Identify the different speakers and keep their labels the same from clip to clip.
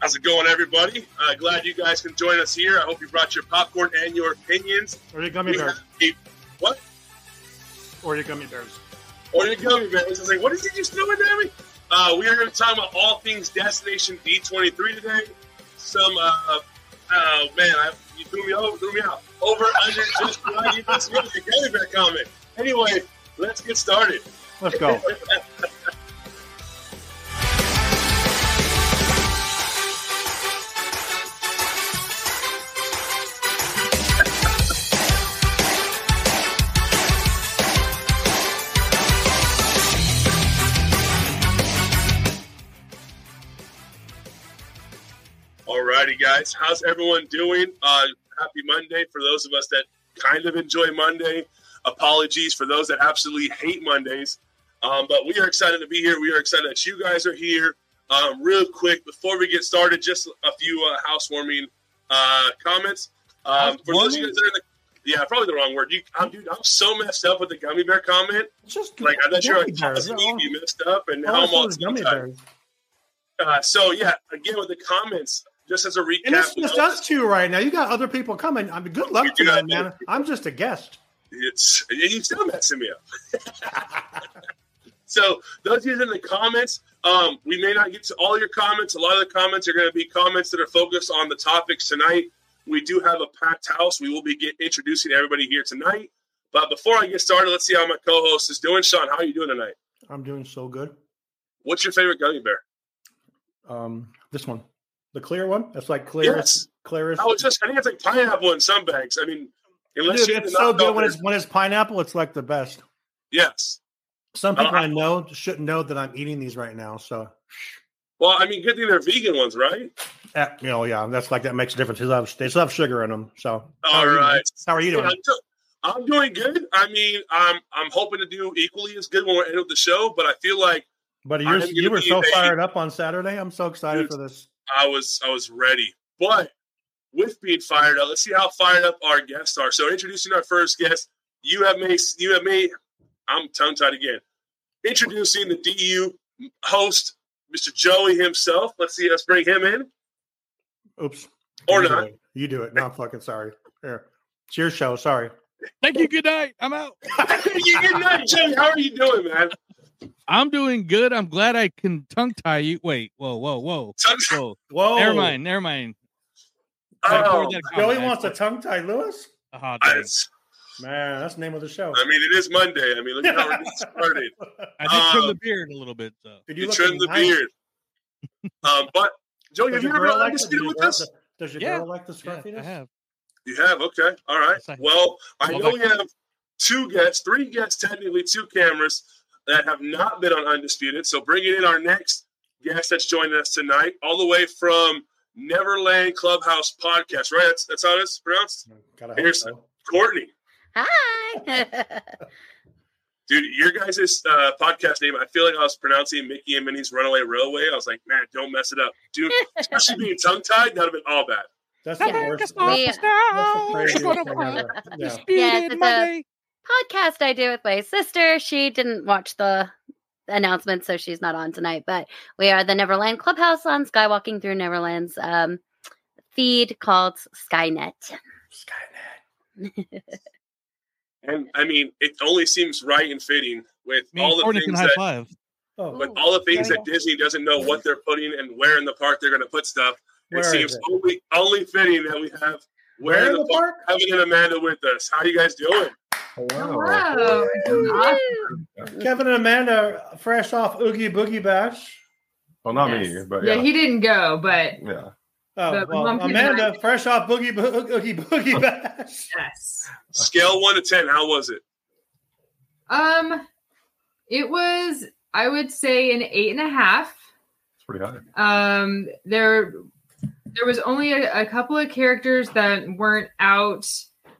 Speaker 1: How's it going, everybody? Uh, glad you guys can join us here. I hope you brought your popcorn and your opinions.
Speaker 2: Or your gummy
Speaker 1: We
Speaker 2: bears.
Speaker 1: have a- what?
Speaker 2: Or your gummy bears.
Speaker 1: Or your gummy bears. I was like, what is he just doing, Debbie? Uh, we are going to talk about all things Destination D23 today. Some, uh, uh, oh, man, I, you threw me over, threw me out. Over, under, just behind you, this was the gummy bear comment. Anyway, let's get started.
Speaker 2: Let's go.
Speaker 1: Alrighty, guys. How's everyone doing? Uh, happy Monday for those of us that kind of enjoy Monday. Apologies for those that absolutely hate Mondays. Um, but we are excited to be here. We are excited that you guys are here. Um, real quick, before we get started, just a few uh, housewarming uh, comments. Um, for those of you guys that are in the yeah, probably the wrong word. You, I'm, dude, I'm so messed up with the gummy bear comment.
Speaker 2: Just
Speaker 1: Like, I'm not sure like,
Speaker 2: Gummy bears.
Speaker 1: how deep you messed up, and now
Speaker 2: All I
Speaker 1: I'm
Speaker 2: said
Speaker 1: all
Speaker 2: was gummy
Speaker 1: tongue-tied.
Speaker 2: bears.
Speaker 1: Uh, so yeah, again with the comments, just as a recap,
Speaker 2: And it's just
Speaker 1: those-
Speaker 2: us two right now. You got other people coming. I mean, good luck
Speaker 1: We
Speaker 2: to
Speaker 1: do.
Speaker 2: that, man. I'm just a guest.
Speaker 1: It's and you still messing me up. so those of you in the comments, um, we may not get to all your comments. A lot of the comments are going to be comments that are focused on the topics tonight. We do have a packed house. We will be get, introducing everybody here tonight. But before I get started, let's see how my co-host is doing. Sean, how are you doing tonight?
Speaker 2: I'm doing so good.
Speaker 1: What's your favorite gummy bear?
Speaker 2: Um, this one, the clear one. That's like clear.
Speaker 1: Yes.
Speaker 2: Clear. as-
Speaker 1: I was just—I think it's like pineapple in some bags. I mean, unless
Speaker 2: Dude,
Speaker 1: you
Speaker 2: it's so good when it's when it's pineapple. It's like the best.
Speaker 1: yes.
Speaker 2: Some
Speaker 1: Oh,
Speaker 2: people
Speaker 1: I-
Speaker 2: I know shouldn't know that I'm eating these right now. So,
Speaker 1: Well, I mean, good thing they're vegan ones, right?
Speaker 2: eh, you know, yeah, that's like that makes a difference. They still have, they still have sugar in them. So,
Speaker 1: All right.
Speaker 2: how are Oh, you doing?
Speaker 1: Yeah, I'm, do- I'm doing good. I mean, I'm I'm hoping to do equally as good when we're end of the show. But I feel like
Speaker 2: But
Speaker 1: I'm
Speaker 2: you're,
Speaker 1: gonna
Speaker 2: you were
Speaker 1: be
Speaker 2: so
Speaker 1: a-
Speaker 2: fired up on Saturday. I'm so excited
Speaker 1: Dude.
Speaker 2: for this.
Speaker 1: I was I was ready. But with being fired up, let's see how fired up our guests are. So introducing our first guest, you have made you have made. I'm tongue tied again. Introducing the DU host, Mr. Joey himself. Let's see. Let's bring him in
Speaker 2: Oops.
Speaker 1: or
Speaker 2: You do
Speaker 1: not.
Speaker 2: it. You do it. No, I'm fucking sorry. Here. It's your show. Sorry.
Speaker 3: Thank you. Good night. I'm out.
Speaker 1: Good night, Joey. How are you doing, man?
Speaker 3: I'm doing good. I'm glad I can tongue tie you. Wait. Whoa. Whoa. Whoa. Whoa.
Speaker 2: Whoa.
Speaker 3: Never mind. Never mind. I
Speaker 1: Oh,
Speaker 3: forwarded that
Speaker 2: Oh. Joey
Speaker 3: comment.
Speaker 2: wants to tongue tie Lewis?
Speaker 3: Ah,
Speaker 1: I,
Speaker 3: damn.
Speaker 2: Man, that's the name of the show.
Speaker 1: I mean, it is Monday. I mean, look at how we're getting started.
Speaker 3: I did trim
Speaker 1: uh,
Speaker 2: um,
Speaker 3: the beard a little bit. So
Speaker 2: Dude,
Speaker 1: You,
Speaker 2: look
Speaker 1: trim the
Speaker 2: nice.
Speaker 1: beard. um, but Joey,
Speaker 2: Does
Speaker 1: have
Speaker 2: your
Speaker 1: you ever
Speaker 2: girl
Speaker 1: been
Speaker 2: like the-
Speaker 1: undisputed
Speaker 2: does
Speaker 1: with
Speaker 2: your
Speaker 1: us?
Speaker 2: girl- Does your
Speaker 3: Yeah.
Speaker 2: girl like the
Speaker 3: yeah,
Speaker 2: scruffiness?
Speaker 3: I have.
Speaker 1: You have, okay, all right.
Speaker 3: Yes, I have.
Speaker 1: Well, I
Speaker 3: Well,
Speaker 1: know
Speaker 3: my-
Speaker 1: you have two guests, three guests, technically two cameras that have not been on undisputed. So bringing in our next guest that's joining us tonight, all the way from Neverland Clubhouse podcast, right? That's, that's how it's pronounced.
Speaker 2: Gotta hope
Speaker 1: Here's-
Speaker 2: so.
Speaker 1: Courtney,
Speaker 4: Hi.
Speaker 1: dude, your guys' uh, podcast name. I feel like I was pronouncing Mickey and Minnie's Runaway Railway. I was like, man, don't mess it up, dude. Especially being tongue tied, that'd have been all bad.
Speaker 2: That's the
Speaker 4: Yeah.
Speaker 2: worst.
Speaker 4: We-
Speaker 2: That's the craziest thing ever. Yeah.
Speaker 4: Yes, it's a- Monday. Podcast I do with my sister. She didn't watch the announcement, so she's not on tonight. But we are the Neverland Clubhouse on Skywalking Through Neverland's um, feed called Skynet.
Speaker 1: And I mean, it only seems right and fitting with
Speaker 3: Me
Speaker 1: all
Speaker 3: and
Speaker 1: the
Speaker 3: Courtney can
Speaker 1: things
Speaker 3: high
Speaker 1: that
Speaker 3: five.
Speaker 2: Oh,
Speaker 1: with all the things that Disney doesn't know what they're putting and where in the park they're going to put stuff.
Speaker 2: where
Speaker 1: it
Speaker 2: is
Speaker 1: seems
Speaker 2: it?
Speaker 1: only only fitting that we have where, in the, park, having an Amanda with us. How you guys doing?
Speaker 4: Hello.
Speaker 2: Kevin and Amanda, fresh off Oogie Boogie Bash.
Speaker 5: Well, not me,
Speaker 6: Yes.
Speaker 5: but
Speaker 6: yeah.
Speaker 5: yeah,
Speaker 6: he didn't go, but
Speaker 5: yeah.
Speaker 2: Oh,
Speaker 6: The
Speaker 2: well,
Speaker 6: pumpkin
Speaker 2: Amanda, fresh off Boogie Bo- Oogie Boogie Bash.
Speaker 6: yes.
Speaker 1: Scale one to ten, how was it?
Speaker 6: Um, it was I would say an eight and a half.
Speaker 5: it's pretty high.
Speaker 6: Um, there there was only a, a couple of characters that weren't out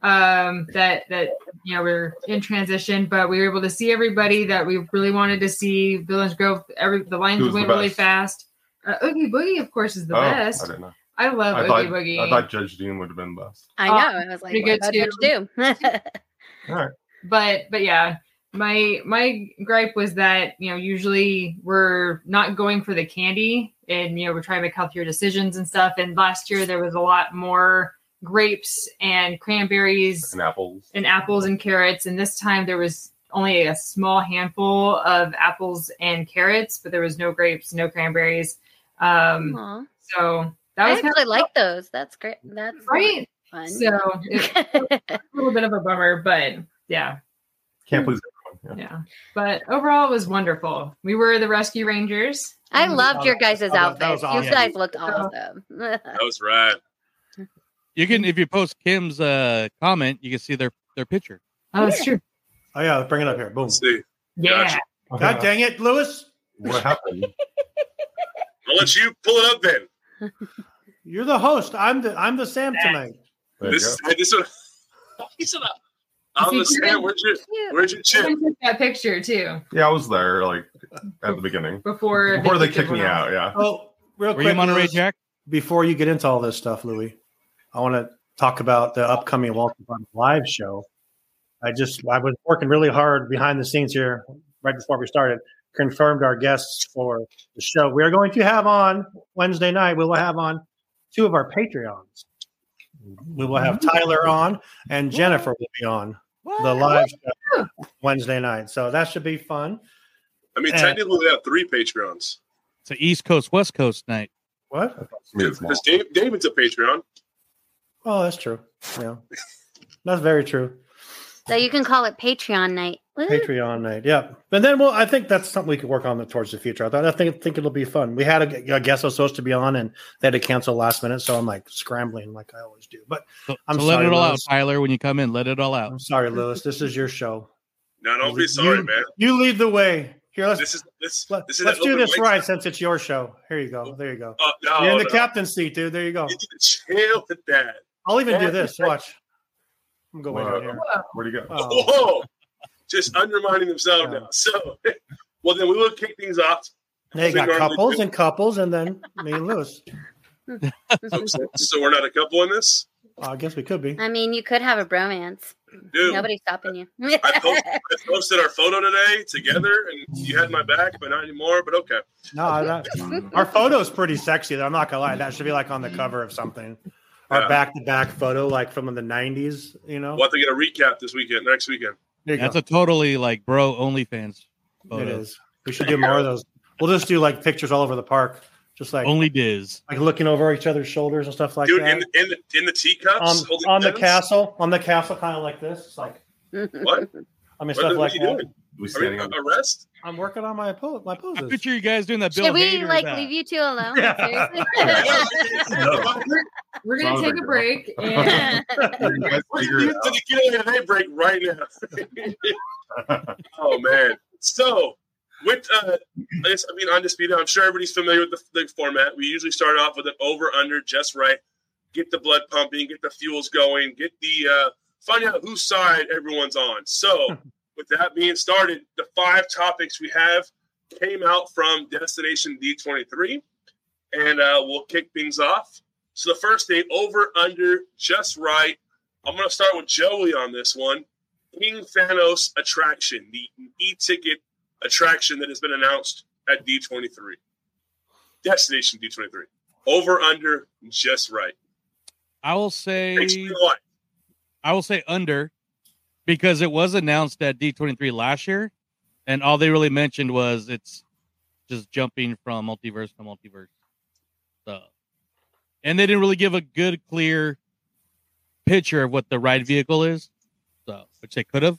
Speaker 6: um that that you know were in transition but we were able to see everybody that we really wanted to see village grove every the lines
Speaker 5: Who's the
Speaker 6: went really
Speaker 5: best?
Speaker 6: fast uh, oogie boogie of course is the
Speaker 5: oh, I
Speaker 6: best
Speaker 5: don't know.
Speaker 6: i love
Speaker 5: I
Speaker 6: oogie
Speaker 5: thought,
Speaker 6: boogie
Speaker 5: I thought Judge Dean would have been best.
Speaker 4: I
Speaker 6: Oh,
Speaker 4: know. I was like,
Speaker 6: pretty
Speaker 4: what
Speaker 6: good
Speaker 4: about what to do?
Speaker 6: but but yeah my my gripe was that you know usually we're not going for the candy and you know we're trying to make healthier decisions and stuff and last year there was a lot more grapes and cranberries
Speaker 5: And apples.
Speaker 6: and apples and carrots and this time there was only a small handful of apples and carrots but there was no grapes no cranberries um
Speaker 4: Aw.
Speaker 6: so that
Speaker 4: I
Speaker 6: was
Speaker 4: actually
Speaker 6: kind of
Speaker 4: like those. That's great. That's
Speaker 6: right
Speaker 4: fun.
Speaker 6: so it's a little bit of a bummer but yeah
Speaker 5: Can't please everyone. Yeah.
Speaker 6: yeah but overall it was wonderful we were the rescue rangers Um,
Speaker 4: I
Speaker 6: And-
Speaker 4: loved your guys'
Speaker 2: Mm. Oh, that was
Speaker 4: outfits. You
Speaker 2: awesome.
Speaker 4: guys looked awesome.
Speaker 1: That was rad.
Speaker 3: You can if you post Kim's uh comment, you can see their their picture.
Speaker 6: oh it's true
Speaker 2: Oh yeah, bring it up here. Boom.
Speaker 1: Let's see.
Speaker 6: yeah
Speaker 1: Gotcha.
Speaker 2: God dang it, Lewis.
Speaker 5: What happened?
Speaker 1: I'll let you pull it up then.
Speaker 2: You're the host. I'm the I'm the Sam tonight.
Speaker 5: There
Speaker 1: this
Speaker 5: you
Speaker 1: hey, this one. He's an- I'm the
Speaker 6: Is he
Speaker 1: Sam.
Speaker 6: doing-
Speaker 1: Where's your
Speaker 4: Cute.
Speaker 1: Where's your chip?
Speaker 6: Someone took that picture too
Speaker 5: go. Yeah, I was there like at the beginning.
Speaker 6: before
Speaker 5: Before they kicked
Speaker 6: kicked
Speaker 5: me
Speaker 6: everyone
Speaker 5: out, yeah.
Speaker 2: Oh, real
Speaker 3: Were
Speaker 2: quick,
Speaker 3: you Monterey
Speaker 2: Louis,
Speaker 3: Jack?
Speaker 2: before you get into all this stuff, Louis, I want to talk about the upcoming Walter Bond live show. I just I was working really hard behind the scenes here right before we started. Confirmed our guests for the show. We are going to have on Wednesday night. We will have on two of our Patreons. We will have Tyler on and Jennifer will be on the live show Wednesday night. So that should be fun.
Speaker 1: I mean,
Speaker 2: Yeah.
Speaker 1: technically, we have three Patreons
Speaker 3: It's a East Coast West Coast night.
Speaker 2: What?
Speaker 5: It's small.
Speaker 1: because Dave, David's a Patreon.
Speaker 2: Oh, that's true. Yeah, that's very true.
Speaker 4: So you can call it Patreon night. Woo.
Speaker 2: Patreon night. Yeah. And then, well, I think that's something we could work on towards the future. I thought, I think, think it'll be fun. We had a, a guest I was supposed to be on and they had to cancel last minute. So I'm like scrambling like I always do. But
Speaker 3: So,
Speaker 2: I'm
Speaker 3: so let
Speaker 2: sorry,
Speaker 3: it all out,
Speaker 2: Lewis.
Speaker 3: Tyler. When you come in, let it all out.
Speaker 2: I'm sorry, Lewis. This is your show.
Speaker 1: No, don't be sorry,
Speaker 2: You-
Speaker 1: man.
Speaker 2: You lead the way. Here, let's,
Speaker 1: This is this.
Speaker 2: let,
Speaker 1: this
Speaker 2: us
Speaker 1: is an
Speaker 2: do
Speaker 1: open
Speaker 2: this
Speaker 1: mic.
Speaker 2: right since it's your show. Here you go. There you go.
Speaker 1: Oh, no,
Speaker 2: You're in the
Speaker 1: no.
Speaker 2: captain's seat, dude. There you go.
Speaker 1: You need to chill with that.
Speaker 2: I'll even do this. Watch. I'm going
Speaker 5: Whoa.
Speaker 2: down here.
Speaker 6: Whoa.
Speaker 5: Where'd you go?
Speaker 2: Oh.
Speaker 1: Whoa! Just undermining themselves
Speaker 2: Yeah.
Speaker 1: now. So, well, then we will kick things off.
Speaker 2: Now you got
Speaker 1: Regardless-
Speaker 2: couples and couples, and then me and Lewis.
Speaker 1: So we're not a couple in this,
Speaker 2: I guess we could be.
Speaker 4: I mean, you could have a bromance.
Speaker 1: dude.
Speaker 4: Nobody's stopping you.
Speaker 1: I posted, I posted our photo today together, and you had my back, but not anymore. But okay,
Speaker 2: No, I don't.
Speaker 1: Mm.
Speaker 2: Our photo's pretty sexy, though. I'm not gonna lie. That should be like on the cover of something. Our
Speaker 1: Yeah.
Speaker 2: back to back photo, like from the 90s, you know?
Speaker 1: we'll have to get a recap this weekend, next weekend.
Speaker 2: There you
Speaker 3: That's
Speaker 2: go.
Speaker 3: a totally like bro OnlyFans
Speaker 2: it
Speaker 3: photo.
Speaker 2: is. We should do more of those. We'll just do like pictures all over the park, just like
Speaker 3: Only Diz.
Speaker 2: like looking over each other's shoulders and stuff like
Speaker 1: Dude,
Speaker 2: that.
Speaker 1: in, in, the- in the
Speaker 2: on
Speaker 1: teacups, holding
Speaker 2: on the
Speaker 1: pens?
Speaker 2: castle, on the castle, kind of like this. It's like,
Speaker 1: What?
Speaker 2: I mean,
Speaker 1: What are
Speaker 2: stuff
Speaker 1: we
Speaker 2: like that.
Speaker 1: doing?
Speaker 5: We
Speaker 1: Are we
Speaker 5: standing on
Speaker 1: arrest?
Speaker 2: I'm working on my, po- my
Speaker 3: I
Speaker 2: poses.
Speaker 3: picture you guys doing that. Bill
Speaker 4: Should we
Speaker 3: Hader
Speaker 4: like
Speaker 3: back.
Speaker 4: leave you two alone?
Speaker 2: Yeah.
Speaker 4: Seriously?
Speaker 6: we're gonna
Speaker 5: Sounds
Speaker 6: take
Speaker 5: like
Speaker 6: a
Speaker 5: it.
Speaker 6: break and
Speaker 5: You guys
Speaker 1: We're
Speaker 5: figure
Speaker 1: going
Speaker 5: it
Speaker 1: to the get a today break right now. oh man! So with uh, I guess I mean undisputed. I'm sure everybody's familiar with the, the format. We usually start off with an over under just right, get the blood pumping, get the fuels going, get the uh, find out whose side everyone's on. So with that being started, the five topics we have came out from Destination D23, and uh, we'll kick things off. So the first thing, over under just right. I'm going to start with Joey on this one. King Thanos attraction, the e-ticket attraction that has been announced at D23, destination D23. Over under just right.
Speaker 3: I will say.
Speaker 1: Explain why.
Speaker 3: I will say under because it was announced at D23 last year, and all they really mentioned was it's just jumping from multiverse to multiverse. So, and they didn't really give a good, clear picture of what the ride vehicle is, so which they could have,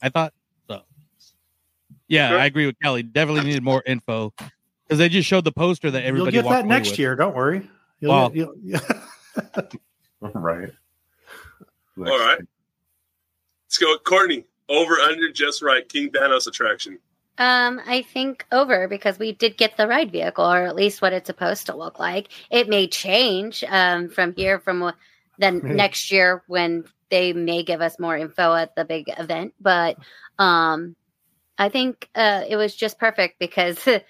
Speaker 3: I thought. So, yeah,
Speaker 1: Sure.
Speaker 3: I agree with Kelly. Definitely needed more info because they just showed the poster that
Speaker 2: You'll
Speaker 3: everybody
Speaker 2: get
Speaker 3: walked
Speaker 2: that
Speaker 3: away
Speaker 2: next
Speaker 3: with.
Speaker 2: year. Don't worry. You'll
Speaker 3: Wow.
Speaker 2: get- you'll-
Speaker 5: out. Right.
Speaker 1: All right. Let's go with Courtney. Over under just right. King Thanos attraction.
Speaker 4: Um, I think over because we did get the ride vehicle, or at least what it's supposed to look like. It may change um, from here, from wh- then
Speaker 2: Mhm.
Speaker 4: next year when they may give us more info at the big event. But um, I think uh, it was just perfect because the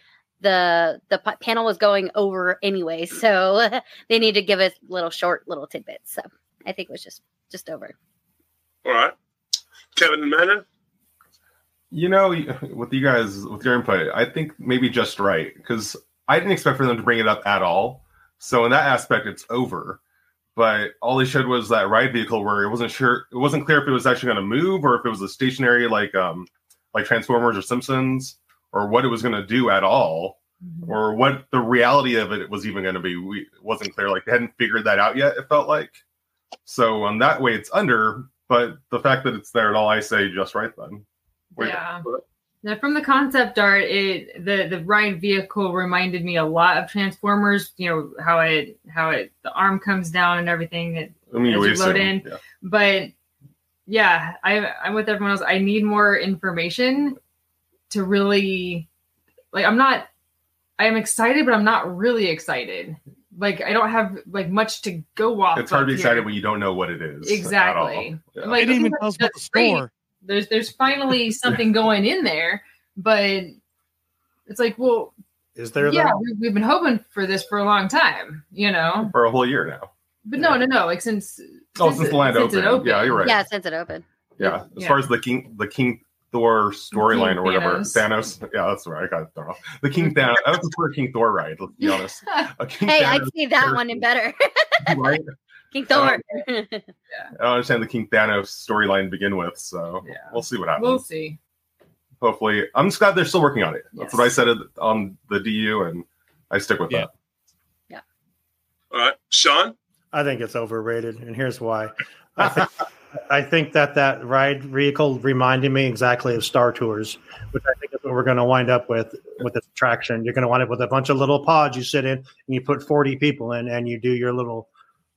Speaker 4: the p- panel was going over anyway, so they need to give us little short little tidbits. So I think it was just just over.
Speaker 1: All right. Kevin and Mena,
Speaker 5: You know, with you guys, with your input, I think maybe just right because I didn't expect for them to bring it up at all. So in that aspect, it's over. But all they showed was that ride vehicle where it wasn't sure, it wasn't clear if it was actually going to move or if it was a stationary like um like Transformers or Simpsons or what it was going to do at all or what the reality of it was even going to be. We it wasn't clear. Like they hadn't figured that out yet. It felt like. So on that way, it's under. But the fact that it's there at all, I say just right then. Wait,
Speaker 6: yeah.
Speaker 1: what?
Speaker 6: Now, from the concept art, it the the ride vehicle reminded me a lot of Transformers. You know how it how it the arm comes down and everything. It,
Speaker 5: I mean,
Speaker 6: As
Speaker 5: we
Speaker 6: you
Speaker 5: assume,
Speaker 6: load in.
Speaker 5: yeah.
Speaker 6: but yeah, I, I'm with everyone else. I need more information to really like. I'm not. I'm excited, but I'm not really excited. Like I don't have like much to go off.
Speaker 5: It's hard to be
Speaker 6: of
Speaker 5: excited
Speaker 6: here.
Speaker 5: when you don't know what it is. at
Speaker 6: Exactly.
Speaker 5: all.
Speaker 6: I'm
Speaker 5: Yeah.
Speaker 6: like,
Speaker 3: It didn't
Speaker 6: okay,
Speaker 3: even tell us about the
Speaker 6: that's great.
Speaker 3: score.
Speaker 6: there's there's finally something going in there, but it's like, well,
Speaker 2: Is there
Speaker 6: yeah,
Speaker 2: though?
Speaker 6: we, we've been hoping for this for a long time, you know.
Speaker 5: For a whole year now.
Speaker 6: But no, no, no, like since
Speaker 5: Oh, since the land
Speaker 6: since it
Speaker 5: opened. Yeah, you're right.
Speaker 4: Yeah, since it opened.
Speaker 5: Yeah. As
Speaker 6: Yeah.
Speaker 5: far as the King the King Thor storyline or whatever.
Speaker 6: Thanos.
Speaker 5: Thanos. Yeah, that's right. I got it thrown off. The King Thanos. I would prefer a King Thor ride, let's be honest. A King
Speaker 4: Hey, I'd
Speaker 5: Thanos
Speaker 4: see that one in better.
Speaker 5: ride,
Speaker 4: King
Speaker 5: Um,
Speaker 4: Thor.
Speaker 5: I don't understand the King Thanos storyline to begin with, so
Speaker 6: Yeah.
Speaker 5: we'll see what happens.
Speaker 6: we'll see.
Speaker 5: Hopefully, I'm just glad they're still working on it. That's
Speaker 6: Yes.
Speaker 5: what I said on the DU, and I stick with
Speaker 3: Yeah.
Speaker 1: all right. Sean,
Speaker 2: I think it's overrated, and here's why. I think, I think that that ride vehicle reminded me exactly of Star Tours, which I think is what we're going to wind up with with this attraction. You're going to wind up with a bunch of little pods you sit in, and you put 40 people in, and you do your little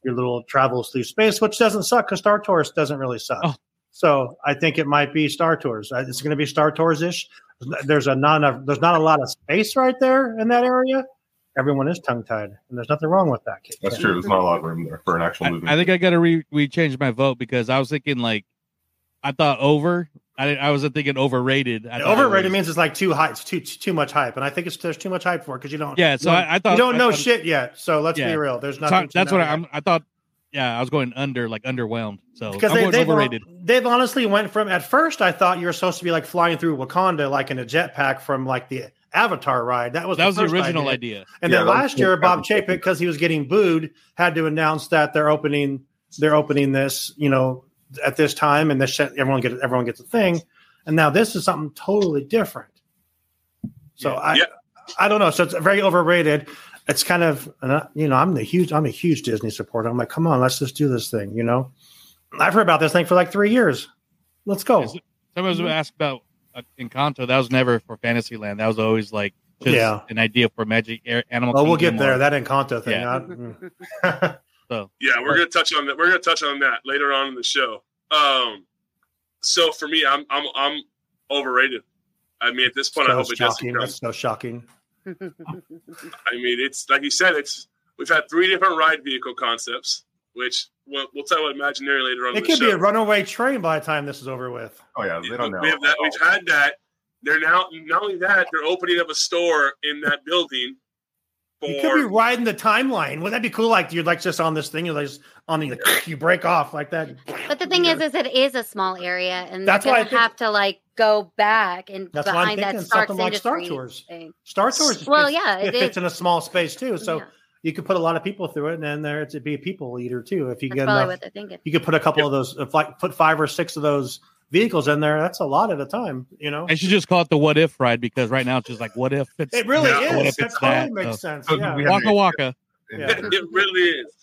Speaker 2: your little travels through space, which doesn't suck because Star Tours doesn't really suck.
Speaker 3: Oh.
Speaker 2: So I think it might be Star Tours. Uh, It's going to be Star Tours ish. There's a not a, there's not a lot of space right there in that area. Everyone is tongue tied, and there's nothing wrong with that. Kit
Speaker 5: That's
Speaker 2: Kat.
Speaker 5: true. There's not a lot of room there for an actual
Speaker 3: I,
Speaker 5: movie.
Speaker 3: I think I gotta re we change my vote because I was thinking like I thought over. I didn't- I wasn't thinking overrated. I thought it
Speaker 2: Overrated
Speaker 3: was-
Speaker 2: means it's like too high, it's too too much hype, and I think it's there's too much hype for it because you don't.
Speaker 3: Yeah, so
Speaker 2: you
Speaker 3: I, I thought
Speaker 2: you don't
Speaker 3: I
Speaker 2: know
Speaker 3: thought-
Speaker 2: shit yet. So let's
Speaker 3: Yeah.
Speaker 2: be real. There's
Speaker 3: so I-
Speaker 2: nothing. to
Speaker 3: that's
Speaker 2: know
Speaker 3: what
Speaker 2: yet.
Speaker 3: I'm. I thought. Yeah, I was going under, like underwhelmed. So I'm
Speaker 2: because they,
Speaker 3: going
Speaker 2: they've,
Speaker 3: overrated.
Speaker 2: they've honestly went from at first I thought you were supposed to be like flying through Wakanda like in a jetpack from like the Avatar ride. That was
Speaker 3: that was the
Speaker 2: first
Speaker 3: original
Speaker 2: idea.
Speaker 3: idea.
Speaker 2: And
Speaker 5: Yeah,
Speaker 2: then
Speaker 5: that was
Speaker 2: last
Speaker 5: the
Speaker 2: year, Bob
Speaker 5: Avatar.
Speaker 2: Chapek, because he was getting booed, had to announce that they're opening they're opening this, you know, at this time, and this everyone gets everyone gets a thing. And now this is something totally different. So I
Speaker 1: Yeah.
Speaker 2: I don't know. So it's very overrated. It's kind of and I- you know I'm the huge I'm a huge Disney supporter. I'm like, come on, let's just do this thing. You know, I've heard about this thing for like three years. Let's go.
Speaker 3: Is it- Somebody was asked about uh, Encanto. That was never for Fantasyland. That was always like just
Speaker 2: Yeah.
Speaker 3: an idea for Magic Air, Animal.
Speaker 2: Oh, we'll get
Speaker 3: Kingdom
Speaker 2: there.
Speaker 3: or-
Speaker 2: That Encanto thing.
Speaker 3: Yeah.
Speaker 2: I- mm.
Speaker 3: so
Speaker 1: yeah, we're gonna touch on that. We're gonna touch on that later on in the show. Um, so for me, I'm I'm I'm overrated. I mean, at this point, I
Speaker 2: so
Speaker 1: hope it doesn't
Speaker 2: shocking.
Speaker 1: come.
Speaker 2: That's so shocking.
Speaker 1: I mean, it's like you said, it's we've had three different ride vehicle concepts, which we'll, we'll tell about Imaginary later on. in
Speaker 2: It
Speaker 1: the
Speaker 2: could
Speaker 1: show.
Speaker 2: be a runaway train by the time this is over with.
Speaker 5: oh yeah, they don't know.
Speaker 1: We have that. We've had that. They're now not only that they're opening up a store in that building. For
Speaker 2: You could be riding the timeline. Wouldn't that be cool? Like you're like just on this thing, you're like just on the you break off like that.
Speaker 4: But the thing is, is it is a small area, and
Speaker 2: That's
Speaker 4: that's
Speaker 2: why I
Speaker 4: why you
Speaker 2: think-
Speaker 4: have to like go back and
Speaker 2: That's why I'm
Speaker 4: behind that
Speaker 2: thinking
Speaker 4: Stark's
Speaker 2: something like Star
Speaker 4: Industries
Speaker 2: Tours.
Speaker 4: thing.
Speaker 2: Star Tours. is-
Speaker 4: Well, yeah,
Speaker 2: it
Speaker 4: it
Speaker 2: fits
Speaker 4: is.
Speaker 2: in a small space too, so
Speaker 4: Yeah,
Speaker 2: you could put a lot of people through it, and then there it'd be a people eater too. If you
Speaker 4: that's
Speaker 2: get
Speaker 4: probably
Speaker 2: enough,
Speaker 4: what they're thinking.
Speaker 2: you could put a couple of those, if like put five or six of those vehicles in there. That's a lot at a time, you know.
Speaker 3: I should just call it the What If ride because right now it's just like What If it's
Speaker 2: It really
Speaker 1: Yeah,
Speaker 3: what
Speaker 2: is.
Speaker 3: if
Speaker 2: That
Speaker 3: it's
Speaker 2: totally
Speaker 3: that? uh,
Speaker 2: makes
Speaker 3: So-
Speaker 2: sense.
Speaker 5: So
Speaker 2: yeah.
Speaker 5: we have
Speaker 3: Waka Waka.
Speaker 5: Yeah.
Speaker 1: it really is.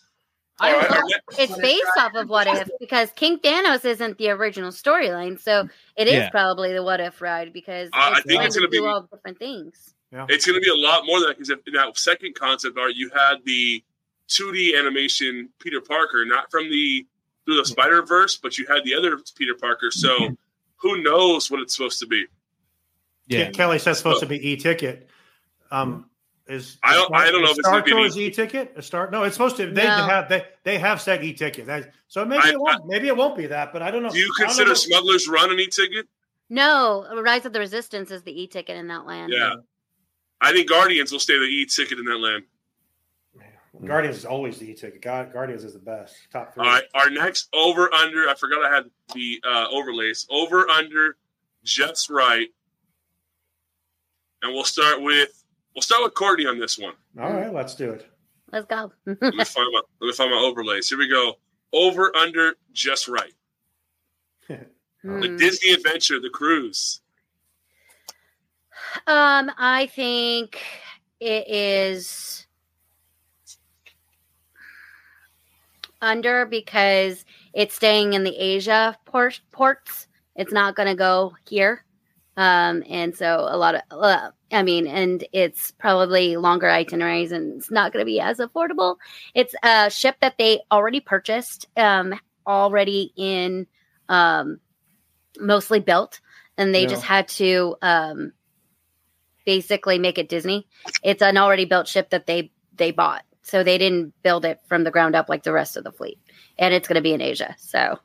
Speaker 6: I
Speaker 1: All right,
Speaker 6: love
Speaker 1: our next-
Speaker 4: It's based off of what if because King Thanos isn't the original storyline, so it is
Speaker 3: Yeah.
Speaker 4: probably the what if ride because
Speaker 1: Uh, I
Speaker 2: think
Speaker 4: going
Speaker 2: it's
Speaker 1: gonna
Speaker 4: do
Speaker 1: be-
Speaker 4: all different things.
Speaker 1: it's going to be a lot more than that because in that second concept art, you had the 2D animation Peter Parker, not from the through the Spider Verse, but you had the other Peter Parker. So who knows what it's supposed to be?
Speaker 3: Yeah.
Speaker 2: Kelly says supposed to be e-ticket. Um, is
Speaker 1: I don't- I don't know if
Speaker 2: is
Speaker 1: it's gonna
Speaker 2: Star
Speaker 1: be an
Speaker 2: Tours e-ticket. A Star? No, it's supposed to. They
Speaker 4: No.
Speaker 2: have they they have said e-ticket. That- so maybe
Speaker 1: I-
Speaker 2: it won't. maybe it won't be that. But I don't know.
Speaker 1: Do you
Speaker 2: Oh, I don't
Speaker 1: consider
Speaker 2: know.
Speaker 1: Smuggler's Run an e-ticket?
Speaker 4: No, Rise of the Resistance is the e-ticket in that land.
Speaker 1: Yeah. I think Guardians will stay the e-ticket in that land.
Speaker 2: Guardians is always the e-ticket. God, Guardians is the best. Top three.
Speaker 1: All right, our next over under. I forgot I had the uh, overlays. Over under, just right. And we'll start with we'll start with Courtney on this one.
Speaker 2: All right, let's do it.
Speaker 4: Let's go.
Speaker 1: Let me find my let me find my overlays. Here we go. Over under, just right. The
Speaker 4: Hmm.
Speaker 1: Disney adventure, the cruise.
Speaker 4: Um, I think it is under because it's staying in the Asia port- ports. It's not going to go here. Um, and so a lot of, uh, I mean, and it's probably longer itineraries and it's not going to be as affordable. It's a ship that they already purchased, um, already in, um, mostly built. And they
Speaker 2: Yeah.
Speaker 4: just had to, um, basically make it Disney. It's an already built ship that they they bought, so they didn't build it from the ground up like the rest of the fleet. And it's going to be in Asia, so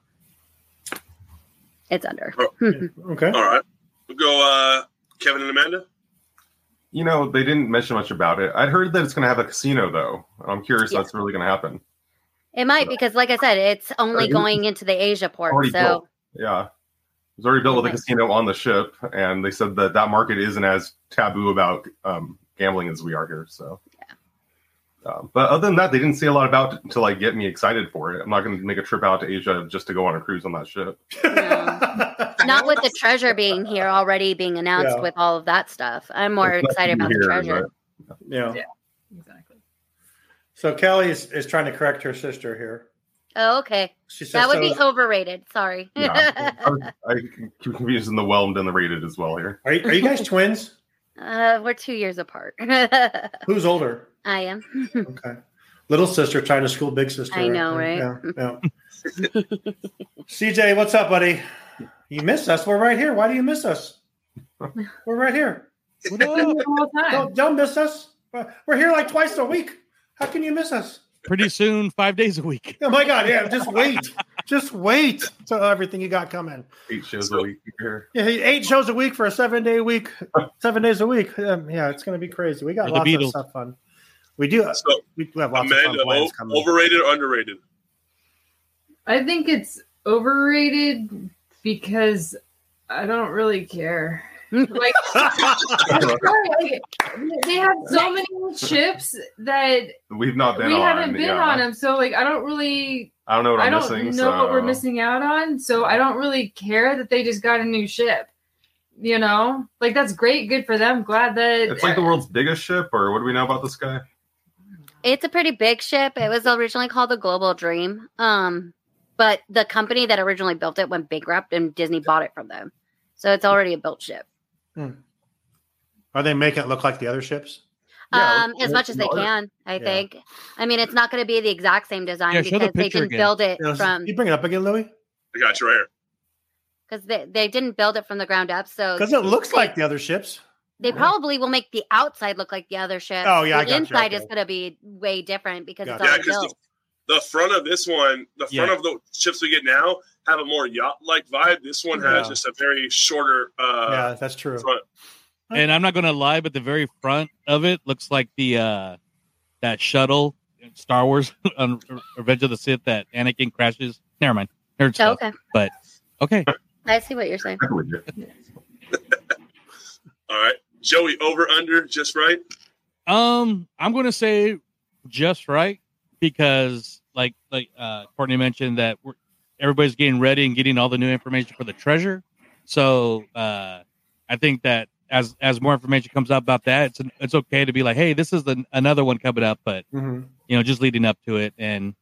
Speaker 4: it's under.
Speaker 2: Okay.
Speaker 1: All right. We'll go uh, Kevin and Amanda.
Speaker 5: You know, they didn't mention much about it. I'd heard that it's going to have a casino, though. I'm curious
Speaker 4: Yeah.
Speaker 5: if that's really going to happen.
Speaker 4: It might because, like I said, it's only
Speaker 5: Already-
Speaker 4: going into the Asia port.
Speaker 5: already
Speaker 4: So
Speaker 5: built. Yeah. It was already built with a
Speaker 4: Okay.
Speaker 5: casino on the ship, and they said that that market isn't as taboo about um, gambling as we are here. So, Um, but other than that, they didn't say a lot about it to like get me excited for it. I'm not going to make a trip out to Asia just to go on a cruise on that ship.
Speaker 4: not with the treasure being here already being announced
Speaker 2: Yeah.
Speaker 4: with all of that stuff. I'm more
Speaker 5: It's nice
Speaker 4: excited
Speaker 5: to
Speaker 4: about
Speaker 5: be
Speaker 4: the
Speaker 5: here,
Speaker 4: treasure.
Speaker 2: yeah.
Speaker 6: Exactly.
Speaker 2: So Kelly is, is trying to correct her sister here.
Speaker 4: Oh, okay,
Speaker 2: She says
Speaker 4: that would
Speaker 2: so
Speaker 4: be
Speaker 2: is-
Speaker 4: overrated. Sorry.
Speaker 5: but, yeah. I, was- I keep confusing the whelmed and the rated as well here.
Speaker 2: Are you, are you guys twins?
Speaker 4: uh, we're two years apart. I
Speaker 2: Who's older?
Speaker 4: am.
Speaker 2: Okay. Little sister trying to school big sister.
Speaker 4: I know, right?
Speaker 2: Yeah, yeah. CJ, what's up, buddy? You miss us. We're right here. Why do you miss us? We're right here.
Speaker 3: What up?
Speaker 6: All the time.
Speaker 2: Don't, don't miss us. We're here like twice a week. How can you miss us?
Speaker 3: Pretty soon, five days a week.
Speaker 2: Oh my God! Yeah, just wait, just wait till everything you got coming.
Speaker 5: Eight shows a week here.
Speaker 2: Yeah, he- eight shows a week for a seven day week, seven days a week. Um, yeah, it's going to be crazy. We got
Speaker 3: Or the
Speaker 2: lots of
Speaker 3: Beatles.
Speaker 2: stuff fun. We do. uh,
Speaker 1: So
Speaker 2: We do have lots of
Speaker 1: Amanda,
Speaker 2: fun plans
Speaker 1: o-
Speaker 2: coming.
Speaker 1: overrated or underrated?
Speaker 6: I think it's overrated because I don't really care. Like, like, they have so many ships that
Speaker 5: We've not been
Speaker 6: we
Speaker 5: on.
Speaker 6: haven't been
Speaker 5: yeah.
Speaker 6: on them. So like, I don't really,
Speaker 5: I don't know what I'm
Speaker 6: I don't
Speaker 5: missing.
Speaker 6: know
Speaker 5: so.
Speaker 6: what we're missing out on. So I don't really care that they just got a new ship. You know, like that's great, good for them. Glad that
Speaker 5: It's like the world's biggest ship, or what do we know about this guy?
Speaker 4: It's a pretty big ship. It was originally called the Global Dream. Um, but the company that originally built it went bankrupt and Disney bought it from them. So it's already a built ship.
Speaker 2: Are they making it look like the other ships?
Speaker 5: Yeah,
Speaker 4: um,
Speaker 5: let's-
Speaker 4: as
Speaker 5: let's
Speaker 4: much as they
Speaker 5: ignore it.
Speaker 4: can, I
Speaker 2: Yeah.
Speaker 4: think. I mean, it's not going to be the exact same design
Speaker 3: Yeah, show the
Speaker 4: because they
Speaker 3: picture
Speaker 4: didn't
Speaker 3: again.
Speaker 4: build it
Speaker 2: Yeah, let's-
Speaker 4: from
Speaker 2: you bring it up again, Louis,
Speaker 1: I got you right here.
Speaker 4: because they, they didn't build it from the ground up. So
Speaker 2: because it looks like the other ships.
Speaker 4: they probably will make the outside look like the other ship.
Speaker 2: Oh, yeah, I got
Speaker 4: the
Speaker 2: you.
Speaker 4: inside is
Speaker 2: Okay.
Speaker 4: going to be way different because
Speaker 2: Got
Speaker 4: it's
Speaker 2: you.
Speaker 1: Yeah,
Speaker 4: already
Speaker 1: because
Speaker 4: built.
Speaker 1: the, the front of this one, the front
Speaker 3: Yeah.
Speaker 1: of the ships we get now have a more yacht like vibe. This one has
Speaker 2: Yeah.
Speaker 1: just a very shorter uh,
Speaker 2: yeah, that's true.
Speaker 1: front.
Speaker 3: And I'm not gonna lie, but the very front of it looks like the uh that shuttle in Star Wars on Revenge of the Sith that Anakin crashes. Never mind. Nerd
Speaker 4: Oh,
Speaker 3: stuff.
Speaker 4: okay.
Speaker 3: Okay.
Speaker 4: I see what you're saying.
Speaker 5: I believe you.
Speaker 1: All right. Joey, over under, just right.
Speaker 3: Um, I'm gonna say just right because, like, like uh, Courtney mentioned that we're, everybody's getting ready and getting all the new information for the treasure. So, uh, I think that as as more information comes out about that, it's it's okay to be like, hey, this is an, another one coming up, but
Speaker 2: hmm
Speaker 3: you know, just leading up to it, and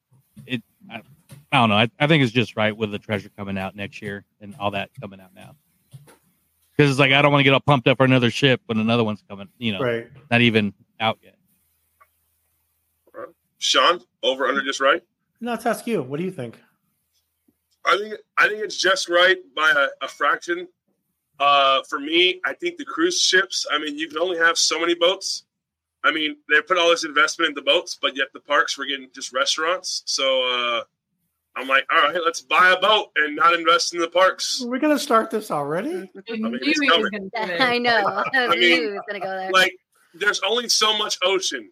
Speaker 3: it, I, I don't know, I, I think it's just right with the treasure coming out next year and all that coming out now. Because it's like I don't want to get all pumped up for another ship when another one's coming, you know,
Speaker 2: Right.
Speaker 3: not even out yet.
Speaker 1: Sean, over under, just right.
Speaker 2: No, let's ask you. What do you think?
Speaker 1: I think I think it's just right by a, a fraction. Uh, for me, I think the cruise ships. I mean, you can only have so many boats. I mean, they put all this investment in the boats, but yet the parks were getting just restaurants. So uh, I'm like, all right, let's buy a boat and not invest in the parks.
Speaker 2: We're gonna start this already.
Speaker 6: I
Speaker 1: mean,
Speaker 6: knew
Speaker 1: it's
Speaker 6: he was
Speaker 1: coming.
Speaker 6: going to do
Speaker 4: I
Speaker 6: it.
Speaker 4: know. I
Speaker 1: mean,
Speaker 4: knew he was gonna go there.
Speaker 1: Like, there's only so much ocean.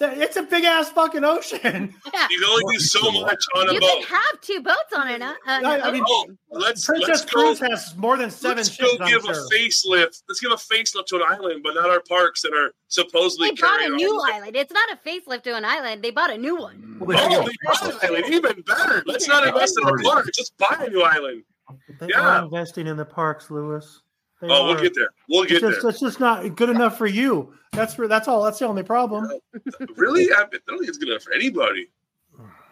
Speaker 2: That- It's a big ass fucking ocean.
Speaker 4: yeah.
Speaker 1: You can only do so much on a
Speaker 4: You can
Speaker 1: boat.
Speaker 4: have two boats on it. Uh, uh,
Speaker 2: I- I mean,
Speaker 1: Oh, let's
Speaker 2: Princess
Speaker 1: let's go.
Speaker 2: Cruise has more than 7
Speaker 1: Let's
Speaker 2: ships.
Speaker 1: go
Speaker 2: I'm
Speaker 1: give
Speaker 2: sure.
Speaker 1: a facelift. Let's give a facelift to an island, but not our parks that are supposedly
Speaker 4: they bought a
Speaker 1: carrying
Speaker 4: new
Speaker 1: all the-
Speaker 4: island. It's not a facelift to an island. They bought a new one.
Speaker 1: Oh, they bought an island. Even better. Let's not invest in the park. Just buy a new island.
Speaker 2: They
Speaker 1: Yeah.
Speaker 2: are investing in the parks, Lewis. They
Speaker 1: Oh,
Speaker 2: are.
Speaker 1: we'll get there. We'll get
Speaker 2: it's, just,
Speaker 1: there.
Speaker 2: it's just not good enough for you. That's for, that's all. That's the only problem.
Speaker 1: Really? I I don't think it's good enough for anybody.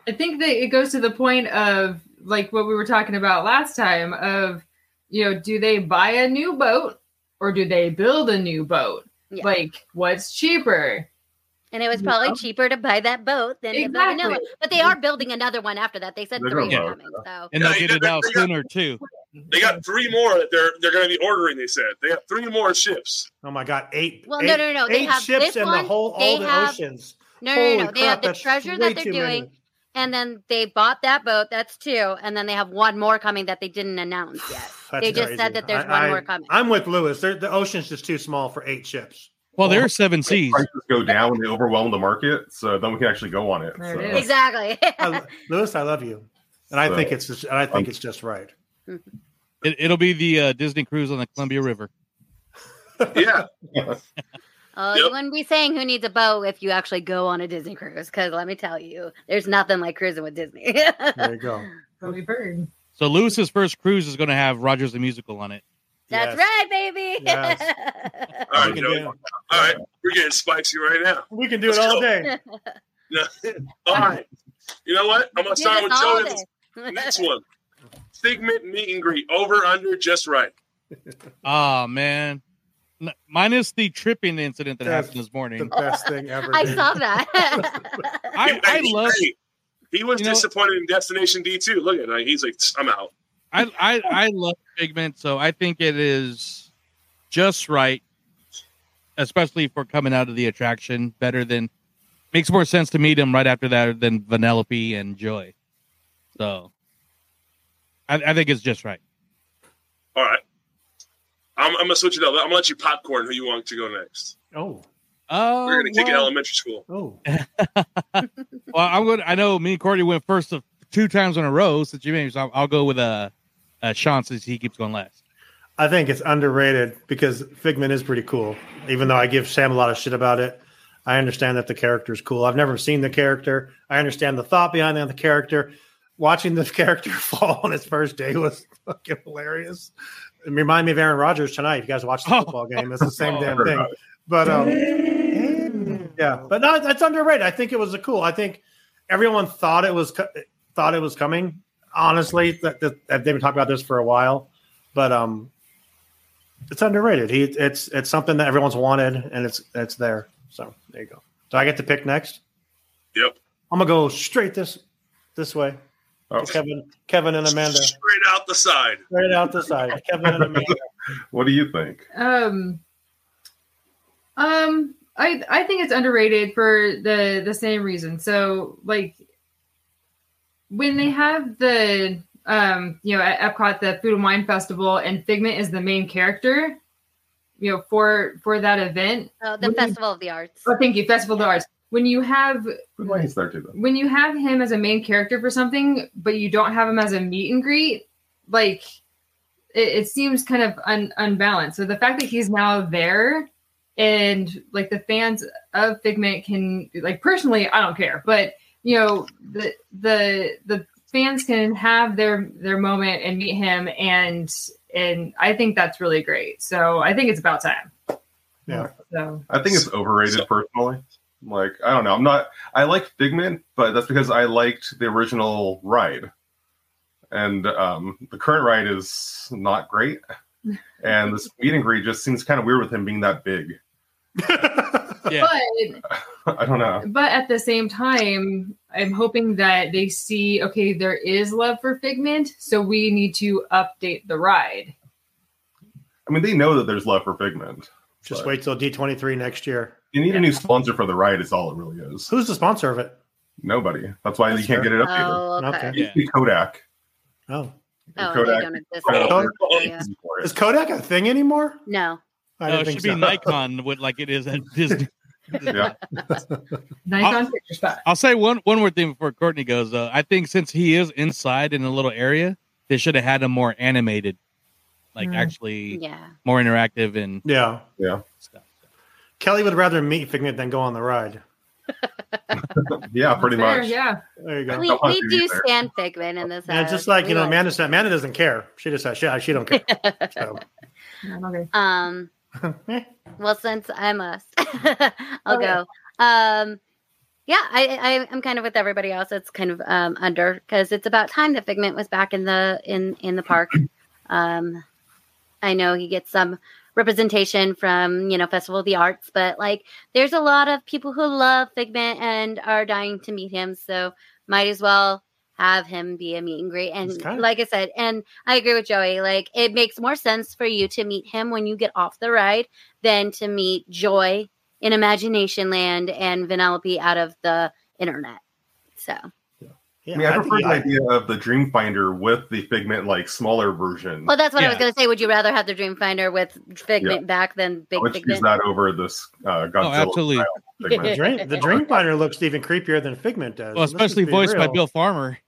Speaker 6: I think that it goes to the point of like what we were talking about last time of you know, do they buy a new boat or do they build a new boat?
Speaker 4: Yeah.
Speaker 6: Like what's cheaper?
Speaker 4: And it was probably cheaper to buy that boat than to build another
Speaker 6: Exactly.
Speaker 4: one. But they are building another one after that. They said
Speaker 5: They're
Speaker 4: three
Speaker 5: gonna
Speaker 4: were
Speaker 5: love
Speaker 4: coming. So
Speaker 3: and
Speaker 1: Yeah,
Speaker 3: they'll get
Speaker 1: yeah,
Speaker 3: it
Speaker 1: they-
Speaker 3: out
Speaker 1: they got-
Speaker 3: sooner too.
Speaker 1: They got three more that they're they're going to be ordering. They said they got three more ships.
Speaker 2: Oh my god, eight.
Speaker 4: Well,
Speaker 2: eight-
Speaker 4: no, no, no, they
Speaker 2: eight
Speaker 4: have
Speaker 2: ships
Speaker 4: this
Speaker 2: and
Speaker 4: one,
Speaker 2: the whole
Speaker 4: they
Speaker 2: all the
Speaker 4: have-
Speaker 2: oceans.
Speaker 4: no, no, no,
Speaker 2: Holy
Speaker 4: no. They have
Speaker 2: crap,
Speaker 4: the
Speaker 2: that's
Speaker 4: treasure
Speaker 2: way
Speaker 4: that they're
Speaker 2: too many.
Speaker 4: doing, and then they bought that boat. That's two, and then they have one more coming that they didn't announce yet.
Speaker 2: That's
Speaker 4: They just
Speaker 2: crazy.
Speaker 4: said that there's
Speaker 2: I-
Speaker 4: one
Speaker 2: I-
Speaker 4: more coming.
Speaker 2: I'm with Lewis. They're, the ocean's just too small for eight ships.
Speaker 3: Well, there are seven seas.
Speaker 5: Prices go down when they overwhelm the market, so then we can actually go on it.
Speaker 6: There
Speaker 5: so.
Speaker 6: it is.
Speaker 4: Exactly.
Speaker 2: I, Lewis, I love you, and I
Speaker 5: So-
Speaker 2: think it's just, and I think
Speaker 5: Um,
Speaker 2: it's just right.
Speaker 3: It, it'll be the uh, Disney cruise on the Columbia River.
Speaker 1: Yeah,
Speaker 4: oh,
Speaker 1: Yep.
Speaker 4: you wouldn't be saying who needs a boat if you actually go on a Disney cruise. Because let me tell you, there's nothing like cruising with Disney.
Speaker 2: There you go.
Speaker 6: What we've heard.
Speaker 3: So Lewis's first cruise is going to have Rogers the Musical on it.
Speaker 4: That's
Speaker 2: Yes.
Speaker 4: right, baby.
Speaker 2: Yes.
Speaker 1: all
Speaker 2: We
Speaker 1: right,
Speaker 2: can,
Speaker 1: Joey.
Speaker 2: do, it.
Speaker 1: all right. We're getting spicy right now.
Speaker 2: we can do it
Speaker 1: Let's go.
Speaker 2: all day.
Speaker 1: No. all right, you know what? I'm going to
Speaker 4: Do
Speaker 1: start
Speaker 4: this
Speaker 1: with
Speaker 4: all
Speaker 1: Joey.
Speaker 4: day.
Speaker 1: Next one. Figment meet and greet over under just right.
Speaker 3: Ah man, N- minus the tripping incident that
Speaker 2: That's
Speaker 3: happened this
Speaker 2: The
Speaker 3: morning.
Speaker 2: best thing ever.
Speaker 4: I
Speaker 2: dude.
Speaker 4: saw that.
Speaker 3: I, I love.
Speaker 1: Hey, He was
Speaker 3: You know-
Speaker 1: disappointed in Destination D two. Look at that. He's like, I'm out.
Speaker 3: I, I I love Figment, so I think it is just right, especially for coming out of the attraction. Better than makes more sense to meet him right after that than Vanellope and Joy. So I, I think it's just right.
Speaker 1: All right. I'm, I'm gonna switch it up. I'm gonna let you popcorn who you want to go next.
Speaker 2: Oh,
Speaker 3: Oh,
Speaker 1: We're gonna take it
Speaker 3: well,
Speaker 1: elementary school.
Speaker 2: oh,
Speaker 3: well, I'm going. I know me and Cordy went first of two times in a row since you made. So I'll, I'll go with uh, uh Sean since he keeps going last.
Speaker 2: I think it's underrated because Figment is pretty cool. Even though I give Sam a lot of shit about it, I understand that the character is cool. I've never seen the character. I understand the thought behind the character. Watching this character fall on his first day was fucking hilarious. It reminded me of Aaron Rodgers tonight. If you guys watch the
Speaker 3: Oh.
Speaker 2: football game, it's the same
Speaker 3: Oh, I
Speaker 2: damn
Speaker 5: heard
Speaker 2: thing.
Speaker 5: about
Speaker 2: But um, yeah, but no, that's underrated. I think it was a cool. I think everyone thought it was co- thought it was coming. Honestly, that, that, that they've been talking about this for a while, but um, it's underrated. He it's it's something that everyone's wanted, and it's it's there. So there you go. Do I get to pick next?
Speaker 1: Yep.
Speaker 2: I'm gonna go straight this this way.
Speaker 5: Oh,
Speaker 2: Kevin, Kevin, and Amanda
Speaker 1: Straight out the side.
Speaker 2: straight out the side. Kevin and Amanda.
Speaker 5: what do you think?
Speaker 6: Um, um, I I think it's underrated for the the same reason. So like when they have the um you know at Epcot the Food and Wine Festival and Figment is the main character, you know for for that event.
Speaker 4: oh, the
Speaker 6: What do you-
Speaker 4: Festival of the Arts.
Speaker 6: Oh, thank you, Festival of the Arts. When you have
Speaker 5: Good line there too, though.
Speaker 6: when you have him as a main character for something, but you don't have him as a meet and greet, like it, it seems kind of un- unbalanced. So the fact that he's now there and like the fans of Figment can like personally, I don't care, but you know, the the the fans can have their their moment and meet him and and I think that's really great. So I think it's about time.
Speaker 2: Yeah.
Speaker 6: So
Speaker 5: I think it's overrated
Speaker 1: So-
Speaker 5: personally. Like I don't know. I'm not. I like Figment, but that's because I liked the original ride, and um, the current ride is not great. And this meet and greet just seems kind of weird with him being that big.
Speaker 3: Yeah.
Speaker 6: but
Speaker 5: I don't know.
Speaker 6: but at the same time i'm hoping that they see okay there is love for figment so we need to update the ride
Speaker 5: I mean, they know that there's love for Figment.
Speaker 2: Just
Speaker 5: But-
Speaker 2: wait till D23 next year.
Speaker 5: You need a new sponsor for the ride. Is all it really is.
Speaker 2: Who's the sponsor of it?
Speaker 5: Nobody. That's why you can't get it updated.
Speaker 4: Oh, okay.
Speaker 2: Okay.
Speaker 5: It used to be Kodak.
Speaker 2: Oh,
Speaker 4: Oh, they
Speaker 5: Kodak.
Speaker 4: don't exist.
Speaker 5: I don't know if
Speaker 4: Kodak.
Speaker 5: they're paying for
Speaker 2: is
Speaker 5: it.
Speaker 2: Kodak a thing anymore?
Speaker 4: No.
Speaker 2: I don't
Speaker 3: No, Uh, it
Speaker 2: think
Speaker 3: should be
Speaker 2: so.
Speaker 3: Nikon with like it is at Disney.
Speaker 5: Yeah.
Speaker 6: Nikon picture spot.
Speaker 3: I'll say one one more thing before Courtney goes. Uh, I think since he is inside in a little area, they should have had him more animated, like
Speaker 6: Mm.
Speaker 3: actually
Speaker 4: Yeah.
Speaker 3: more interactive and
Speaker 2: Yeah,
Speaker 3: stuff.
Speaker 2: Kelly would rather meet Figment than go on the ride.
Speaker 5: Yeah, pretty
Speaker 6: Fair,
Speaker 5: much.
Speaker 6: Yeah.
Speaker 2: There you go.
Speaker 4: We,
Speaker 5: don't want
Speaker 4: we
Speaker 5: to
Speaker 4: do
Speaker 5: either.
Speaker 4: stand Figment in this.
Speaker 2: And
Speaker 4: house.
Speaker 2: it's just like,
Speaker 4: We
Speaker 2: you know,
Speaker 4: like-
Speaker 2: Amanda said, Amanda doesn't care. She just said, she, she don't care. So,
Speaker 6: Yeah, okay.
Speaker 4: Um,
Speaker 2: eh.
Speaker 4: well, since I must,
Speaker 6: Oh,
Speaker 4: I'll
Speaker 6: yeah.
Speaker 4: go. Um, yeah, I, I I'm kind of with everybody else. It's kind of um, under because it's about time that Figment was back in the in in the park. Um, I know he gets some representation from you know Festival of the Arts, but like there's a lot of people who love Figment and are dying to meet him. So might as well have him be a meet and greet. And
Speaker 2: It's kind of-
Speaker 4: like I said, and I agree with Joey. Like it makes more sense for you to meet him when you get off the ride than to meet Joy in Imagination Land and Vanellope out of the internet. So
Speaker 2: yeah,
Speaker 5: I mean, I prefer
Speaker 2: think-
Speaker 5: the idea of the Dreamfinder with the Figment like smaller version.
Speaker 4: well, that's what I was
Speaker 3: Yeah.
Speaker 4: gonna say. Would you rather have the Dream Finder with Figment back than
Speaker 5: I
Speaker 4: Big
Speaker 5: would choose
Speaker 4: Figment?
Speaker 5: that over this uh, Godzilla.
Speaker 3: Oh, absolutely.
Speaker 5: style Figment.
Speaker 2: Dream, the Dreamfinder looks even creepier than Figment does.
Speaker 3: Well,
Speaker 2: Let's just
Speaker 3: especially
Speaker 2: be
Speaker 3: voiced by
Speaker 2: real.
Speaker 3: Bill Farmer.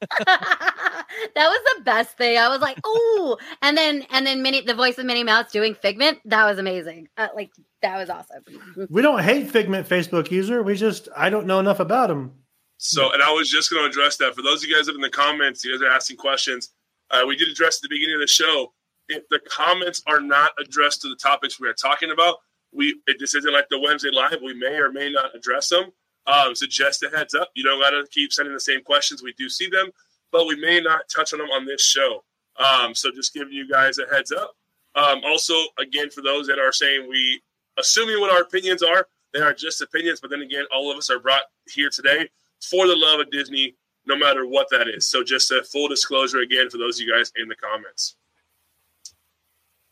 Speaker 4: that was the best thing. I was like, oh, and then and then Minnie, the voice of Minnie Mouse doing Figment. That was amazing. Uh, like that was awesome.
Speaker 2: We don't hate Figment Facebook user. We just I don't know enough about him.
Speaker 1: So, and I was just going to address that for those of you guys up in the comments. You guys are asking questions. Uh, we did address at the beginning of the show. If the comments are not addressed to the topics we are talking about, we it, this isn't like the Wednesday live. We may or may not address them. Um, so just a heads up. You don't got to keep sending the same questions. We do see them, but we may not touch on them on this show. Um, so just giving you guys a heads up. Um, also, again, for those that are saying we assuming what our opinions are, they are just opinions. But then again, all of us are brought here today for the love of Disney, no matter what that is. So just a full disclosure again for those of you guys in the comments.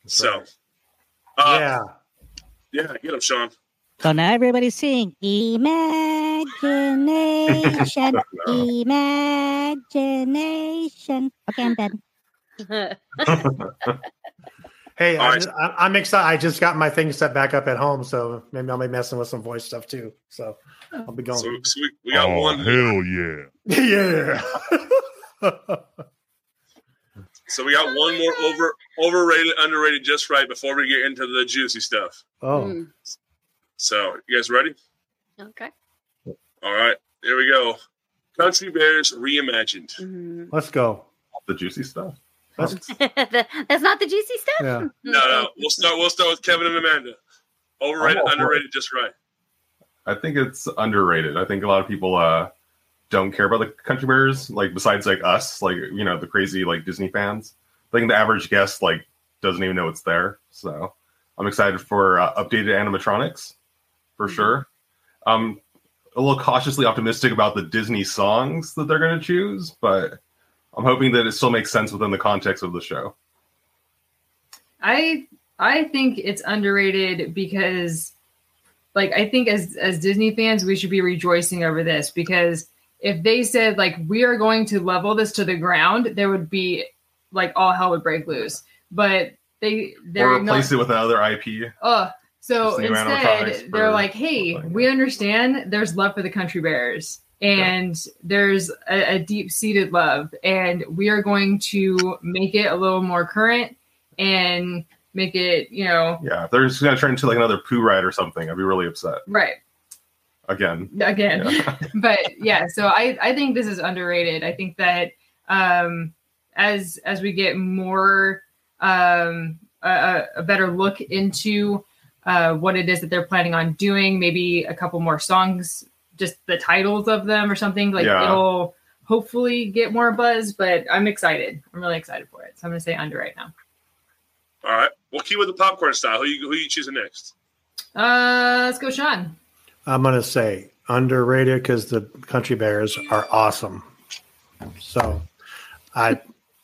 Speaker 1: So, uh,
Speaker 2: yeah.
Speaker 1: yeah, get him, Sean.
Speaker 7: So now everybody's seeing imagination,
Speaker 5: No.
Speaker 7: imagination. Okay, I'm done.
Speaker 2: Hey,
Speaker 1: All
Speaker 2: I,
Speaker 1: right.
Speaker 2: I, I'm excited. I just got my thing set back up at home, so maybe I'll be messing with some voice stuff too. So I'll be
Speaker 1: So,
Speaker 2: going.
Speaker 1: so we, we got
Speaker 8: oh,
Speaker 1: one.
Speaker 8: Hell yeah.
Speaker 2: yeah. Oh,
Speaker 1: So we got one more over overrated, underrated, just right before we get into the juicy stuff.
Speaker 2: oh,
Speaker 4: Mm,
Speaker 1: So you guys ready?
Speaker 4: okay.
Speaker 1: All right, here we go. Country Bears reimagined.
Speaker 4: Mm.
Speaker 2: let's go.
Speaker 5: the juicy stuff.
Speaker 2: Let's,
Speaker 4: That's not the juicy stuff.
Speaker 2: yeah.
Speaker 1: No, no, we'll start. We'll start with Kevin and Amanda. Overrated,
Speaker 5: I'm all for it.
Speaker 1: underrated, just right.
Speaker 5: I think it's underrated. I think a lot of people uh, don't care about the country bears, like besides like us, like you know the crazy like Disney fans. I think the average guest like doesn't even know it's there. So I'm excited for uh, updated animatronics for
Speaker 6: Mm-hmm.
Speaker 5: sure. Um, a little cautiously optimistic about the Disney songs that they're going to choose, but I'm hoping that it still makes sense within the context of the show.
Speaker 6: I I think it's underrated because like I think as as Disney fans we should be rejoicing over this because if they said like we are going to level this to the ground there would be like all hell would break loose but they
Speaker 5: or
Speaker 6: they're not
Speaker 5: replace it with another IP.
Speaker 6: oh so
Speaker 5: Just new animatronics
Speaker 6: instead they're
Speaker 5: for-
Speaker 6: like hey
Speaker 5: like-
Speaker 6: we understand there's love for the country bears and there's a, a deep-seated love and we are going to make it a little more current and make it you know
Speaker 5: Yeah, if they're just going to turn into like another poo ride or something, I'd be really upset
Speaker 6: right
Speaker 5: again.
Speaker 6: again
Speaker 5: Yeah.
Speaker 6: but yeah so i i think this is underrated i think that um as as we get more um a- a, a better look into uh what it is that they're planning on doing maybe a couple more songs just the titles of them or something like
Speaker 5: Yeah.
Speaker 6: it'll hopefully get more buzz but i'm excited i'm really excited for it so i'm gonna say under right now
Speaker 1: All right, we'll keep with the popcorn style. Who you who you choosing next?
Speaker 6: uh let's go sean
Speaker 2: I'm gonna say underrated because the Country Bears are awesome. So I.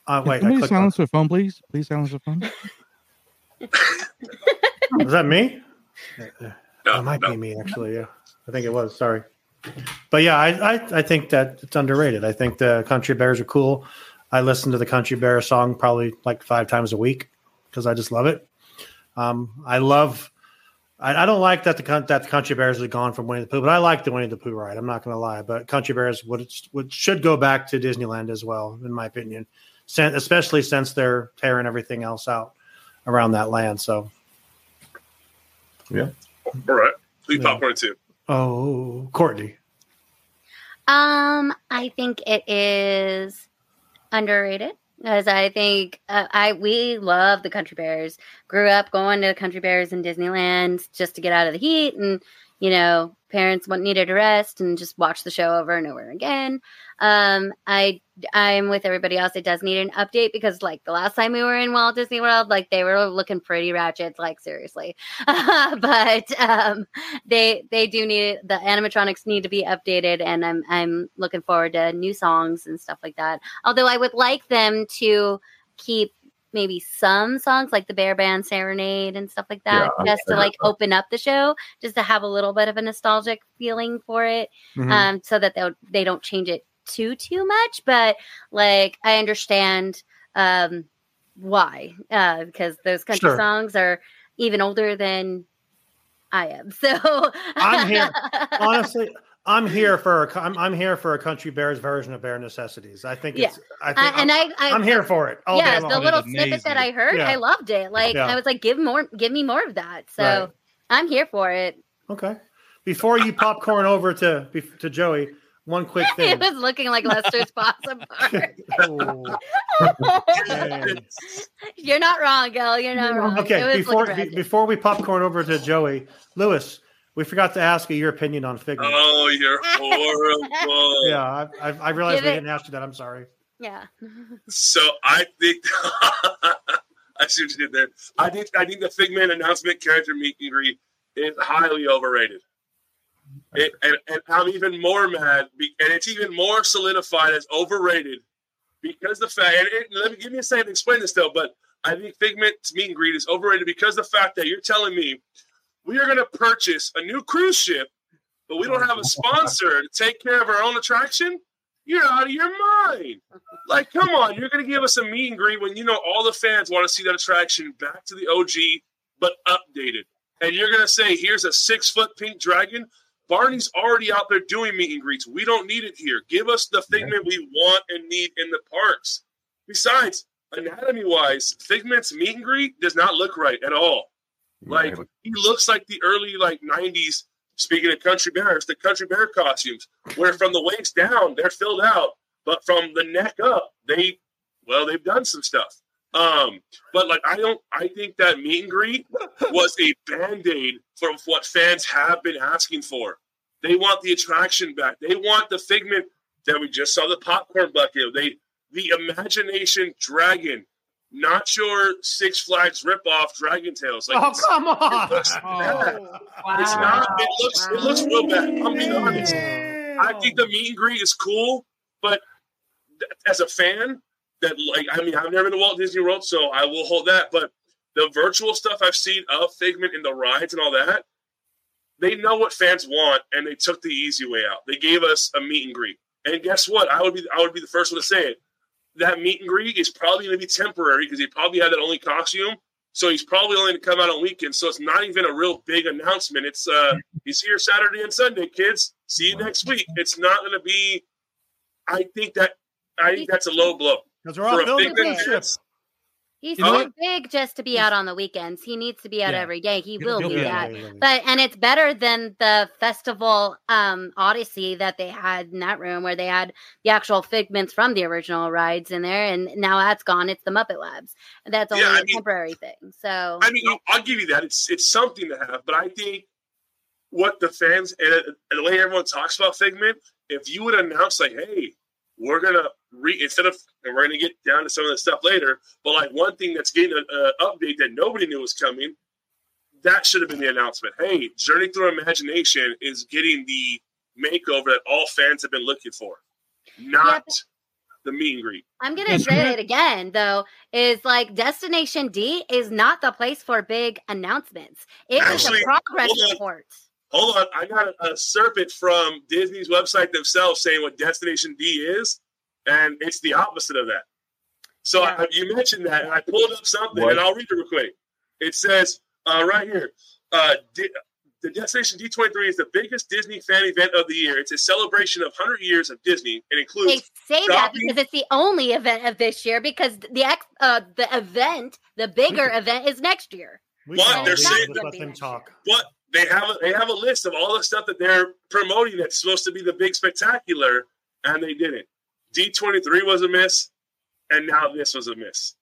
Speaker 2: Uh, wait, I
Speaker 3: Somebody
Speaker 2: clicked on-
Speaker 3: silence the phone, please. Please silence the phone.
Speaker 2: Was that me?
Speaker 1: No,
Speaker 2: That might
Speaker 1: no.
Speaker 2: be me, actually. Yeah, I think it was. Sorry, but yeah, I, I I think that it's underrated. I think the Country Bears are cool. I listen to the Country Bear song probably like five times a week because I just love it. Um, I love. I, I don't like that the coun- that the Country Bears are gone from Winnie the Pooh, but I like the Winnie the Pooh ride. I'm not going to lie, but Country Bears would would should go back to Disneyland as well, in my opinion. Since, especially since they're tearing everything else out around that land. So
Speaker 1: All right. Leave
Speaker 2: Yeah.
Speaker 1: popcorn too.
Speaker 2: Oh, Courtney.
Speaker 4: Um, I think it is underrated because I think uh, I we love the Country Bears. Grew up going to the Country Bears in Disneyland just to get out of the heat, and you know, parents want, needed a rest and just watch the show over and over again. Um, I I'm with everybody else. It does need an update because like the last time we were in Walt Disney World, like they were looking pretty ratchet, like seriously. but um, they they do need the animatronics need to be updated and i'm i'm looking forward to new songs and stuff like that although i would like them to keep maybe some songs like the bear band serenade and stuff like that
Speaker 5: Yeah, I
Speaker 4: just to
Speaker 5: agree
Speaker 4: like
Speaker 5: with that.
Speaker 4: open up the show just to have a little bit of a nostalgic feeling for it
Speaker 2: Mm-hmm.
Speaker 4: um, so that they they don't change it too too much. But like I understand um, why uh, because those country
Speaker 2: Sure.
Speaker 4: songs are even older than I am. So
Speaker 2: I'm here. Honestly, I'm here for a, I'm, I'm here for a Country Bears version of Bare Necessities. I think it's I think
Speaker 4: I- Uh, and I, I
Speaker 2: am here for it all
Speaker 4: yeah,
Speaker 2: day
Speaker 4: the
Speaker 2: long.
Speaker 4: little
Speaker 3: It's
Speaker 4: snippet that I
Speaker 3: amazing.
Speaker 4: heard,
Speaker 2: Yeah.
Speaker 4: I loved it. Like
Speaker 2: Yeah.
Speaker 4: I was like, give more, give me more of that. So
Speaker 2: Right.
Speaker 4: I'm here for it.
Speaker 2: okay. Before you popcorn over to bef- to Joey, one quick thing.
Speaker 4: it was looking like Lester's possum part.
Speaker 2: Oh, man.
Speaker 4: You're not wrong, Gil. You're not wrong. It was
Speaker 2: okay, before
Speaker 4: looking
Speaker 2: be-
Speaker 4: ratchet.
Speaker 2: before we popcorn over to Joey, Lewis, we forgot to ask you your opinion on Figment.
Speaker 1: Oh, you're horrible.
Speaker 2: yeah, I, I, I realized
Speaker 4: Give
Speaker 2: we
Speaker 4: it-
Speaker 2: didn't ask you that. I'm sorry.
Speaker 4: yeah.
Speaker 1: So I think I see what you did there. I think I think the Figman announcement character meet and greet is highly overrated. It, and, and I'm even more mad, be, and it's even more solidified as overrated because the fact. And it, let me give me a second to explain this though. But I think Figment's meet and greet is overrated because the fact that you're telling me we are going to purchase a new cruise ship, but we don't have a sponsor to take care of our own attraction. You're out of your mind. Like, come on, you're going to give us a meet and greet when you know all the fans want to see that attraction back to the OG, but updated. And you're going to say, here's a six foot pink dragon. Barney's already out there doing meet and greets. We don't need it here. Give us the figment we want and need in the parks. Besides, anatomy wise, Figment's meet and greet does not look right at all. Like he looks like the early like '90s. Speaking of country bears, the country bear costumes, where from the waist down they're filled out, but from the neck up they, well, they've done some stuff. Um, but like I don't, I think that meet and greet was a band aid for what fans have been asking for. They want the attraction back. They want the figment that we just saw the popcorn bucket. They the imagination dragon, not your Six Flags ripoff Dragon Tales. Like
Speaker 2: Oh
Speaker 1: it's-
Speaker 2: come on!
Speaker 1: it looks
Speaker 2: Oh.
Speaker 1: bad.
Speaker 6: Wow.
Speaker 1: It's not. It looks. It looks real bad. I'm being honest. I think the meet and greet is cool, but th- as a fan, that like I mean, I've never been to Walt Disney World, so I will hold that. But the virtual stuff I've seen of Figment and the rides and all that, they know what fans want, and they took the easy way out. They gave us a meet and greet, and guess what? I would be. I would be the first one to say it. That meet and greet is probably going to be temporary because he probably had that only costume. So he's probably only going to come out on weekends. So it's not even a real big announcement. It's uh, he's here Saturday and Sunday, kids. See you next week. It's not going to be. I think that I think that's a low blow
Speaker 2: Because we're all building cruise
Speaker 4: Figment fan.
Speaker 2: ships.
Speaker 4: He's
Speaker 1: You know
Speaker 4: too big just to be out on the weekends. He needs to be out
Speaker 2: Yeah.
Speaker 4: every day. He will
Speaker 3: he'll
Speaker 4: be
Speaker 3: be out
Speaker 4: that. But and it's better than the festival um Odyssey that they had in that room where they had the actual figments from the original rides in there, and now that's gone. It's the Muppet Labs. And that's
Speaker 1: Yeah,
Speaker 4: only
Speaker 1: I
Speaker 4: a
Speaker 1: mean-
Speaker 4: temporary thing. So
Speaker 1: I mean, I'll, I'll give you that. It's it's something to have, but I think what the fans and, and the way everyone talks about Figment, if you would announce like, "Hey, we're gonna re instead of and we're gonna get down to some of the stuff later," but like one thing that's getting an update that nobody knew was coming, that should have been the announcement. Hey, Journey Through Imagination is getting the makeover that all fans have been looking for. Not the meet and greet.
Speaker 4: I'm gonna
Speaker 3: That's
Speaker 4: say
Speaker 3: right.
Speaker 4: it again though, is like Destination D is not the place for big announcements. It was
Speaker 1: Actually,
Speaker 4: a progress
Speaker 1: hold on.
Speaker 4: report.
Speaker 1: Hold on, I got a, a serpent from Disney's website themselves saying what Destination D is, and it's the opposite of that. So
Speaker 4: Yeah.
Speaker 1: I, you mentioned that, and I pulled up something,
Speaker 5: What?
Speaker 1: and I'll read it real quick. It says uh, right here, uh, D- the Destination D23 is the biggest Disney fan event of the year. It's a celebration of 100 years of Disney. It
Speaker 4: They
Speaker 1: includes
Speaker 4: say that
Speaker 1: Shopping.
Speaker 4: because it's the only event of this year because the ex, uh, the event, the bigger
Speaker 1: Mm-hmm.
Speaker 4: event is next year.
Speaker 2: We
Speaker 1: What?
Speaker 2: can
Speaker 1: They're
Speaker 2: just
Speaker 1: saying-
Speaker 2: let them talk.
Speaker 1: what they have. A, they have a list of all the stuff that they're promoting that's supposed to be the big spectacular, and they didn't. D23 was a miss, and now this was a miss.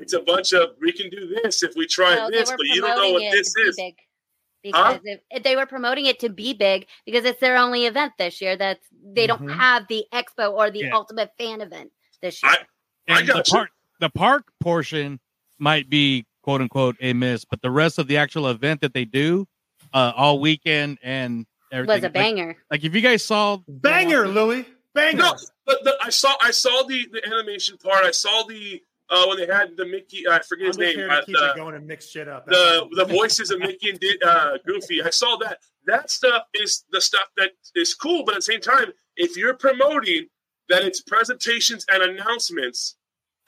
Speaker 1: It's a bunch of we can do this if we try
Speaker 4: No, they
Speaker 1: this,
Speaker 4: were
Speaker 1: but you don't know
Speaker 4: promoting
Speaker 1: what
Speaker 4: it
Speaker 1: this
Speaker 4: to be
Speaker 1: is.
Speaker 4: big.
Speaker 1: Huh?
Speaker 4: Because if- they were promoting it to be big because it's their only event this year. That's they
Speaker 2: Mhm.
Speaker 4: don't have the expo or the
Speaker 3: Yeah.
Speaker 4: ultimate fan event this year.
Speaker 1: Mm-hmm. I
Speaker 3: And
Speaker 1: got
Speaker 3: the
Speaker 1: you.
Speaker 3: park the park portion might be quote unquote a miss, but the rest of the actual event that they do uh, all weekend and everything
Speaker 4: was a
Speaker 3: like-
Speaker 4: banger.
Speaker 3: Like, if you guys saw
Speaker 2: Banger, Louis. Banger.
Speaker 1: No, but the, I saw I saw the, the animation part. I saw the uh, when they had the Mickey. I forget
Speaker 2: I'm
Speaker 1: his
Speaker 2: just
Speaker 1: name.
Speaker 2: here
Speaker 1: uh,
Speaker 2: to keep it
Speaker 1: the,
Speaker 2: going and mix shit up.
Speaker 1: the the voices of Mickey and Di- uh, Goofy. I saw that. That stuff is the stuff that is cool, but at the same time, if you're promoting that it's presentations and announcements,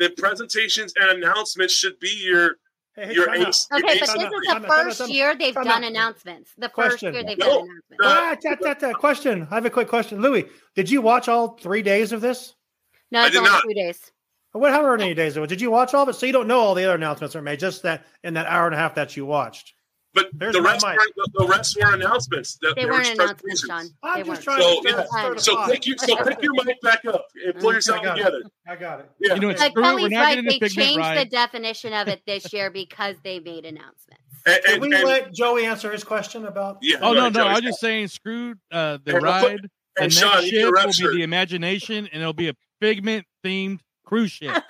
Speaker 1: then presentations and announcements should be your
Speaker 2: Hey, hey,
Speaker 1: your
Speaker 2: time out.
Speaker 1: ace. your
Speaker 4: Okay,
Speaker 1: ace
Speaker 4: but this is
Speaker 1: topic.
Speaker 4: the
Speaker 2: Time out, time out,
Speaker 4: first
Speaker 2: time out.
Speaker 4: year they've
Speaker 2: Time
Speaker 4: done
Speaker 2: out.
Speaker 4: announcements. The first
Speaker 2: Question.
Speaker 4: year they've
Speaker 1: No.
Speaker 4: done announcements.
Speaker 1: Uh,
Speaker 2: Ah, ta- ta- ta, question. I have a quick question. Louis, did you watch all three days of this?
Speaker 4: No,
Speaker 1: I
Speaker 4: it's
Speaker 1: did
Speaker 4: only
Speaker 1: not.
Speaker 4: two days.
Speaker 2: What, however many days it was. Did you watch all of it? So you don't know all the other announcements are made, just that in that hour and a half that you watched.
Speaker 1: But
Speaker 2: There's
Speaker 1: the
Speaker 2: my
Speaker 1: rest,
Speaker 2: mic.
Speaker 1: weren't- the, the rest were announcements. That
Speaker 4: They
Speaker 1: were
Speaker 4: weren't
Speaker 1: just
Speaker 4: announcements, Sean.
Speaker 1: presentations.
Speaker 2: I'm
Speaker 4: They
Speaker 2: just
Speaker 4: weren't.
Speaker 2: trying
Speaker 1: So,
Speaker 2: to
Speaker 1: yeah.
Speaker 2: start,
Speaker 4: the
Speaker 1: So
Speaker 2: start
Speaker 1: pick you. So pick your mic back up and pull
Speaker 4: Mhm.
Speaker 1: yourself
Speaker 2: I got it.
Speaker 1: together.
Speaker 2: I got it.
Speaker 1: Yeah.
Speaker 3: You know, it's
Speaker 4: But
Speaker 3: Screw it, we're
Speaker 4: Kelly's
Speaker 3: not
Speaker 4: right.
Speaker 3: getting a
Speaker 4: They
Speaker 3: pigment
Speaker 4: changed the
Speaker 3: ride.
Speaker 4: definition of it this year because they made announcements.
Speaker 1: And,
Speaker 2: Can
Speaker 1: and-
Speaker 2: we
Speaker 1: and-
Speaker 2: let Joey answer his question about?
Speaker 1: yeah,
Speaker 3: Oh
Speaker 1: go
Speaker 3: no,
Speaker 1: ahead,
Speaker 3: no!
Speaker 1: Joey.
Speaker 3: I was just saying, screw uh, the
Speaker 1: Hey, real quick,
Speaker 3: ride. The
Speaker 1: Hey,
Speaker 3: next
Speaker 1: Sean, you
Speaker 3: ship
Speaker 1: can rep
Speaker 3: will
Speaker 1: shirt.
Speaker 3: be the imagination, and it'll be a figment themed cruise ship.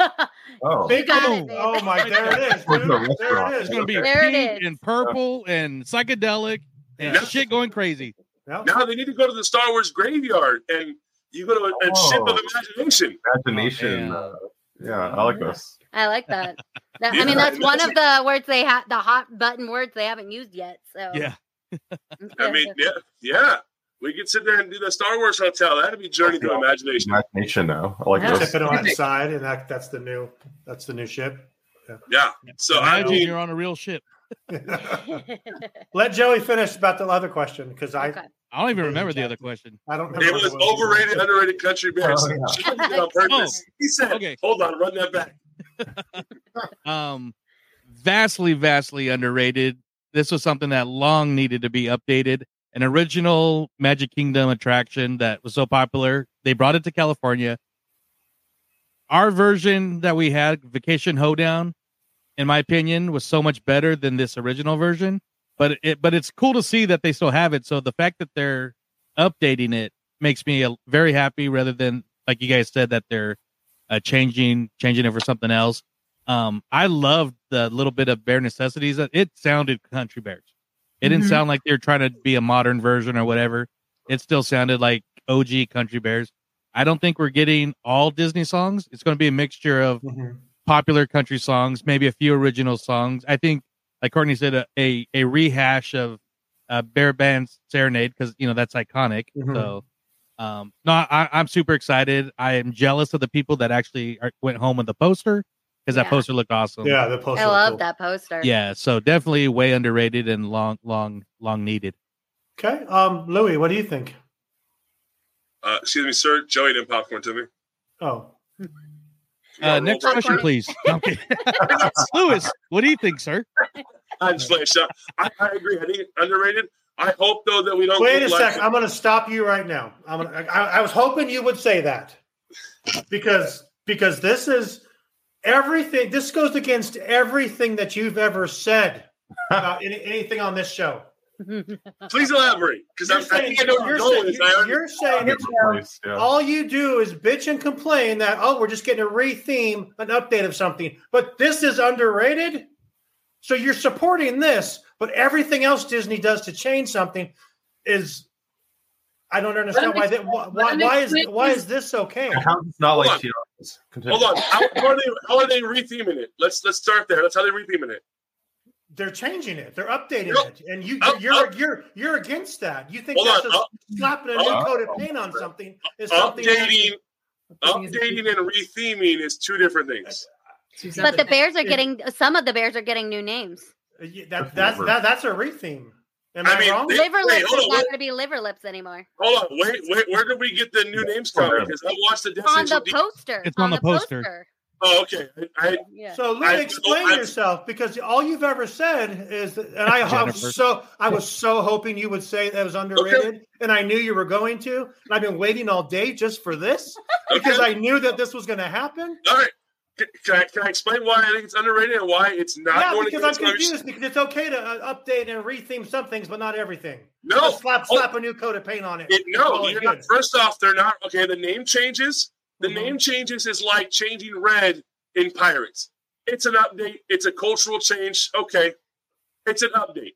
Speaker 5: Oh,
Speaker 4: You got it,
Speaker 3: Oh,
Speaker 4: babe.
Speaker 2: Oh my, there it is.
Speaker 5: With the
Speaker 2: dude. There
Speaker 5: restaurant.
Speaker 2: it
Speaker 3: It's
Speaker 2: is.
Speaker 3: gonna be
Speaker 4: There it
Speaker 3: pink
Speaker 4: is.
Speaker 3: and purple and psychedelic and
Speaker 1: Yeah.
Speaker 3: shit going crazy.
Speaker 2: Yep.
Speaker 1: now they need to go to the Star Wars graveyard and you go to a, a
Speaker 5: Oh.
Speaker 1: ship of imagination.
Speaker 5: imagination.
Speaker 3: Oh,
Speaker 5: uh, yeah, I like this.
Speaker 4: I like that. That-
Speaker 1: Yeah,
Speaker 4: I mean, that's
Speaker 1: and
Speaker 4: one
Speaker 1: that's
Speaker 4: of the words they have, the hot button words they haven't used yet. So Mm,
Speaker 3: Yeah,
Speaker 1: I mean, yeah, yeah. We could sit there and do the Star Wars hotel. That'd be Journey to Imagination.
Speaker 5: Imagination now. I like
Speaker 4: Yeah.
Speaker 5: this.
Speaker 2: Tip it on its side, and that, that's the new that's the new ship.
Speaker 1: Yeah. So I
Speaker 3: imagine
Speaker 1: mean,
Speaker 3: you're on a real ship.
Speaker 2: Let Joey finish about the other question because I
Speaker 4: Okay.
Speaker 3: I don't even remember the other question.
Speaker 2: I don't.
Speaker 1: it
Speaker 2: remember
Speaker 1: was
Speaker 2: what it was.
Speaker 1: overrated, underrated country bears.
Speaker 5: Oh, yeah.
Speaker 1: She did it on purpose. He said,
Speaker 3: Okay.
Speaker 1: "Hold on, run that back."
Speaker 3: um vastly vastly underrated this was something that long needed to be updated an original magic kingdom attraction that was so popular they brought it to california our version that we had vacation hoedown in my opinion was so much better than this original version but it but it's cool to see that they still have it so the fact that they're updating it makes me uh, very happy rather than like you guys said that they're uh, changing changing it for something else um, I loved the little bit of bare necessities. It sounded country bears. It didn't
Speaker 6: Mhm.
Speaker 3: sound like they were trying to be a modern version or whatever. It still sounded like OG country bears. I don't think we're getting all Disney songs. It's going to be a mixture of
Speaker 2: Mhm.
Speaker 3: popular country songs, maybe a few original songs. I think, like Courtney said, a a, a rehash of uh, Bear Band's Serenade because you know that's iconic.
Speaker 2: Mhm.
Speaker 3: So, um, no, I, I'm super excited. I am jealous of the people that actually are, went home with the poster because that
Speaker 4: Yeah.
Speaker 3: poster looked awesome.
Speaker 2: Yeah, the post.
Speaker 4: I love that poster.
Speaker 3: Yeah, so definitely way underrated and long, long, long needed.
Speaker 2: Okay, um, Louis, what do you think?
Speaker 1: Uh, excuse me, sir. Joey didn't popcorn to me.
Speaker 2: Oh,
Speaker 3: Uh, next
Speaker 1: Roll back.
Speaker 3: question, please. No, I'm kidding. Lewis, what do you think, sir?
Speaker 1: I'm just playing. Sean. I, I agree. I think underrated. I hope though that we don't
Speaker 2: wait a
Speaker 1: look like-
Speaker 2: sec. I'm going to stop you right now. I'm gonna, I, I was hoping you would say that because because this is everything. This goes against everything that you've ever said about any, anything on this show.
Speaker 1: Please elaborate, because I,
Speaker 2: You're
Speaker 1: I
Speaker 2: saying,
Speaker 1: think I know where you're
Speaker 2: you're
Speaker 1: going.
Speaker 2: saying,
Speaker 1: is I already-
Speaker 2: you're saying
Speaker 5: Different place, yeah.
Speaker 2: all you do is bitch and complain that oh we're just getting a retheme, an update of something, but this is underrated. So you're supporting this, but everything else Disney does to change something is I don't understand why that why why, why is why is this okay?
Speaker 5: How is it not
Speaker 1: Hold
Speaker 5: like
Speaker 1: on.
Speaker 5: Tiana? Continue.
Speaker 1: Hold on. How, how are they? How are they retheming it? Let's let's start there. That's how they're retheming it.
Speaker 2: They're changing it. They're updating
Speaker 1: Nope.
Speaker 2: it, and you
Speaker 1: Up,
Speaker 2: you're
Speaker 1: up.
Speaker 2: you're you're against that. You think
Speaker 1: Hold
Speaker 2: that's
Speaker 1: on,
Speaker 2: just
Speaker 1: up.
Speaker 2: slapping a new
Speaker 5: Up.
Speaker 2: coat of paint on something is something that-
Speaker 1: Updating, updating, and retheming is two different things.
Speaker 4: But the bears are
Speaker 2: It-
Speaker 4: getting some of the bears are getting new names.
Speaker 2: Uh, yeah, that, that's
Speaker 5: Liver.
Speaker 2: that, that's a retheme. Am
Speaker 1: I
Speaker 2: I,
Speaker 1: mean,
Speaker 2: wrong?
Speaker 1: they-
Speaker 4: Liver
Speaker 1: wait,
Speaker 4: lips
Speaker 1: hold
Speaker 4: is
Speaker 1: on,
Speaker 4: not
Speaker 1: wait.
Speaker 4: going to be liver lips anymore.
Speaker 1: Hold on. Wait, wait. Where did we get the new names from? Because I watched the
Speaker 4: On
Speaker 1: Destiny
Speaker 4: the poster.
Speaker 3: It's on the poster.
Speaker 1: Oh, okay. I, I,
Speaker 4: Yeah.
Speaker 2: so Lou,
Speaker 1: I-
Speaker 2: explain
Speaker 1: I-
Speaker 2: yourself because all you've ever said is, and I I
Speaker 3: Jennifer.
Speaker 2: was so I was so hoping you would say that was underrated, and I knew you were going to, and I've been waiting all day just for this
Speaker 1: okay.
Speaker 2: because I knew that this was going to happen.
Speaker 1: All right. C- Can I, can I explain why I think it's underrated and why it's not
Speaker 2: yeah,
Speaker 1: going
Speaker 2: because
Speaker 1: to
Speaker 2: I'm confused because it's okay to uh, update and retheme some things, but not everything.
Speaker 1: No,
Speaker 2: Just slap
Speaker 1: Oh.
Speaker 2: slap a new coat of paint on it.
Speaker 1: It, no,
Speaker 2: Oh,
Speaker 1: you're
Speaker 2: good.
Speaker 1: not. First off, they're not okay. The name changes. The
Speaker 2: Mhm.
Speaker 1: name changes is like changing red in Pirates. It's an update. It's a cultural change. Okay, it's an update.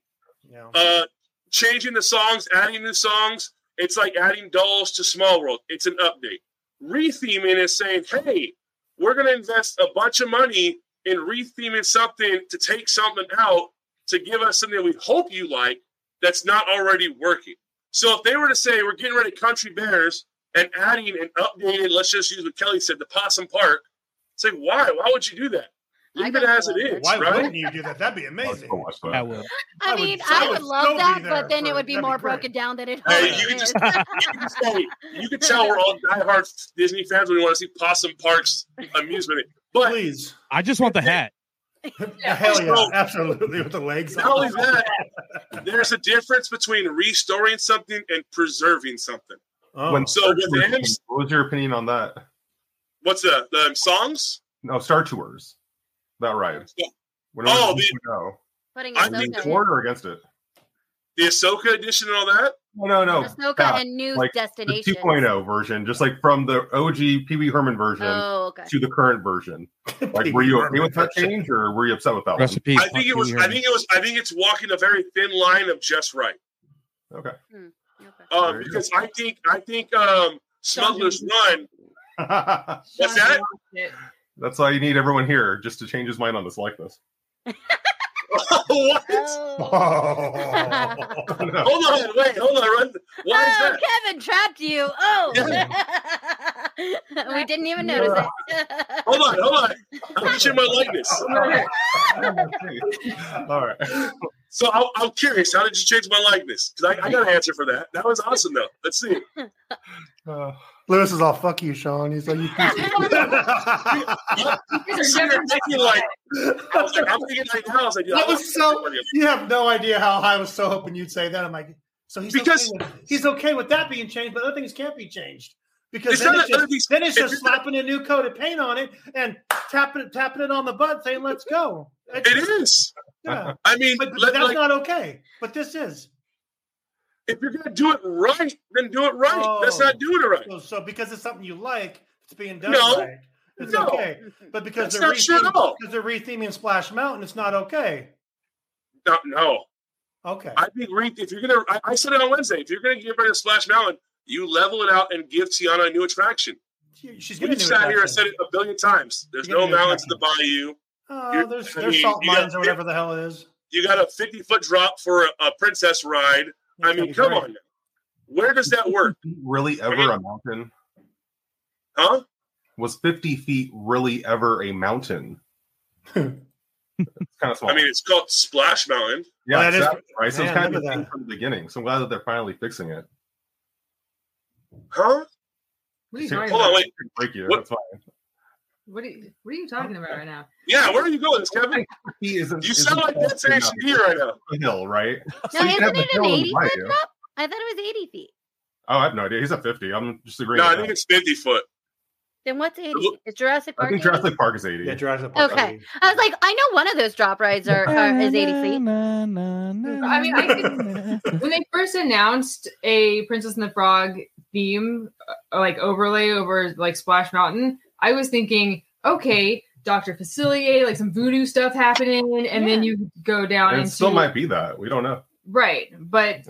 Speaker 2: Yeah.
Speaker 1: Uh, changing the songs, adding new songs. It's like adding dolls to Small World. It's an update. Retheming is saying, hey, we're going to invest a bunch of money in retheming something to take something out to give us something we hope you like that's not already working. So if they were to say we're getting rid of Country Bears and adding an updated, let's just use what Kelly said, the Possum Park, it's like why? Why would you do that?
Speaker 4: I
Speaker 1: Leave it
Speaker 4: don't
Speaker 1: as it
Speaker 4: know.
Speaker 1: is,
Speaker 2: Why
Speaker 1: right?
Speaker 2: wouldn't you do that? That'd be
Speaker 5: Oh,
Speaker 2: amazing.
Speaker 5: don't watch that.
Speaker 3: I would.
Speaker 2: I
Speaker 4: I,
Speaker 2: would-
Speaker 4: mean,
Speaker 2: I
Speaker 4: I would
Speaker 2: would
Speaker 4: love
Speaker 2: still
Speaker 4: that,
Speaker 2: be
Speaker 4: but
Speaker 2: there
Speaker 4: then it
Speaker 2: for-
Speaker 4: would be
Speaker 2: that'd be
Speaker 4: more
Speaker 2: great.
Speaker 4: broken down than it
Speaker 1: Hey,
Speaker 4: already
Speaker 1: you can
Speaker 4: is.
Speaker 1: just- you can say- you can tell we're all diehard Disney fans when we want to see Possum Park's amusement. But
Speaker 2: Please.
Speaker 3: I just want the hat.
Speaker 2: Hell yeah,
Speaker 1: So-
Speaker 2: absolutely with the legs.
Speaker 1: not only that, there's a difference between restoring something and preserving something.
Speaker 2: Oh.
Speaker 5: When
Speaker 1: So with
Speaker 5: Star Tours
Speaker 1: them-
Speaker 5: came- what was your opinion on that?
Speaker 1: What's the the songs?
Speaker 5: No, Star Tours. That ride. When it
Speaker 1: Oh,
Speaker 5: was- no.
Speaker 4: Putting
Speaker 1: I
Speaker 5: I mean,
Speaker 4: Ahsoka,
Speaker 5: for or against it?
Speaker 1: The Ahsoka edition and all that.
Speaker 5: No, no,
Speaker 4: in.
Speaker 5: no.
Speaker 4: Ahsoka
Speaker 5: Back.
Speaker 4: and new
Speaker 5: like, the oh.
Speaker 4: destination.
Speaker 5: 2.0 version, just like from the OG Pee Wee Herman version
Speaker 4: Oh, okay.
Speaker 5: to the current version. Like, were you okay with that change, or were you upset with that
Speaker 3: Rest in peace.
Speaker 1: I think it was. I think it was. I think it's walking a very thin line of just right.
Speaker 5: one? Okay.
Speaker 4: okay.
Speaker 1: Um, because I think I think um, Smuggler's Run. What's that?
Speaker 5: That's why you need everyone here just to change his mind on this likeness.
Speaker 1: what?
Speaker 4: Oh.
Speaker 2: Oh.
Speaker 5: No.
Speaker 1: Hold on, wait, hold on. Run. Why is
Speaker 4: Oh,
Speaker 1: that?
Speaker 4: Kevin trapped you. Oh, we didn't even notice it.
Speaker 1: Hold on, hold on. I'm reaching my likeness.
Speaker 5: All right.
Speaker 1: So I'm, I'm curious. How did you change my likeness? Because I, I got an answer for that. That was awesome, though. Let's see.
Speaker 5: Uh,
Speaker 2: Lewis is all fuck you, Sean. He's like, you that
Speaker 1: Thinking like, I was like, I'm thinking right now. I was like, yeah,
Speaker 2: That was
Speaker 1: I like
Speaker 2: so-
Speaker 1: everybody.
Speaker 2: You have no idea how high I was so hoping you'd say that. I'm like, so he's
Speaker 1: Because-
Speaker 2: okay with, he's okay with that being changed, but other things can't be changed because
Speaker 1: It's
Speaker 2: then
Speaker 1: not
Speaker 2: it's,
Speaker 1: that other things-
Speaker 2: just, then it's
Speaker 1: it's
Speaker 2: just
Speaker 1: not-
Speaker 2: slapping a new coat of paint on it and tapping it, tapping it on the butt, saying "Let's go." It's
Speaker 1: It
Speaker 2: just-
Speaker 1: is.
Speaker 2: yeah.
Speaker 1: I mean,
Speaker 2: But, but
Speaker 1: let-
Speaker 2: that's
Speaker 1: like,
Speaker 2: not okay. But this is
Speaker 1: if you're gonna do it right, then do it right. That's
Speaker 2: Oh.
Speaker 1: not doing it right.
Speaker 2: so, so because it's something you like, it's being done
Speaker 1: No.
Speaker 2: right. It's
Speaker 1: No.
Speaker 2: okay. But because
Speaker 1: That's not true
Speaker 2: they're
Speaker 1: at
Speaker 2: retheming,
Speaker 1: all.
Speaker 2: because they're retheming Splash Mountain, it's not okay.
Speaker 1: No, no.
Speaker 2: Okay.
Speaker 1: I think re- if you're gonna, I, I said it on Wednesday. If you're gonna get rid of Splash Mountain, you level it out and give Tiana a new attraction.
Speaker 2: She- She's
Speaker 1: We've
Speaker 2: getting
Speaker 1: sat here and said it a billion times. There's
Speaker 2: You get a
Speaker 1: no
Speaker 2: new
Speaker 1: mountain to the
Speaker 2: attraction.
Speaker 1: bayou.
Speaker 2: Oh,
Speaker 1: You're-
Speaker 2: there's
Speaker 1: I
Speaker 2: there's
Speaker 1: mean,
Speaker 2: salt
Speaker 1: you got-
Speaker 2: mines or whatever the hell it is.
Speaker 1: You got a 50 foot drop for a, a princess ride. I
Speaker 2: That'd
Speaker 1: mean,
Speaker 2: be
Speaker 1: come
Speaker 2: great.
Speaker 1: on. now. Where does that work?
Speaker 5: really ever a mountain?
Speaker 1: Huh?
Speaker 5: Was 50 feet really ever a mountain? it's kind of small.
Speaker 1: I mean, it's called Splash Mountain.
Speaker 5: yeah,
Speaker 2: Well, that is-
Speaker 5: exactly, right? So
Speaker 2: Man,
Speaker 5: it's kind of
Speaker 2: look
Speaker 5: a
Speaker 2: at
Speaker 5: thing
Speaker 2: that.
Speaker 5: from the beginning. So I'm glad that they're finally fixing it.
Speaker 1: Huh?
Speaker 6: What are you
Speaker 5: Seriously,
Speaker 6: talking
Speaker 1: Hold on,
Speaker 6: about?
Speaker 1: wait.
Speaker 5: Break you.
Speaker 1: What-
Speaker 5: That's fine.
Speaker 6: What are you, what are you talking about right now?
Speaker 1: Yeah, where are you going, Kevin?
Speaker 5: He isn't,
Speaker 1: You sound like Destination D right now.
Speaker 5: Hill, right?
Speaker 4: Now,
Speaker 5: you can have
Speaker 4: isn't
Speaker 5: the
Speaker 4: it
Speaker 5: hill
Speaker 4: an
Speaker 5: and
Speaker 4: 80
Speaker 5: why
Speaker 4: foot
Speaker 5: you-
Speaker 4: drop? I thought it was 80 feet.
Speaker 5: Oh, I have no idea. He's at 50. I'm just agreeing.
Speaker 1: No, I
Speaker 5: with
Speaker 1: think
Speaker 5: that.
Speaker 1: it's 50 foot.
Speaker 4: Then what's 80?
Speaker 1: look-
Speaker 4: Is Jurassic Park?
Speaker 5: I think
Speaker 4: 80?
Speaker 5: Jurassic Park is 80.
Speaker 2: Yeah, Jurassic Park.
Speaker 4: Okay. I was like, I know one of those drop rides are, are is 80 feet.
Speaker 6: I mean, I When they first announced a Princess and the Frog theme, uh, like overlay over like Splash Mountain, I was thinking, okay, Doctor Facilier, like some voodoo stuff happening, and then you go down
Speaker 5: and
Speaker 6: into
Speaker 5: it still might be that. We don't know.
Speaker 6: right, but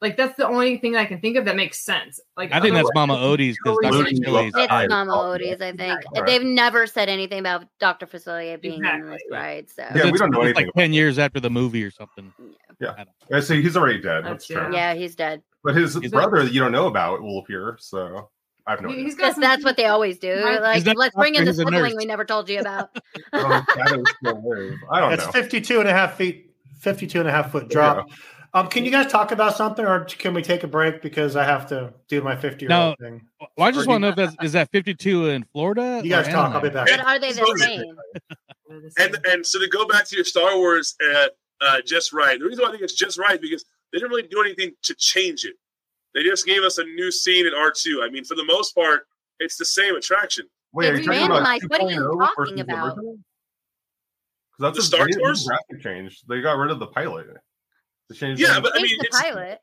Speaker 6: Like that's the only thing I can think of that makes sense. Like
Speaker 3: I think that's
Speaker 6: otherwise-
Speaker 3: Mama Odie's because Dr.
Speaker 6: Odie's
Speaker 3: Chili's.
Speaker 5: up. I-
Speaker 4: It's Mama Odie's, I think.
Speaker 5: Right.
Speaker 4: They've never said anything about Dr. Facilier being on
Speaker 6: Exactly.
Speaker 4: this ride. So
Speaker 5: Yeah, we
Speaker 3: It's-
Speaker 5: don't know
Speaker 3: it's
Speaker 5: anything
Speaker 3: Like ten years after the movie or something.
Speaker 5: I see Uh, he's already dead. That's
Speaker 6: That's
Speaker 5: true.
Speaker 6: true.
Speaker 4: yeah, he's dead.
Speaker 5: But his
Speaker 3: He's-
Speaker 5: brother that you don't know about will appear. So I have no
Speaker 6: He-
Speaker 5: idea.
Speaker 6: he's got
Speaker 4: Because
Speaker 6: some-
Speaker 4: that's what they always do.
Speaker 6: Right.
Speaker 4: Like,
Speaker 3: He's not
Speaker 4: let's bring in
Speaker 3: doctor,
Speaker 4: this
Speaker 3: he's a
Speaker 4: sibling
Speaker 3: nurse.
Speaker 4: we never told you about.
Speaker 5: Oh, that is still alive. I don't
Speaker 2: That's
Speaker 5: know.
Speaker 2: 52 and a half feet, 52 and a half foot drop. Um, can you guys talk about something or can we take a break? Because I have to do my 50 year old thing.
Speaker 3: Well, I just want to know if that's is that fifty two in Florida?
Speaker 2: You guys
Speaker 3: or
Speaker 2: talk. I'll
Speaker 3: Anaheim?
Speaker 2: be back.
Speaker 4: but are they the
Speaker 1: Sorry.
Speaker 4: same?
Speaker 1: And and so to go back to your Star Wars uh, uh, just right, the reason why I think it's just right is because they didn't really do anything to change it. They just gave us a new scene in R two. I mean, for the most part, it's the same attraction.
Speaker 5: Wait, are you talking about
Speaker 4: Randomized, what are you
Speaker 5: 2.0
Speaker 4: talking
Speaker 5: versus the
Speaker 4: about?
Speaker 5: original? 'Cause that's
Speaker 1: The
Speaker 5: a
Speaker 1: Star
Speaker 5: big
Speaker 1: Tours?
Speaker 5: graphic change. They got rid of the pilot. They changed
Speaker 1: Yeah,
Speaker 5: the-
Speaker 1: but I
Speaker 4: Change
Speaker 1: mean,
Speaker 4: the
Speaker 1: it's,
Speaker 4: pilot.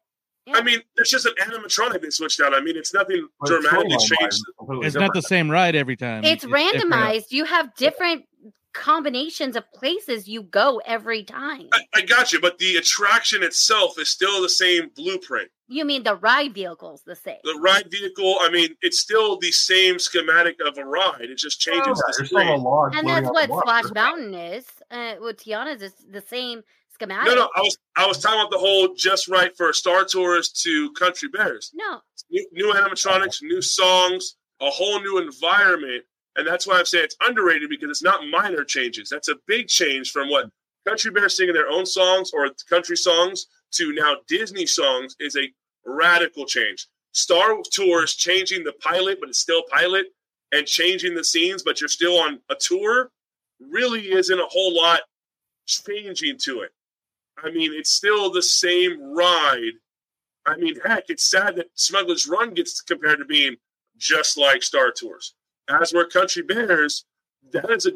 Speaker 1: I mean, it's just an animatronic they switched out. I mean, it's nothing
Speaker 5: but
Speaker 1: dramatically
Speaker 5: storyline-wise,
Speaker 1: changed.
Speaker 5: completely
Speaker 3: It's not the
Speaker 5: different.
Speaker 3: same ride every time.
Speaker 4: It's
Speaker 3: different.
Speaker 4: randomized. You have different combinations of places you go every time.
Speaker 1: I, I got you, but the attraction itself is still the same blueprint.
Speaker 4: You mean the ride vehicle's the same?
Speaker 1: The ride vehicle, I mean, it's still the same schematic of a ride. It just changes
Speaker 5: Yeah,
Speaker 1: the
Speaker 5: Oh, there's still a
Speaker 1: screen.
Speaker 5: log
Speaker 4: And
Speaker 5: floating
Speaker 4: that's
Speaker 5: on
Speaker 4: what
Speaker 5: the water.
Speaker 4: Splash Mountain is. Uh, with Tiana's is the same schematic.
Speaker 1: No, no, I was I was talking about the whole just right for Star Tours to Country Bears.
Speaker 4: No,
Speaker 1: New, new animatronics, new songs, a whole new environment, and that's why I'm saying it's underrated because it's not minor changes. That's a big change from what Country Bears singing their own songs or country songs to now Disney songs is a radical change. Star Tours changing the pilot, but it's still pilot, and changing the scenes, but you're still on a tour. Really isn't a whole lot changing to it. I mean, it's still the same ride. I mean, heck, it's sad that Smuggler's Run gets compared to being just like Star Tours. As were Country Bears, that is a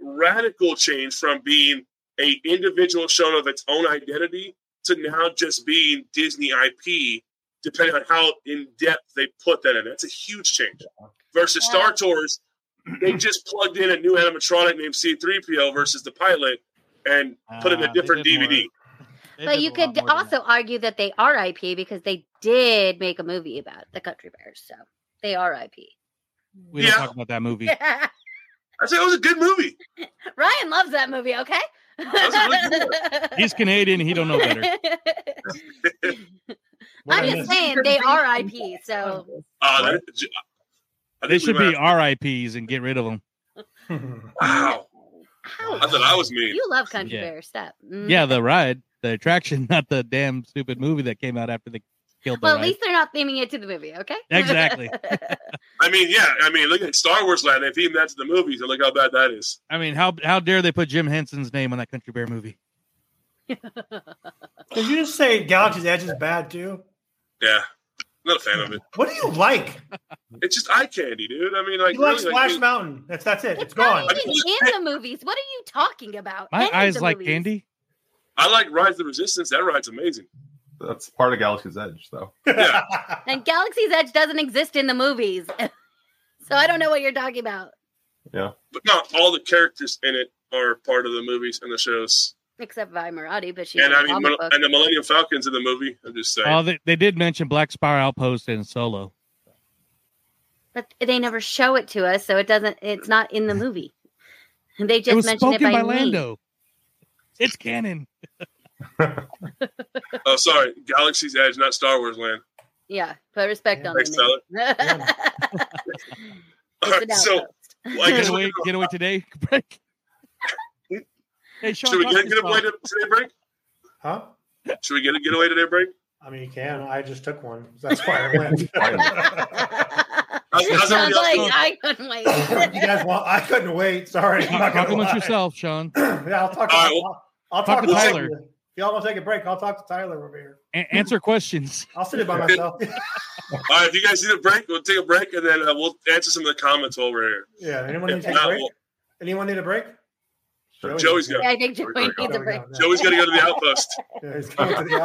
Speaker 1: radical change from being a individual shown of its own identity to now just being Disney IP, depending on how in depth they put that in. That's a huge change. Versus Star
Speaker 4: Yeah.
Speaker 1: Tours, they just plugged in a new animatronic named C3PO versus the pilot and put in
Speaker 3: Uh,
Speaker 1: a
Speaker 3: they
Speaker 1: different
Speaker 3: did more.
Speaker 1: DVD.
Speaker 3: They
Speaker 4: but
Speaker 3: did
Speaker 4: you
Speaker 3: a lot
Speaker 4: could
Speaker 3: more than
Speaker 4: also argue that they are IP because they did make a movie about the Country Bears, so they are IP.
Speaker 3: that. we don't
Speaker 1: Yeah.
Speaker 3: talk about that movie.
Speaker 1: I said it was a good movie.
Speaker 4: Ryan loves that movie. Okay,
Speaker 3: He's Canadian. He don't know better.
Speaker 4: I'm
Speaker 2: I
Speaker 4: just
Speaker 2: miss?
Speaker 4: saying they are IP, so
Speaker 1: Uh, that, I think
Speaker 3: They
Speaker 1: we
Speaker 3: should
Speaker 1: might
Speaker 3: be RIPS and get rid of them.
Speaker 1: Wow.
Speaker 4: Ouch.
Speaker 1: I thought I was mean.
Speaker 4: You love Country
Speaker 3: Yeah.
Speaker 4: Bears, stop. Mm.
Speaker 3: Yeah, the ride, the attraction, not the damn stupid movie that came out after they killed the
Speaker 4: Well, at
Speaker 3: ride.
Speaker 4: least they're not theming it to the movie, okay?
Speaker 3: Exactly.
Speaker 1: I mean, yeah. I mean, look at Star Wars Land. They themed that to the movies, and look how bad that is.
Speaker 3: I mean, how how dare they put Jim Henson's name on that Country Bear movie?
Speaker 2: Did you just say Galaxy's Edge is bad too?
Speaker 1: Yeah, not a fan of it.
Speaker 2: What do you like?
Speaker 1: It's just eye candy, dude. I mean, like,
Speaker 2: You like
Speaker 1: really,
Speaker 2: Splash
Speaker 1: dude,
Speaker 2: Mountain. That's that's it.
Speaker 4: it's
Speaker 2: It's gone.
Speaker 4: not even in the movies. What are you talking about?
Speaker 3: My
Speaker 4: Any of
Speaker 3: eyes
Speaker 4: the
Speaker 3: like
Speaker 4: movies.
Speaker 3: candy.
Speaker 1: I like Rise of the Resistance. That ride's amazing.
Speaker 5: That's part of Galaxy's Edge, though.
Speaker 4: And Galaxy's Edge doesn't exist in the movies. so I don't know what you're talking about.
Speaker 1: But not all the characters in it are part of the movies and the shows.
Speaker 4: Except Vi Marati, but she's
Speaker 1: And
Speaker 4: in
Speaker 1: I
Speaker 4: the
Speaker 1: mean,
Speaker 4: comic book.
Speaker 1: and the Millennium Falcon's in the movie. I'm just saying.
Speaker 3: Oh, they, they did mention Black Spire Outpost and Solo.
Speaker 4: But they never show it to us, so it doesn't it's not in the movie. They just
Speaker 3: it was
Speaker 4: mentioned
Speaker 3: spoken
Speaker 4: it by, me.
Speaker 3: Lando. It's canon.
Speaker 1: oh, sorry, Galaxy's Edge, not Star Wars Land.
Speaker 4: Yeah, put respect
Speaker 2: Yeah.
Speaker 4: on the
Speaker 1: Thanks,
Speaker 4: name.
Speaker 1: All
Speaker 4: It's
Speaker 1: right,
Speaker 4: an
Speaker 1: so
Speaker 4: outpost.
Speaker 1: well, I
Speaker 3: get
Speaker 1: guess
Speaker 3: away,
Speaker 1: we
Speaker 3: get away today. Break. hey, Sean,
Speaker 1: should we
Speaker 3: talk
Speaker 1: get,
Speaker 3: this
Speaker 1: get away
Speaker 3: long.
Speaker 1: to today break?
Speaker 2: Huh?
Speaker 1: Should we get a getaway today break?
Speaker 2: I mean, you can. I just took one. That's why I went.
Speaker 1: How's- how's
Speaker 4: Sounds
Speaker 1: everybody else
Speaker 4: like
Speaker 1: doing?
Speaker 4: I couldn't wait.
Speaker 2: you guys want? I couldn't wait. Sorry. I'm
Speaker 3: Talk,
Speaker 2: not
Speaker 3: talk
Speaker 2: gonna
Speaker 3: amongst
Speaker 2: lie.
Speaker 3: yourself, Sean.
Speaker 2: yeah, I'll talk.
Speaker 1: All right,
Speaker 2: I'll, I'll
Speaker 3: talk
Speaker 2: talk,
Speaker 3: to
Speaker 2: to
Speaker 3: Tyler.
Speaker 2: Tyler. If y'all want to take a break, I'll talk to Tyler over here.
Speaker 3: A- answer questions.
Speaker 2: I'll sit it by myself.
Speaker 1: All right, if you guys need a break, we'll take a break and then uh, we'll answer some of the comments while we're here.
Speaker 2: yeah. Anyone need to
Speaker 1: If
Speaker 2: take a
Speaker 1: not,
Speaker 2: break?
Speaker 1: we'll-
Speaker 2: Anyone need a break?
Speaker 5: Sure.
Speaker 1: Joey's
Speaker 4: Yeah, I think Joey
Speaker 1: There we
Speaker 4: needs a break.
Speaker 1: Joey's got to go to the outpost.
Speaker 2: Yeah, he's going to the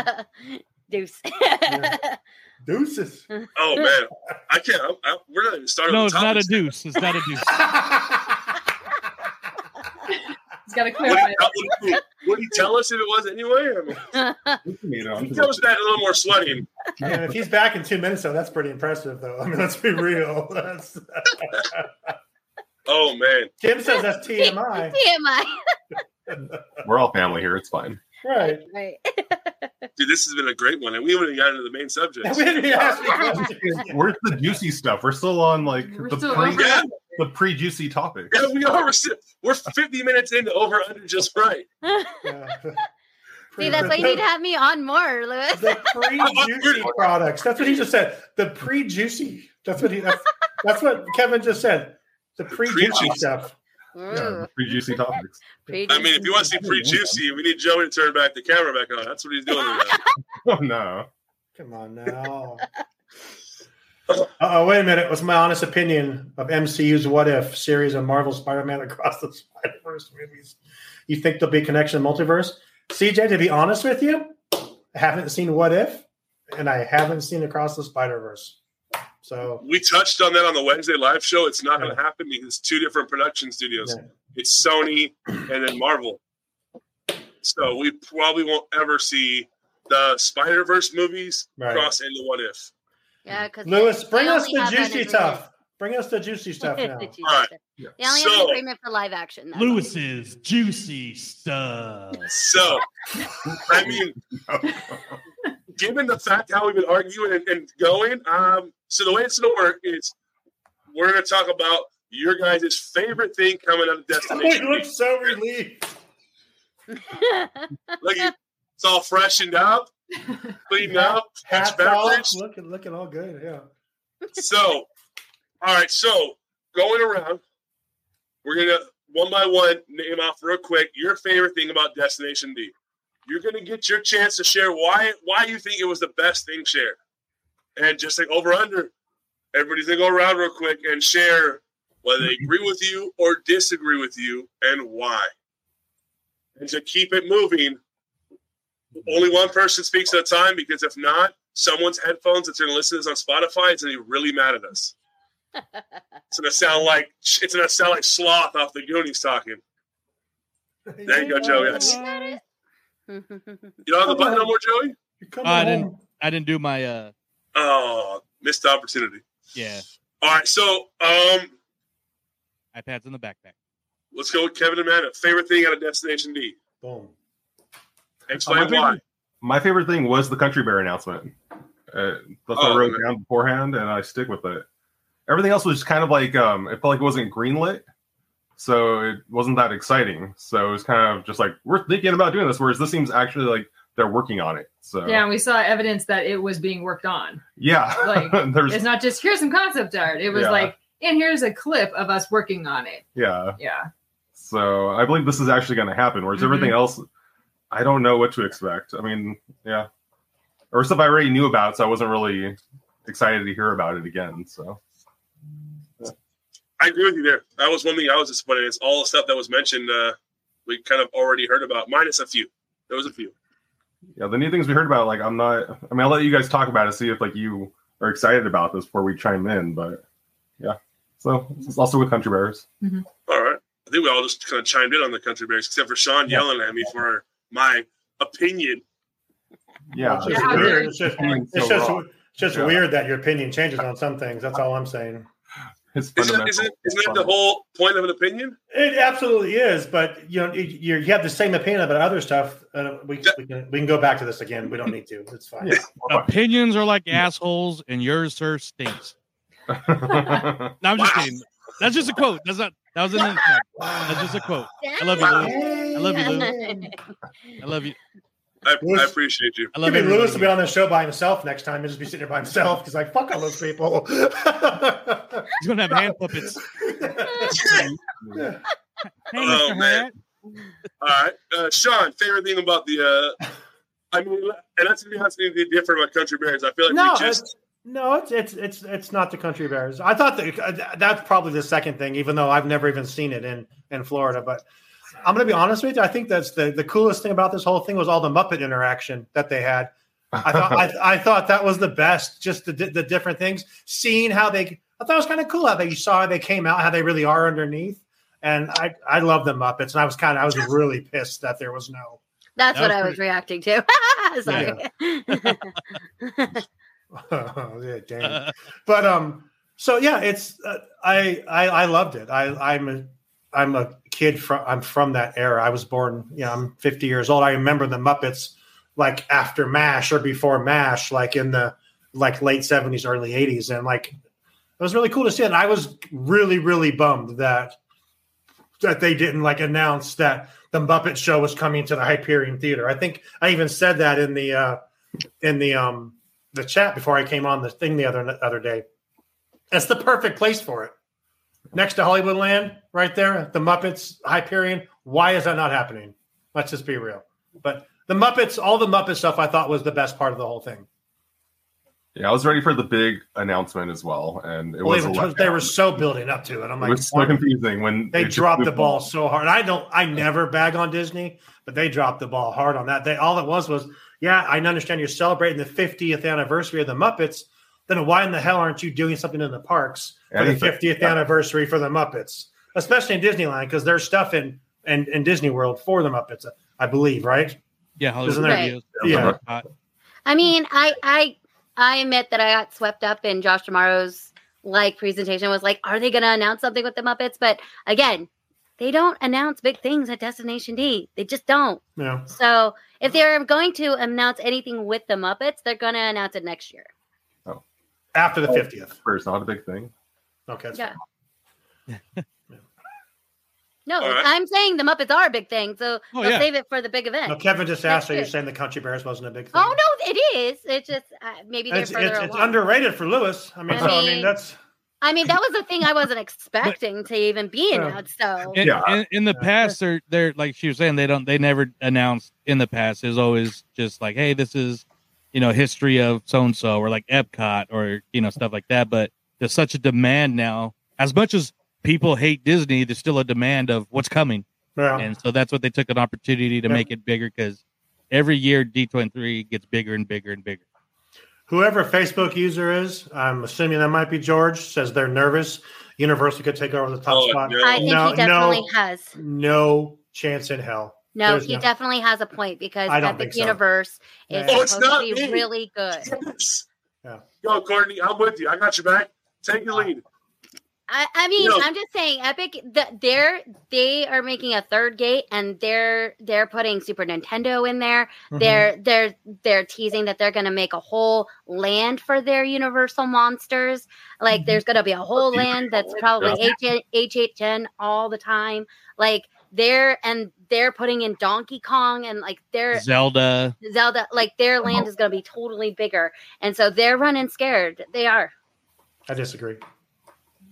Speaker 2: outpost.
Speaker 4: Deuce.
Speaker 2: Deuces.
Speaker 1: Oh man, I can't. I'm, I'm, we're not even starting.
Speaker 3: No,
Speaker 1: the
Speaker 3: it's not a
Speaker 1: topics.
Speaker 3: deuce. It's not a deuce.
Speaker 6: Got to
Speaker 1: Would he,
Speaker 6: clarify. that.
Speaker 1: would, he, would he tell us if it was anyway? I mean, if he tells that a little more sledding.
Speaker 2: And if he's back in two minutes, though, that's pretty impressive, though. I mean, let's be real. That's,
Speaker 1: Oh man,
Speaker 2: Jim says that's TMI,
Speaker 4: TMI.
Speaker 5: We're all family here. It's fine.
Speaker 2: right?
Speaker 4: Right.
Speaker 1: dude, this has been a great one, and we haven't even gotten into the main subject.
Speaker 2: We didn't even ask any questions.
Speaker 5: Where's the juicy stuff? We're still on like
Speaker 6: We're
Speaker 5: the
Speaker 6: still
Speaker 5: pre
Speaker 6: over
Speaker 1: Yeah.
Speaker 5: the pre juicy topic.
Speaker 1: Yeah, we are. We're, si- we're 50 minutes into over under just right.
Speaker 2: Yeah.
Speaker 4: See, that's why you need to have me on more, Lewis.
Speaker 2: the pre-juicy products. That's what he just said. The pre-juicy. That's what he. That's, that's what Kevin just said. The pre-juicy
Speaker 1: Pre-juicy.
Speaker 2: stuff.
Speaker 4: Ooh,
Speaker 5: pre juicy topics.
Speaker 4: pretty
Speaker 1: I mean, if you want to see pre juicy, we need Joey to turn back the camera back on. That's what he's doing. Right now.
Speaker 5: Oh no.
Speaker 2: Come on now. Oh wait a minute! Was my honest opinion of MCU's What If series and Marvel Spider-Man across the Spider-Verse movies? You think there'll be a connection to multiverse? CJ, to be honest with you, I haven't seen What If, and I haven't seen Across the Spider-Verse. So
Speaker 1: We touched on that on the Wednesday live show. It's not going to happen because it's two different production studios.
Speaker 2: yeah.
Speaker 1: It's Sony and then Marvel. So we probably won't ever see the Spider Verse movies
Speaker 2: Right.
Speaker 1: cross into What If.
Speaker 4: Yeah, because
Speaker 2: Lewis, bring us the juicy stuff. Bring us the juicy stuff now.
Speaker 1: Alright.
Speaker 4: They only have
Speaker 1: So-
Speaker 4: an agreement for live action. that's all.
Speaker 8: Lewis's juicy stuff.
Speaker 1: So, I mean, given the fact how we've been arguing and, and going, um, so the way it's going to work is we're going to talk about your guys' favorite thing coming out of
Speaker 2: He
Speaker 1: Destination.
Speaker 2: looks so relieved.
Speaker 1: Look, it's all freshened up, cleaned up,
Speaker 2: Hats
Speaker 1: hatch
Speaker 2: off,
Speaker 1: backwards.
Speaker 2: looking looking all good. Yeah.
Speaker 1: So, all right, so going around, we're going to one by one name off real quick your favorite thing about Destination D. You're going to get your chance to share why why you think it was the best thing shared. And just like over under, everybody's going to go around real quick and share whether they agree with you or disagree with you and why. And to keep it moving, only one person speaks at a time because if not, someone's headphones that's going to listen to this on Spotify is going to be really mad at us. It's going to sound like it's going to sound like sloth off the Goonies talking. There you go, Joey. That's- You don't have the button no more, Joey?
Speaker 2: You're coming
Speaker 3: I didn't-
Speaker 2: home.
Speaker 3: I didn't do my uh
Speaker 1: Oh, missed opportunity.
Speaker 3: yeah
Speaker 1: All right, so um,
Speaker 3: iPads in the backpack.
Speaker 1: let's go with Kevin and Amanda. Favorite thing out of Destination D.
Speaker 2: Boom.
Speaker 1: Explain
Speaker 5: Oh, my
Speaker 1: why.
Speaker 5: favorite- My favorite thing was the Country Bear announcement. Uh, that's what
Speaker 1: Oh,
Speaker 5: I wrote
Speaker 1: okay.
Speaker 5: down beforehand, and I stick with it. Everything else was kind of like um, it felt like it wasn't greenlit, so it wasn't that exciting. So it was kind of just like we're thinking about doing this, whereas this seems actually like they're working on it. So
Speaker 6: Yeah, we saw evidence that it was being worked on.
Speaker 5: yeah.
Speaker 6: Like,
Speaker 5: there's
Speaker 6: It's not just here's some concept art. It was
Speaker 5: Yeah.
Speaker 6: like, and here's a clip of us working on it.
Speaker 5: yeah.
Speaker 6: Yeah.
Speaker 5: So I believe this is actually going to happen. Whereas everything else, I don't know what to expect. I mean, yeah, or stuff I already knew about, so I wasn't really excited to hear about it again. So
Speaker 1: I agree with you there. That was one thing I was disappointed. in. It's all the stuff that was mentioned. Uh, we kind of already heard about, minus a few. There was a few.
Speaker 5: yeah, the new things we heard about, like I'm not. I mean, I'll let you guys talk about it, see if like you are excited about this before we chime in. But yeah, so it's also with Country Bears.
Speaker 1: All right. I think we all just kind of chimed in on the country bears, except for Sean yelling at me for my opinion.
Speaker 5: Yeah,
Speaker 2: It's
Speaker 6: Yeah,
Speaker 2: just
Speaker 6: how dare
Speaker 2: weird. It's just,
Speaker 5: It's
Speaker 2: it's
Speaker 5: so
Speaker 2: just,
Speaker 5: wrong.
Speaker 2: it's just
Speaker 5: Yeah.
Speaker 2: weird that your opinion changes on some things. That's all I'm saying.
Speaker 5: It's
Speaker 1: Isn't,
Speaker 5: fundamental.
Speaker 1: isn't, isn't that the whole point of an opinion?
Speaker 2: It absolutely is, but you know, you you have the same opinion about other stuff. Uh, we, we can we can go back to this again. We don't need to. It's fine.
Speaker 5: Yeah.
Speaker 3: Opinions are like assholes, and yours, sir, stinks. No, I'm just
Speaker 1: Wow.
Speaker 3: kidding. That's just a quote. That's not. That was an inside. That's just a quote. I love you, Lou. I love you,
Speaker 4: Lou.
Speaker 3: I love you.
Speaker 1: I, I
Speaker 2: Yes.
Speaker 1: appreciate you.
Speaker 3: I
Speaker 2: I
Speaker 3: love
Speaker 2: mean,
Speaker 3: everybody
Speaker 2: Lewis will be
Speaker 3: here.
Speaker 2: on the show by himself next time. He'll just be sitting here by himself. He's like, "Fuck all those people."
Speaker 3: He's gonna have hand puppets. Hey,
Speaker 1: Oh,
Speaker 3: Mr.
Speaker 1: man.
Speaker 3: Hat.
Speaker 1: All right. Uh, Sean, favorite thing about the. Uh, I mean, and that's going to be that's gonna be different about country bears. I feel like
Speaker 2: no,
Speaker 1: we just.
Speaker 2: it's, no, it's it's it's it's not the Country Bears. I thought that uh, that's probably the second thing, even though I've never even seen it in in Florida. But I'm going to be honest with you. I think that's the the coolest thing about this whole thing was all the Muppet interaction that they had. I thought I, I thought that was the best. Just the di- the different things, seeing how they. I thought it was kind of cool how they you saw how they came out, how they really are underneath, and I I love the Muppets, and I was kind of I was really pissed that there was no
Speaker 4: That's
Speaker 3: That
Speaker 4: what
Speaker 3: was
Speaker 4: I was reacting to. Sorry.
Speaker 2: yeah,
Speaker 3: Uh,
Speaker 2: dang. but um, so yeah, it's uh, I, I I loved it. I I'm a I'm a kid from I'm from that era. I was born, you know, I'm 50 years old. I remember the Muppets like after Mash or before Mash, like in the like late 70s, early 80s, and like it was really cool to see. it. And I was really really bummed that that they didn't like announce that the Muppet Show was coming to the Hyperion Theater. I think I even said that in the uh in the um the chat before I came on the thing the other other day. It's the perfect place for it. Next to Hollywood Land, right there, the Muppets, Hyperion. Why is that not happening? Let's just be real. But the Muppets, all the Muppet stuff I thought was the best part of the whole thing.
Speaker 5: Yeah, I was ready for the big announcement as well, and it
Speaker 2: Well,
Speaker 5: was.
Speaker 2: they,
Speaker 5: a
Speaker 2: were, they
Speaker 5: letdown.
Speaker 2: were so building up to it. I'm
Speaker 5: It
Speaker 2: like,
Speaker 5: was so confusing when
Speaker 2: they
Speaker 5: just
Speaker 2: dropped the
Speaker 5: moved
Speaker 2: ball so hard. I don't I never bag on Disney, but they dropped the ball hard on that. They all it was was, yeah, I understand you're celebrating the 50th anniversary of the Muppets. Then why in the hell aren't you doing something in the parks for the
Speaker 5: Anything.
Speaker 2: 50th
Speaker 5: Yeah.
Speaker 2: anniversary for the Muppets? Especially in Disneyland, because there's stuff in, in in Disney World for the Muppets, I believe, right?
Speaker 3: Yeah, Hollywood
Speaker 2: Isn't there-
Speaker 3: Studios. Uh,
Speaker 2: Yeah.
Speaker 3: Hot.
Speaker 4: I mean, I I I admit that I got swept up in Josh Tomorrow's like presentation was like, are they gonna announce something with the Muppets? But again, they don't announce big things at Destination D. They just don't.
Speaker 2: Yeah.
Speaker 4: So if they're going to announce anything with the Muppets, they're gonna announce it next year.
Speaker 2: After
Speaker 5: Oh.
Speaker 2: the 50th.
Speaker 5: First, not a big thing.
Speaker 2: Okay. that's-
Speaker 4: Yeah. No,
Speaker 1: All right.
Speaker 4: I'm saying the Muppets are a big thing, so
Speaker 3: Oh,
Speaker 4: they'll
Speaker 3: yeah.
Speaker 4: save it for the big event.
Speaker 2: No, Kevin just
Speaker 4: That's
Speaker 2: asked, so you're
Speaker 4: it.
Speaker 2: saying the Country Bears wasn't a big thing.
Speaker 4: Oh no, it is. It's just uh, maybe
Speaker 2: And
Speaker 4: they're
Speaker 2: It's,
Speaker 4: further
Speaker 2: it's, it's
Speaker 4: along.
Speaker 2: underrated for Lewis. I mean,
Speaker 4: I
Speaker 2: so I mean
Speaker 4: mean-
Speaker 2: that's
Speaker 4: I mean, that was a thing I wasn't expecting to even be
Speaker 2: Yeah.
Speaker 4: announced. So
Speaker 3: In,
Speaker 5: Yeah.
Speaker 3: in, in the
Speaker 2: Yeah.
Speaker 3: past, they're they're like she was saying they don't they never announced in the past. It's always just like, hey, this is you know history of so and so or like Epcot or you know stuff like that. But there's such a demand now. As much as people hate Disney, there's still a demand of what's coming,
Speaker 2: yeah.
Speaker 3: and so that's what they took an opportunity to
Speaker 2: Yeah.
Speaker 3: make it bigger because every year D23 gets bigger and bigger and bigger.
Speaker 2: Whoever Facebook user is, I'm assuming that might be George, says they're nervous. Universal could take over the top
Speaker 1: Oh,
Speaker 2: spot.
Speaker 1: no.
Speaker 4: I think
Speaker 2: No,
Speaker 4: he definitely
Speaker 2: no.
Speaker 4: has.
Speaker 2: No chance in hell.
Speaker 4: No,
Speaker 2: There's
Speaker 4: he
Speaker 2: no-
Speaker 4: definitely has a point because
Speaker 2: I don't think
Speaker 4: Epic
Speaker 2: so.
Speaker 4: Universe is
Speaker 2: Oh,
Speaker 1: it's
Speaker 4: supposed
Speaker 1: not
Speaker 4: to be
Speaker 1: me.
Speaker 4: really good.
Speaker 1: Yes.
Speaker 2: Yeah.
Speaker 1: Yo, Courtney, I'm with you. I got your back. Take the lead.
Speaker 4: I, I mean,
Speaker 1: No.
Speaker 4: I'm just saying, Epic. The, they're they are making a third gate, and they're they're putting Super Nintendo in there.
Speaker 2: Mm-hmm.
Speaker 3: Mm-hmm.
Speaker 4: They're they're they're teasing that they're going to make a whole land for their Universal monsters.
Speaker 3: Mm-hmm.
Speaker 4: Like there's going to be a whole land that's probably H HHN all the time. Like they're and they're putting in Donkey Kong and like they're
Speaker 3: Zelda,
Speaker 4: Zelda. Like their
Speaker 3: uh-huh.
Speaker 4: land is going to be totally bigger, and so they're running scared. They are.
Speaker 2: I disagree.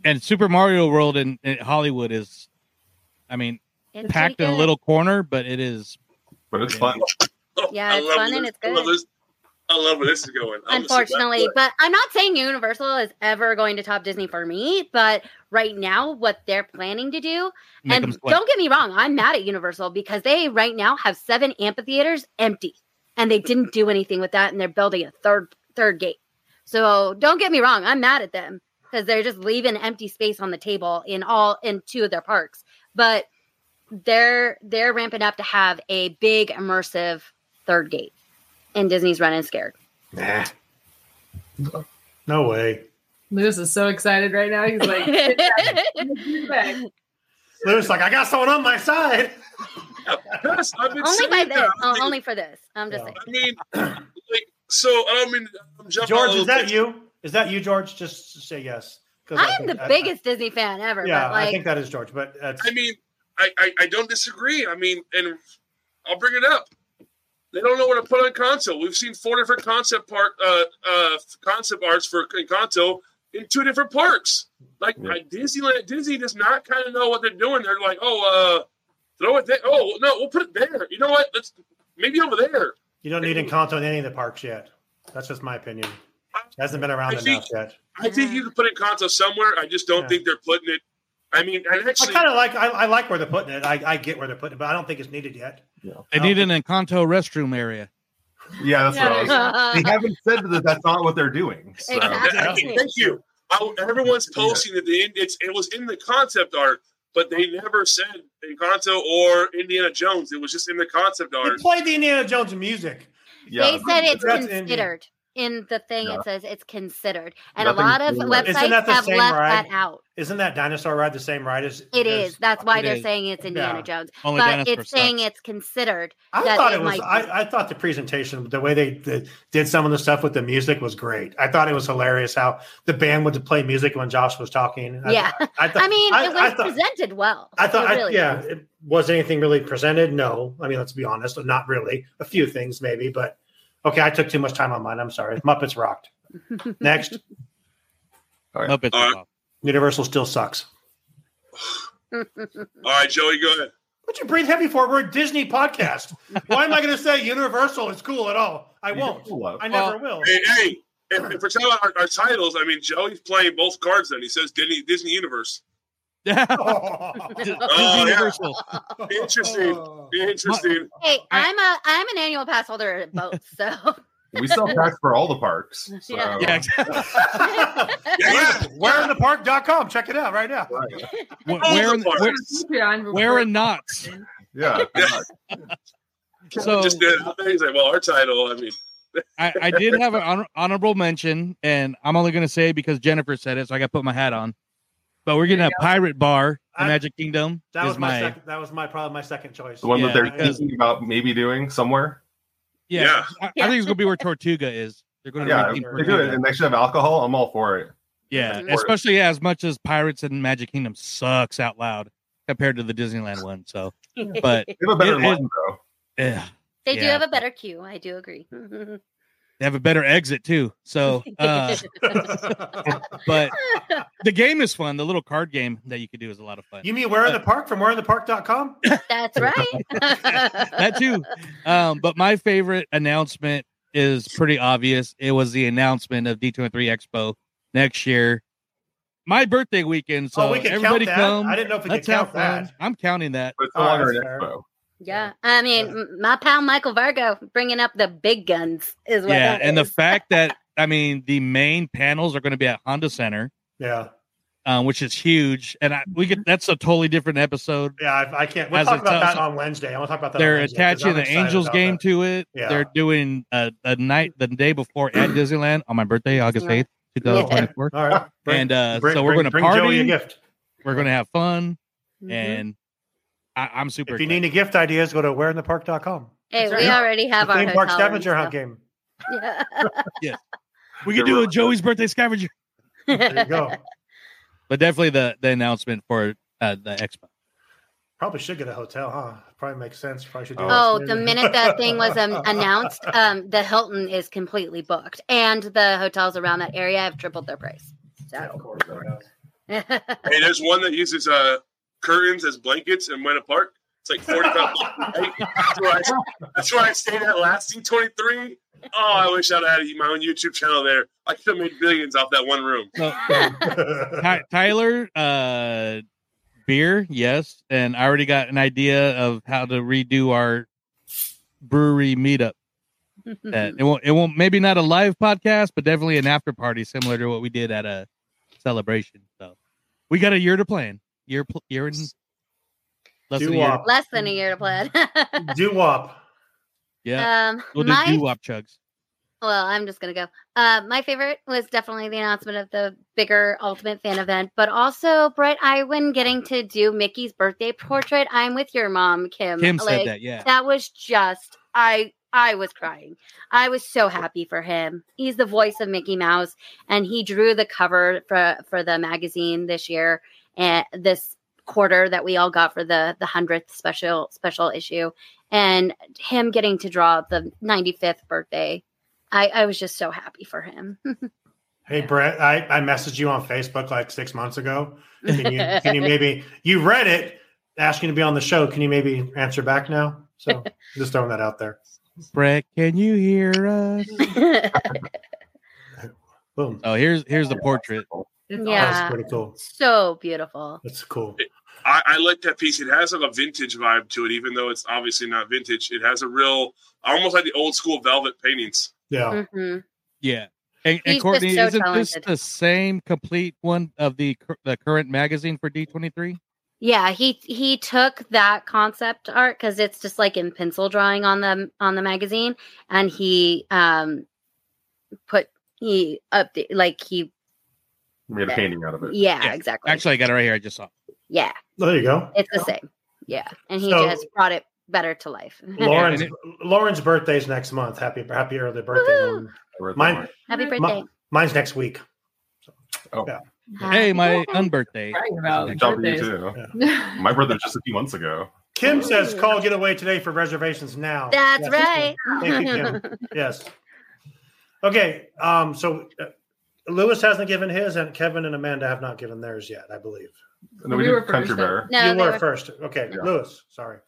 Speaker 3: and Super Mario World in, in Hollywood is, I mean,
Speaker 4: It's
Speaker 3: packed
Speaker 4: pretty
Speaker 3: in a
Speaker 4: good.
Speaker 3: little corner, but it is
Speaker 5: But it's fun.
Speaker 1: Oh,
Speaker 4: Yeah,
Speaker 1: I
Speaker 4: it's
Speaker 1: love
Speaker 4: fun
Speaker 1: where
Speaker 4: and
Speaker 1: this-
Speaker 4: it's good.
Speaker 1: I love, this- I love where this is going. I'm gonna sit back
Speaker 4: unfortunately.
Speaker 1: and
Speaker 4: But I'm not saying Universal is ever going to top Disney for me. But right now, what they're planning to do,
Speaker 3: make them
Speaker 4: and
Speaker 3: sweat.
Speaker 4: don't get me wrong, I'm mad at Universal because they right now have seven amphitheaters empty, and they didn't do anything with that, and they're building a third third gate. So don't get me wrong, I'm mad at them because they're just leaving empty space on the table in all in two of their parks. But they're they're ramping up to have a big immersive third gate, and Disney's running scared.
Speaker 5: Nah.
Speaker 2: No way.
Speaker 6: Lewis is so excited right now. He's like, "Sit back, sit back."
Speaker 2: Lewis, like, I got someone on my side.
Speaker 1: let- Yes, I've been
Speaker 4: only
Speaker 1: sitting
Speaker 4: by
Speaker 1: here.
Speaker 4: this.
Speaker 1: I
Speaker 4: Oh,
Speaker 1: think-
Speaker 4: only for this. I'm just
Speaker 2: Yeah.
Speaker 4: saying.
Speaker 1: I mean, like, so I don't mean um, I'm jumping. all
Speaker 2: George,
Speaker 1: over the
Speaker 2: is that
Speaker 1: place.
Speaker 2: you? Is that you, George? Just say yes. 'Cause
Speaker 4: I am
Speaker 2: think-
Speaker 4: the biggest Disney fan ever.
Speaker 2: yeah,
Speaker 4: but
Speaker 2: I
Speaker 4: like,
Speaker 2: think that is George, but that's,
Speaker 1: I mean, I, I I don't disagree. I mean, and I'll bring it up. They don't know what to put on Conto. We've seen four different concept park uh, uh, concept arts for Conto in two different parks. Like
Speaker 5: Yeah.
Speaker 1: uh, Disneyland, Disney does not kind of know what they're doing. They're like, oh, uh, throw it there. Oh no, we'll put it there. You know what? Let's maybe over there.
Speaker 2: you don't need Encanto in any of the parks yet. That's just my opinion. It hasn't been around
Speaker 1: I
Speaker 2: enough
Speaker 1: think-
Speaker 2: yet.
Speaker 1: I think you can put it in Conto somewhere. I just don't
Speaker 2: Yeah.
Speaker 1: think they're putting it. I mean, and
Speaker 2: I
Speaker 1: actually,
Speaker 2: kind of like I, I like where they're putting it. I, I get where they're putting it, but I don't think it's needed yet.
Speaker 3: They need an Encanto restroom area.
Speaker 5: Yeah, that's what I was. They
Speaker 4: uh,
Speaker 5: haven't said that that's not what they're doing. So.
Speaker 4: Exactly.
Speaker 1: Thank you. I, everyone's posting that the end, it's it was in the concept art, but they never said Encanto or Indiana Jones. It was just in the concept
Speaker 2: They
Speaker 1: art.
Speaker 2: played the Indiana Jones music.
Speaker 5: Yeah.
Speaker 4: they said it's
Speaker 2: That's Indian.
Speaker 4: considered in the thing.
Speaker 5: Yeah.
Speaker 4: It says it's considered, and
Speaker 5: Nothing
Speaker 4: a lot of
Speaker 5: to do with
Speaker 2: it. Isn't that
Speaker 4: websites
Speaker 2: the
Speaker 4: have
Speaker 2: same
Speaker 4: left
Speaker 2: ride?
Speaker 4: that out.
Speaker 2: Isn't that dinosaur ride the same ride as?
Speaker 4: It
Speaker 2: as-
Speaker 4: is. That's why
Speaker 3: It
Speaker 4: they're
Speaker 3: is.
Speaker 4: saying it's Indiana
Speaker 2: Yeah.
Speaker 4: Jones,
Speaker 3: Only
Speaker 4: but
Speaker 3: dinosaur
Speaker 4: it's saying
Speaker 3: sucks.
Speaker 4: it's considered.
Speaker 2: I
Speaker 4: that
Speaker 2: thought
Speaker 4: it
Speaker 2: it was.
Speaker 4: might be.
Speaker 2: I, I thought the presentation, the way they, they did some of the stuff with the music was great. I thought it was hilarious how the band would play music when Josh was talking. I,
Speaker 4: yeah,
Speaker 2: I, thought,
Speaker 4: I mean, it was
Speaker 2: thought,
Speaker 4: presented well.
Speaker 2: I thought,
Speaker 4: It
Speaker 2: I-
Speaker 4: really
Speaker 2: yeah,
Speaker 4: was.
Speaker 2: it, was anything really presented? No. I mean, let's be honest, not really. A few things maybe, but okay. I took too much time on mine. I'm sorry. Muppets rocked. Next,
Speaker 3: Muppets.
Speaker 1: All right.
Speaker 3: Bob.
Speaker 2: Universal still sucks.
Speaker 1: All right, Joey, go ahead.
Speaker 2: What you breathe heavy for? We're a Disney podcast. Why am I going to say Universal is cool at all? I won't. I never will.
Speaker 1: Hey, hey if, if we're talking about our, our titles, I mean, Joey's playing both cards. Then he says Disney, Disney Universe.
Speaker 3: Disney
Speaker 5: Oh,
Speaker 1: yeah.
Speaker 3: Universal.
Speaker 2: Oh.
Speaker 1: Interesting. Interesting.
Speaker 4: Hey, I'm a I'm an annual pass holder at both, so
Speaker 5: we sell packs for all the parks. So.
Speaker 4: Yeah.
Speaker 3: Yeah, exactly.
Speaker 1: Yeah.
Speaker 2: Where in the park.com. Check it out right now.
Speaker 3: Wh-
Speaker 1: All
Speaker 3: Where,
Speaker 1: the
Speaker 3: where,
Speaker 1: parks.
Speaker 6: Patreon.
Speaker 3: where in knots?
Speaker 5: yeah.
Speaker 1: Yeah.
Speaker 3: So-
Speaker 1: just did. it. He's like, well, our title. I mean,
Speaker 3: I, I did have an honor, honorable mention, and I'm only going to say it because Jennifer said it, so I got to put my hat on. But we're getting a pirate bar in
Speaker 2: I-
Speaker 3: Magic Kingdom.
Speaker 2: That
Speaker 3: is
Speaker 2: was my, second, that was my probably my second choice.
Speaker 5: The one
Speaker 3: Yeah,
Speaker 5: that they're
Speaker 3: because-
Speaker 5: thinking about maybe doing somewhere.
Speaker 3: yeah,
Speaker 1: Yeah.
Speaker 3: I, I think it's going to be where Tortuga is. They're going to
Speaker 5: Yeah,
Speaker 3: make
Speaker 5: if
Speaker 3: it
Speaker 5: they do it,
Speaker 3: Tortuga.
Speaker 5: and they should have alcohol. I'm all for it.
Speaker 3: Yeah,
Speaker 4: Mhm.
Speaker 3: especially yeah, as much as Pirates and Magic Kingdom sucks out loud compared to the Disneyland one. So, but
Speaker 5: They have a better
Speaker 3: It- it-
Speaker 5: line though.
Speaker 3: yeah,
Speaker 4: they do
Speaker 3: Yeah.
Speaker 4: have a better queue. I do agree.
Speaker 3: they have a better exit too. So, uh, but the game is fun. The little card game that you could do is a lot of fun.
Speaker 2: you mean where in the park from where in the park.com?
Speaker 4: That's right.
Speaker 3: that too. Um, but my favorite announcement is pretty obvious. It was the announcement of D23 Expo next year. My birthday weekend, so
Speaker 2: oh, we can
Speaker 3: everybody
Speaker 2: count that.
Speaker 3: come.
Speaker 2: I didn't know if we could
Speaker 3: Let's have
Speaker 2: count
Speaker 3: fun.
Speaker 2: that.
Speaker 3: I'm counting that.
Speaker 5: But it's
Speaker 2: Oh,
Speaker 5: no longer
Speaker 2: that's
Speaker 5: an
Speaker 2: fair.
Speaker 5: expo.
Speaker 4: Yeah, I mean,
Speaker 2: Yeah.
Speaker 4: m- my pal Michael Vargo bringing up the big guns is what.
Speaker 3: yeah,
Speaker 4: that
Speaker 3: and the
Speaker 4: is.
Speaker 3: fact that I mean the main panels are going to be at Honda Center,
Speaker 2: Yeah.
Speaker 3: um, which is huge, and I, we
Speaker 4: Mm-hmm.
Speaker 3: could that's a totally different episode.
Speaker 2: Yeah. I, I can't. We'll
Speaker 3: As
Speaker 2: talk
Speaker 3: it
Speaker 2: about
Speaker 3: tells-
Speaker 2: that on Wednesday. I want to talk about that. on
Speaker 3: They're
Speaker 2: Wednesday, 'cause
Speaker 3: attaching
Speaker 2: I'm
Speaker 3: the
Speaker 2: excited
Speaker 3: Angels
Speaker 2: about
Speaker 3: game
Speaker 2: that.
Speaker 3: to it.
Speaker 2: Yeah.
Speaker 3: They're doing a, a night the day before at Disneyland on my birthday, August
Speaker 4: Yeah.
Speaker 3: eighth, two thousand twenty four.
Speaker 2: All right.
Speaker 3: And uh,
Speaker 2: bring-
Speaker 3: so we're
Speaker 2: bring-
Speaker 3: going to
Speaker 2: bring Joey a
Speaker 3: party.
Speaker 2: gift.
Speaker 3: We're going to have fun,
Speaker 4: Mhm.
Speaker 3: and I, I'm super.
Speaker 2: If you need
Speaker 3: excited.
Speaker 2: any gift ideas, go to whereinthepark.com.
Speaker 4: hey,
Speaker 2: That's
Speaker 4: we
Speaker 2: right.
Speaker 4: already have
Speaker 2: the
Speaker 4: our
Speaker 2: theme
Speaker 4: hotel
Speaker 2: park
Speaker 4: room
Speaker 2: scavenger hunt
Speaker 4: stuff.
Speaker 2: game.
Speaker 4: Yeah.
Speaker 3: we could do a Joey's birthday scavenger,
Speaker 2: There you go.
Speaker 3: but definitely the the announcement for uh, the expo.
Speaker 2: Probably should get a hotel, huh? Probably makes sense. Probably should do
Speaker 4: Oh,
Speaker 2: that
Speaker 4: the
Speaker 2: soon.
Speaker 4: minute that thing was um, announced, um, the Hilton is completely booked, and the hotels around that area have tripled their price. So,
Speaker 2: Of course, yeah.
Speaker 1: hey, there's one that uses uh, curtains as blankets in Winter Park. It's like 45 Hey, that's, where I, that's where I stayed at last D23. Oh, I wish I'd had my own YouTube channel there. I could have made billions off that one room.
Speaker 3: So,
Speaker 2: All
Speaker 3: Ty- Tyler, uh, beer, yes, and I already got an idea of how to redo our brewery meetup. That
Speaker 4: Mm-hmm.
Speaker 3: it won't, it won't, maybe not a live podcast, but definitely an after party similar to what we did at a celebration. So we got a year to plan. Year, pl- year and less than a year.
Speaker 2: Doo-wop.
Speaker 4: less than a year to plan.
Speaker 2: Do wop.
Speaker 3: Yeah,
Speaker 4: um,
Speaker 3: we'll do
Speaker 4: my
Speaker 2: uh,
Speaker 3: doo wop chugs.
Speaker 4: Well, I'm just gonna go. Uh, my favorite was definitely the announcement of the bigger Ultimate Fan event, but also Brett Iwan getting to do Mickey's birthday portrait. I'm with your mom, Kim.
Speaker 3: Kim
Speaker 4: um, Like,
Speaker 3: said that. Yeah,
Speaker 4: That was just I. I was crying. I was so happy for him. He's the voice of Mickey Mouse, and he drew the cover for for the magazine this year and this quarter that we all got for the the hundredth special special issue, and him getting to draw the ninety fifth birthday. I, I was just so happy for him.
Speaker 2: Hey Brett, I, I messaged you on Facebook like six months ago. Can you can you maybe you read it asking to be on the show? Can you maybe answer back now? So just throwing that out there.
Speaker 3: Brett, can you hear us?
Speaker 2: Boom.
Speaker 3: Oh, here's here's the portrait.
Speaker 6: It's
Speaker 4: Yeah.
Speaker 2: That's pretty cool.
Speaker 4: so beautiful.
Speaker 2: That's cool.
Speaker 1: I, I like that piece. It has like a vintage vibe to it, even though it's obviously not vintage. It has a real, almost like the old school velvet paintings.
Speaker 2: Yeah.
Speaker 4: hmm
Speaker 3: Yeah. And,
Speaker 4: He's
Speaker 3: and
Speaker 4: just
Speaker 3: Courtney,
Speaker 4: so
Speaker 3: isn't this
Speaker 4: talented.
Speaker 3: the same complete one of the cur- the current magazine for D twenty three?
Speaker 4: Yeah, he he took that concept art because it's just like in pencil drawing on the on the magazine, and he um put he up like he
Speaker 5: We made a painting out of it.
Speaker 4: yeah,
Speaker 3: Yeah,
Speaker 4: exactly
Speaker 3: Actually, I got it right here. I just saw. it.
Speaker 4: yeah
Speaker 2: There you go.
Speaker 4: it's the same yeah and he
Speaker 2: So-
Speaker 4: just brought it better to life.
Speaker 2: Lauren's
Speaker 3: and
Speaker 2: Lauren's birthday's next month. Happy happy early birthday.
Speaker 4: Woohoo.
Speaker 2: Lauren.
Speaker 5: I wrote that
Speaker 2: Mine-
Speaker 5: one.
Speaker 4: Happy
Speaker 6: Ma-
Speaker 4: birthday!
Speaker 2: Mine's next week.
Speaker 3: Hey, my unbirthday.
Speaker 6: Crying about
Speaker 5: Good job for you
Speaker 6: birthdays.
Speaker 5: too. My brother just a few months ago.
Speaker 2: Kim says call getaway today for reservations now.
Speaker 4: That's
Speaker 2: Yes.
Speaker 4: right.
Speaker 2: Thank you, Kim. Yes. Okay. Um, so uh, Lewis hasn't given his, and Kevin and Amanda have not given theirs yet, I believe.
Speaker 5: And then
Speaker 6: We
Speaker 5: we,
Speaker 6: were
Speaker 5: did
Speaker 6: first,
Speaker 5: Country
Speaker 6: though.
Speaker 5: Bear.
Speaker 4: no,
Speaker 2: you
Speaker 4: they
Speaker 2: were,
Speaker 4: were-
Speaker 2: first. Okay.
Speaker 5: Yeah.
Speaker 2: Lewis, sorry.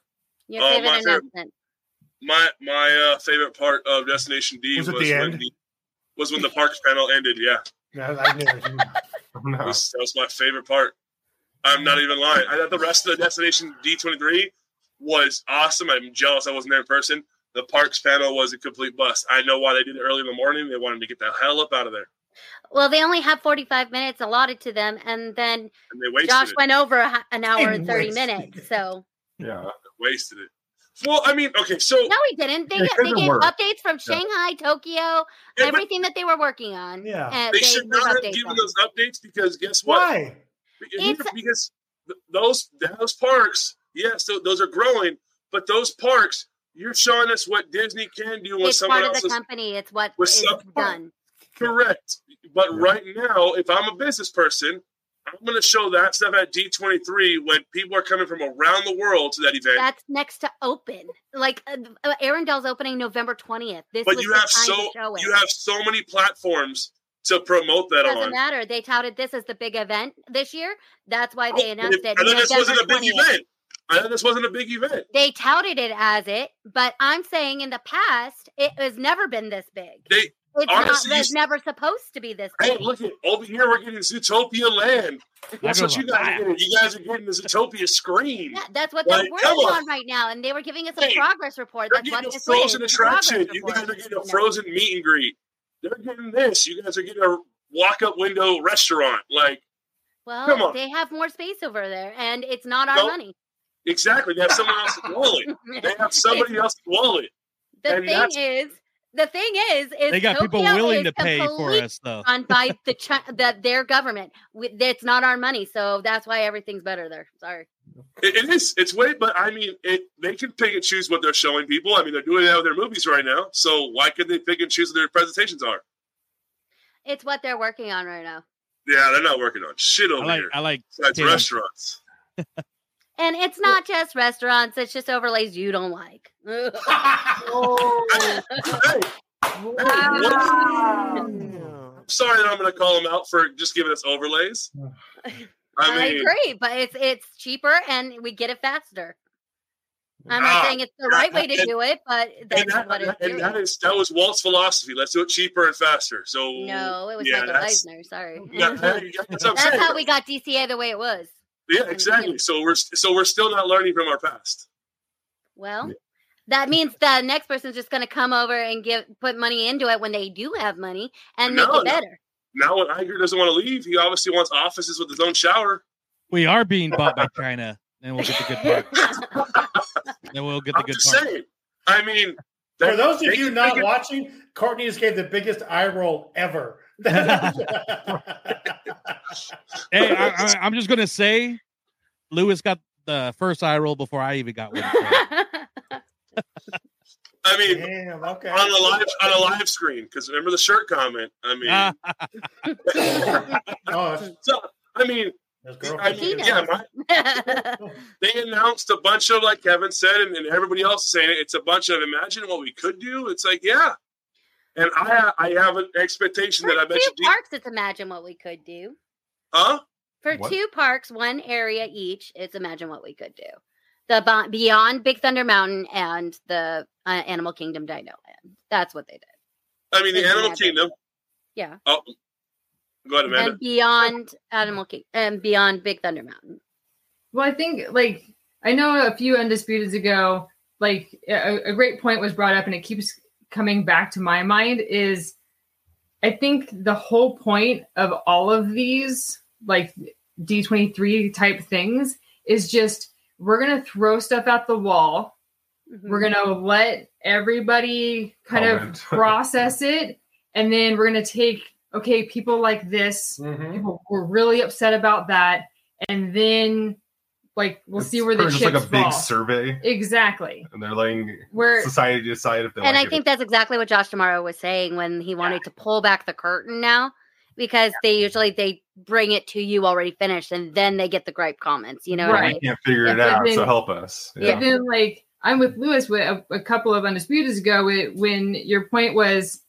Speaker 4: Your
Speaker 1: Oh,
Speaker 4: favorite
Speaker 1: my favorite-
Speaker 4: announcement.
Speaker 1: My my uh, favorite part of Destination D was,
Speaker 2: Was it the
Speaker 1: when
Speaker 2: end?
Speaker 1: the was when the parks panel ended. Yeah,
Speaker 2: Yeah, I knew it.
Speaker 1: That
Speaker 5: No.
Speaker 1: was- that was my favorite part. I'm not even lying. I thought the rest of the Destination D23 was awesome. I'm jealous I wasn't there in person. The parks panel was a complete bust. I know why they did it early in the morning. They wanted to get the hell up out of there,
Speaker 4: Well, they only had 45 minutes allotted to them, and then
Speaker 1: and they wasted
Speaker 4: Josh
Speaker 1: it.
Speaker 4: went over a h- an hour and 30
Speaker 2: Wasted.
Speaker 4: minutes. So,
Speaker 5: Yeah.
Speaker 1: wasted it. Well, I mean, okay, so
Speaker 4: no, he didn't. They,
Speaker 5: It
Speaker 4: get- they
Speaker 5: doesn't
Speaker 4: gave
Speaker 5: work.
Speaker 4: updates from Shanghai, Tokyo,
Speaker 1: yeah, but
Speaker 4: everything that they were working on.
Speaker 2: Yeah.
Speaker 4: uh,
Speaker 1: they should
Speaker 4: gave
Speaker 1: not have
Speaker 4: updates
Speaker 1: given
Speaker 4: on.
Speaker 1: those updates because guess what?
Speaker 2: Why?
Speaker 1: Because,
Speaker 4: It's-
Speaker 1: because th- those those parks, yes, th- those are growing, but those parks, you're showing us what Disney can do when
Speaker 4: It's
Speaker 1: someone
Speaker 4: part of
Speaker 1: else
Speaker 4: the
Speaker 1: is
Speaker 4: company. It's what
Speaker 1: with
Speaker 4: is
Speaker 1: some-
Speaker 4: done.
Speaker 1: correct. But right now, if I'm a business person, I'm going to show that stuff at D23 when people are coming from around the world to that event.
Speaker 4: That's next to open. Like uh, uh, Arendelle's opening November 20th. This
Speaker 1: but
Speaker 4: was
Speaker 1: you
Speaker 4: the
Speaker 1: have
Speaker 4: time to
Speaker 1: so
Speaker 4: show it.
Speaker 1: you have so many platforms to promote that
Speaker 4: doesn't
Speaker 1: on.
Speaker 4: matter. They touted this as the big event this year. That's why they
Speaker 1: I
Speaker 4: announced it.
Speaker 1: know this wasn't a
Speaker 4: November
Speaker 1: big
Speaker 4: 20th.
Speaker 1: event. I know this wasn't a big event.
Speaker 4: They touted it as it, but I'm saying in the past, it has never been this big.
Speaker 1: They
Speaker 4: It's
Speaker 1: honestly,
Speaker 4: not,
Speaker 1: you
Speaker 4: was
Speaker 1: s-
Speaker 4: never supposed to be this
Speaker 1: Hey,
Speaker 4: big.
Speaker 1: look at over here. We're getting Zootopia Land. That's what you guys are getting. You guys are getting the Zootopia screen.
Speaker 4: Yeah, that's what they're
Speaker 1: Like,
Speaker 4: working
Speaker 1: come on.
Speaker 4: on right now, and they were giving us a
Speaker 1: Hey,
Speaker 4: progress report.
Speaker 1: They're
Speaker 4: That's what
Speaker 1: getting a
Speaker 4: this is.
Speaker 1: frozen
Speaker 4: it's a progress
Speaker 1: attraction. You guys are
Speaker 4: report.
Speaker 1: getting a
Speaker 4: No.
Speaker 1: frozen meet and greet. They're getting this. You guys are getting a walk-up window restaurant. Like
Speaker 4: Well,
Speaker 1: Come on.
Speaker 4: they have more space over there, and it's not our
Speaker 1: No.
Speaker 4: money.
Speaker 1: exactly, they have someone else's wallet. They have somebody else's wallet.
Speaker 4: the
Speaker 1: and
Speaker 4: thing
Speaker 1: that's-
Speaker 4: is, the thing is, is
Speaker 3: They got people
Speaker 4: Tokyo
Speaker 3: willing
Speaker 4: is
Speaker 3: to pay for
Speaker 4: completely
Speaker 3: us though.
Speaker 4: on by the chi- the their government. We- It's not our money, so that's why everything's better there. Sorry.
Speaker 1: It, it is. It's way, but I mean, it, they can pick and choose what they're showing people. I mean, they're doing that with their movies right now. So why could they pick and choose what their presentations are?
Speaker 4: It's what they're working on right now.
Speaker 1: Yeah, they're not working on shit
Speaker 3: I
Speaker 1: over
Speaker 3: like.
Speaker 1: here.
Speaker 3: I like.
Speaker 1: Besides
Speaker 3: Tim.
Speaker 1: restaurants.
Speaker 4: And it's not just restaurants, it's just overlays you don't like.
Speaker 6: Oh,
Speaker 1: Hey,
Speaker 6: wow.
Speaker 1: sorry that I'm going to call him out for just giving us overlays. I
Speaker 4: I
Speaker 1: mean,
Speaker 4: agree, but it's it's cheaper and we get it faster. I'm not
Speaker 1: Ah,
Speaker 4: saying it's the
Speaker 1: yeah,
Speaker 4: right way to
Speaker 1: and-
Speaker 4: do it, but
Speaker 1: and,
Speaker 4: that's
Speaker 1: that,
Speaker 4: what it's
Speaker 1: and that
Speaker 4: doing.
Speaker 1: is that was Walt's philosophy. Let's do it cheaper and faster. So
Speaker 4: No, it was
Speaker 1: yeah,
Speaker 4: Michael
Speaker 1: that's-
Speaker 4: Eisner. Sorry.
Speaker 1: yeah, that- yeah, that's, what I'm
Speaker 4: That's
Speaker 1: saying.
Speaker 4: how we got DCA the way it was.
Speaker 1: yeah, exactly. So we're so we're still not learning from our past.
Speaker 4: Well, that means the next person's just going to come over and give put money into it when they do have money and make
Speaker 1: No, no.
Speaker 4: it better.
Speaker 1: Now when Iger doesn't want to leave, he obviously wants offices with his own shower.
Speaker 3: We are being bought by China, and we'll get the good part. Then we'll get the
Speaker 1: I'm
Speaker 3: good
Speaker 1: just
Speaker 3: part.
Speaker 1: saying. I mean,
Speaker 2: For those of
Speaker 1: they
Speaker 2: you
Speaker 1: can
Speaker 2: not
Speaker 1: figure-
Speaker 2: watching, Courtney just gave the biggest eye roll ever.
Speaker 3: Hey, I, I, I'm just gonna say, Lewis got the first eye roll before I even got one.
Speaker 1: I mean,
Speaker 2: Damn, okay.
Speaker 1: on a live on a live screen because remember the shirt comment. I mean,
Speaker 3: Ah,
Speaker 2: Oh, that's-
Speaker 1: so I mean,
Speaker 2: that's
Speaker 1: I
Speaker 2: girlfriend.
Speaker 1: mean,
Speaker 4: He
Speaker 1: yeah,
Speaker 4: knows.
Speaker 1: my, they announced a bunch of like Kevin said, and, and everybody else is saying it, it's a bunch of imagine what we could do. It's like yeah, and I I have an expectation
Speaker 4: For
Speaker 1: that I bet you,
Speaker 4: two
Speaker 1: do-
Speaker 4: parks, it's imagine what we could do.
Speaker 1: huh?
Speaker 4: For
Speaker 5: What?
Speaker 4: two parks, one area each, it's imagine what we could do. The Bo- Beyond Big Thunder Mountain and the uh, Animal Kingdom Dino Land. That's what they did.
Speaker 1: I mean, the
Speaker 4: It's
Speaker 1: Animal
Speaker 4: magic.
Speaker 1: Kingdom.
Speaker 4: Yeah.
Speaker 1: Oh, go ahead, Amanda.
Speaker 4: And beyond Animal King and beyond Big Thunder Mountain.
Speaker 6: Well, I think like I know a few undisputeds ago, like a, a great point was brought up, and it keeps coming back to my mind is I think the whole point of all of these like D23 type things is just we're gonna throw stuff at the wall. We're
Speaker 4: Mm-hmm.
Speaker 6: gonna let everybody kind
Speaker 5: Comment.
Speaker 6: of process it, and then we're gonna take okay, people like this
Speaker 5: Mhm.
Speaker 6: people were really upset about that, and then like we'll see
Speaker 5: It's
Speaker 6: where the
Speaker 5: pretty
Speaker 6: chips
Speaker 5: much like a
Speaker 6: fall.
Speaker 5: big survey,
Speaker 6: exactly.
Speaker 5: and they're letting
Speaker 6: Where
Speaker 5: society decide if they.
Speaker 4: and
Speaker 5: like
Speaker 4: I
Speaker 5: it.
Speaker 4: think that's exactly what Josh Tomorrow was saying when he wanted to pull back the curtain now, because they usually they bring it to you already finished, and then they get the gripe comments. You know, what I
Speaker 6: Right.
Speaker 4: mean?
Speaker 5: we can't figure
Speaker 6: Yeah,
Speaker 5: it
Speaker 6: but
Speaker 5: out,
Speaker 6: then-
Speaker 5: so help us.
Speaker 6: But then, like, I'm with Lewis with a, a couple of Undisputeds ago wh- when your point was,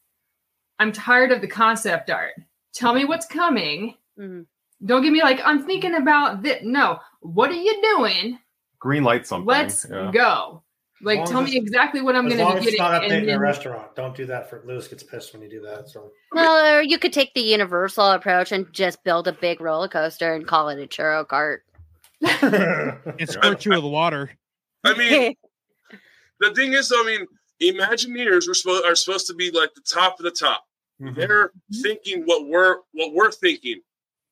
Speaker 6: I'm tired of the concept art. Tell me what's coming.
Speaker 4: Mhm.
Speaker 6: Don't give me like, I'm thinking about this. No, what are you doing?
Speaker 5: Green light something.
Speaker 6: Let's
Speaker 5: yeah.
Speaker 6: go. Like,
Speaker 2: long
Speaker 6: tell
Speaker 2: as
Speaker 6: me exactly what I'm
Speaker 2: as
Speaker 6: going
Speaker 2: long
Speaker 6: to
Speaker 2: as
Speaker 6: be
Speaker 2: it's
Speaker 6: getting.
Speaker 2: not
Speaker 6: and
Speaker 2: updating a
Speaker 6: then-
Speaker 2: restaurant, don't do that. For Lewis gets pissed when you do that. So
Speaker 4: No, or you could take the universal approach and just build a big roller coaster and call it a churro cart.
Speaker 3: and squirt you with water.
Speaker 1: I mean, the thing is, I mean, Imagineers were supposed are supposed to be like the top of the top.
Speaker 2: Mm-hmm.
Speaker 1: They're
Speaker 4: Mm-hmm.
Speaker 1: thinking what we're what we're thinking.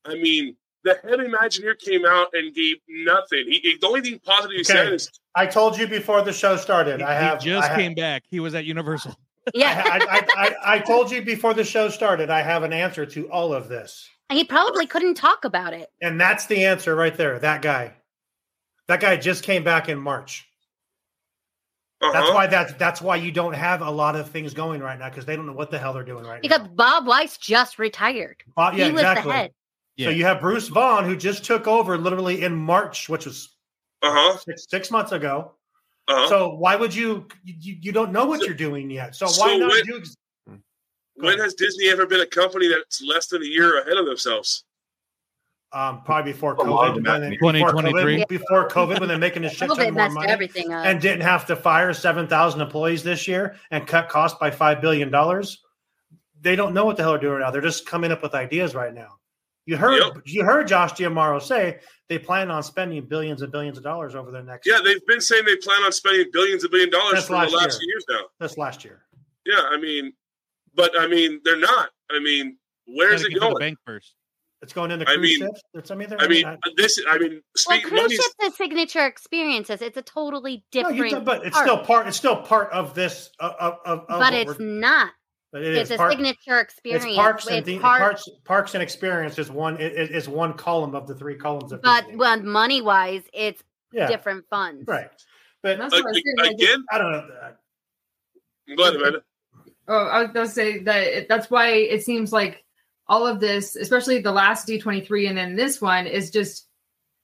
Speaker 1: I mean, the head Imagineer came out and gave nothing. He, he- the only thing positive he said
Speaker 2: Okay.
Speaker 1: is
Speaker 2: I told you before the show started.
Speaker 3: He,
Speaker 2: I have
Speaker 3: he just
Speaker 2: I have-
Speaker 3: came back. He was at Universal.
Speaker 4: Yeah,
Speaker 2: I, I, I, I told you before the show started. I have an answer to all of this,
Speaker 4: he probably couldn't talk about it.
Speaker 2: and that's the answer right there. That guy, that guy just came back in March.
Speaker 1: uh-huh.
Speaker 2: That's why that's that's why you don't have a lot of things going right now because they don't know what the hell they're doing right
Speaker 4: Because
Speaker 2: now.
Speaker 4: Bob Weiss just retired.
Speaker 2: Bob-
Speaker 4: he was the head.
Speaker 3: Yeah.
Speaker 2: So you have Bruce Vaughn who just took over literally in March, which was
Speaker 1: uh-huh,
Speaker 2: six, six months ago.
Speaker 1: uh-huh.
Speaker 2: So why would you, you? You don't know what you're doing yet. So why
Speaker 1: So
Speaker 2: not
Speaker 1: when-
Speaker 2: do? Ex-
Speaker 1: when has Disney ever been a company that's less than a year ahead of themselves?
Speaker 2: um, probably before
Speaker 5: A lot of
Speaker 2: COVID,
Speaker 5: that
Speaker 2: when they- before COVID,
Speaker 3: 2023.
Speaker 2: before COVID, when they're making a shit
Speaker 4: COVID
Speaker 2: ton more
Speaker 4: messed
Speaker 2: money.
Speaker 4: everything up.
Speaker 2: and didn't have to fire 7,000 employees this year and cut costs by $5 billion, they don't know what the hell they're doing right now. They're just coming up with ideas right now. You heard
Speaker 1: Yep.
Speaker 2: you heard Josh Giamaro say they plan on spending billions and billions of dollars over the next
Speaker 1: Yeah, they've been saying they plan on spending billions and billion dollars
Speaker 2: That's
Speaker 1: for the
Speaker 2: last
Speaker 1: last
Speaker 2: year.
Speaker 1: few years now.
Speaker 2: this last year.
Speaker 1: Yeah, I mean, but I mean, they're not. I mean, where's
Speaker 3: Gotta
Speaker 1: it
Speaker 3: get to the
Speaker 1: going?
Speaker 3: bank first.
Speaker 2: It's going into
Speaker 1: I
Speaker 2: cruise
Speaker 1: mean-
Speaker 2: ships. It's, I mean, they're-
Speaker 1: I mean,
Speaker 2: I-
Speaker 1: this. I mean,
Speaker 4: Well,
Speaker 1: speak
Speaker 4: cruise
Speaker 1: money's
Speaker 4: ships and signature experiences. It's a totally
Speaker 2: no,
Speaker 4: different.
Speaker 2: you don't- but it's
Speaker 4: art.
Speaker 2: still part. It's still part of this. Of, of, of of
Speaker 4: but
Speaker 2: what
Speaker 4: it's
Speaker 2: we're-
Speaker 4: not.
Speaker 2: but it
Speaker 4: It's
Speaker 2: is
Speaker 4: a
Speaker 2: part-
Speaker 4: signature experience.
Speaker 2: It's parks and
Speaker 4: It's
Speaker 2: the,
Speaker 4: part-
Speaker 2: parks, parks and experience is one i- i- is, one column of the three columns of
Speaker 4: but
Speaker 2: Disney.
Speaker 4: well, money wise, it's
Speaker 2: yeah,
Speaker 4: different funds.
Speaker 2: right. But
Speaker 6: That's what I said,
Speaker 1: Ag-
Speaker 6: like,
Speaker 1: again.
Speaker 2: I don't know. uh,
Speaker 1: I'm glad about it.
Speaker 6: Oh, I was gonna say that it- that's why it seems like all of this, especially the last D23 and then this one, is just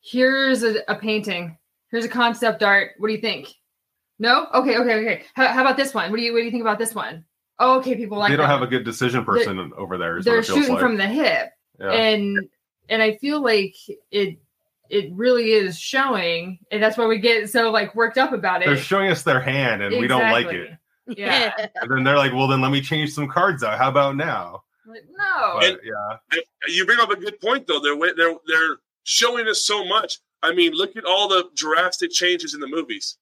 Speaker 6: here's a, a painting, here's a concept art. What do you think? No? Okay, okay, okay. How, how about this one? What do you what do you think about this one? Oh, okay, people like
Speaker 5: they don't
Speaker 6: that.
Speaker 5: have a good decision person over there. Is what
Speaker 6: They're
Speaker 5: it feels
Speaker 6: shooting
Speaker 5: like.
Speaker 6: from the hip.
Speaker 5: yeah.
Speaker 6: And and I feel like it it really is showing, and that's why we get so like worked up about it.
Speaker 5: they're showing us their hand, and we don't like it.
Speaker 6: Exactly. Yeah.
Speaker 5: And then they're like, "Well, then let me change some cards out. How about now?"
Speaker 6: Like, no.
Speaker 5: But
Speaker 1: And-
Speaker 5: yeah,
Speaker 4: Mm-hmm.
Speaker 1: You bring up a good point though. They're wa- they're they're showing us so much. I mean, look at all the drastic changes in the movies.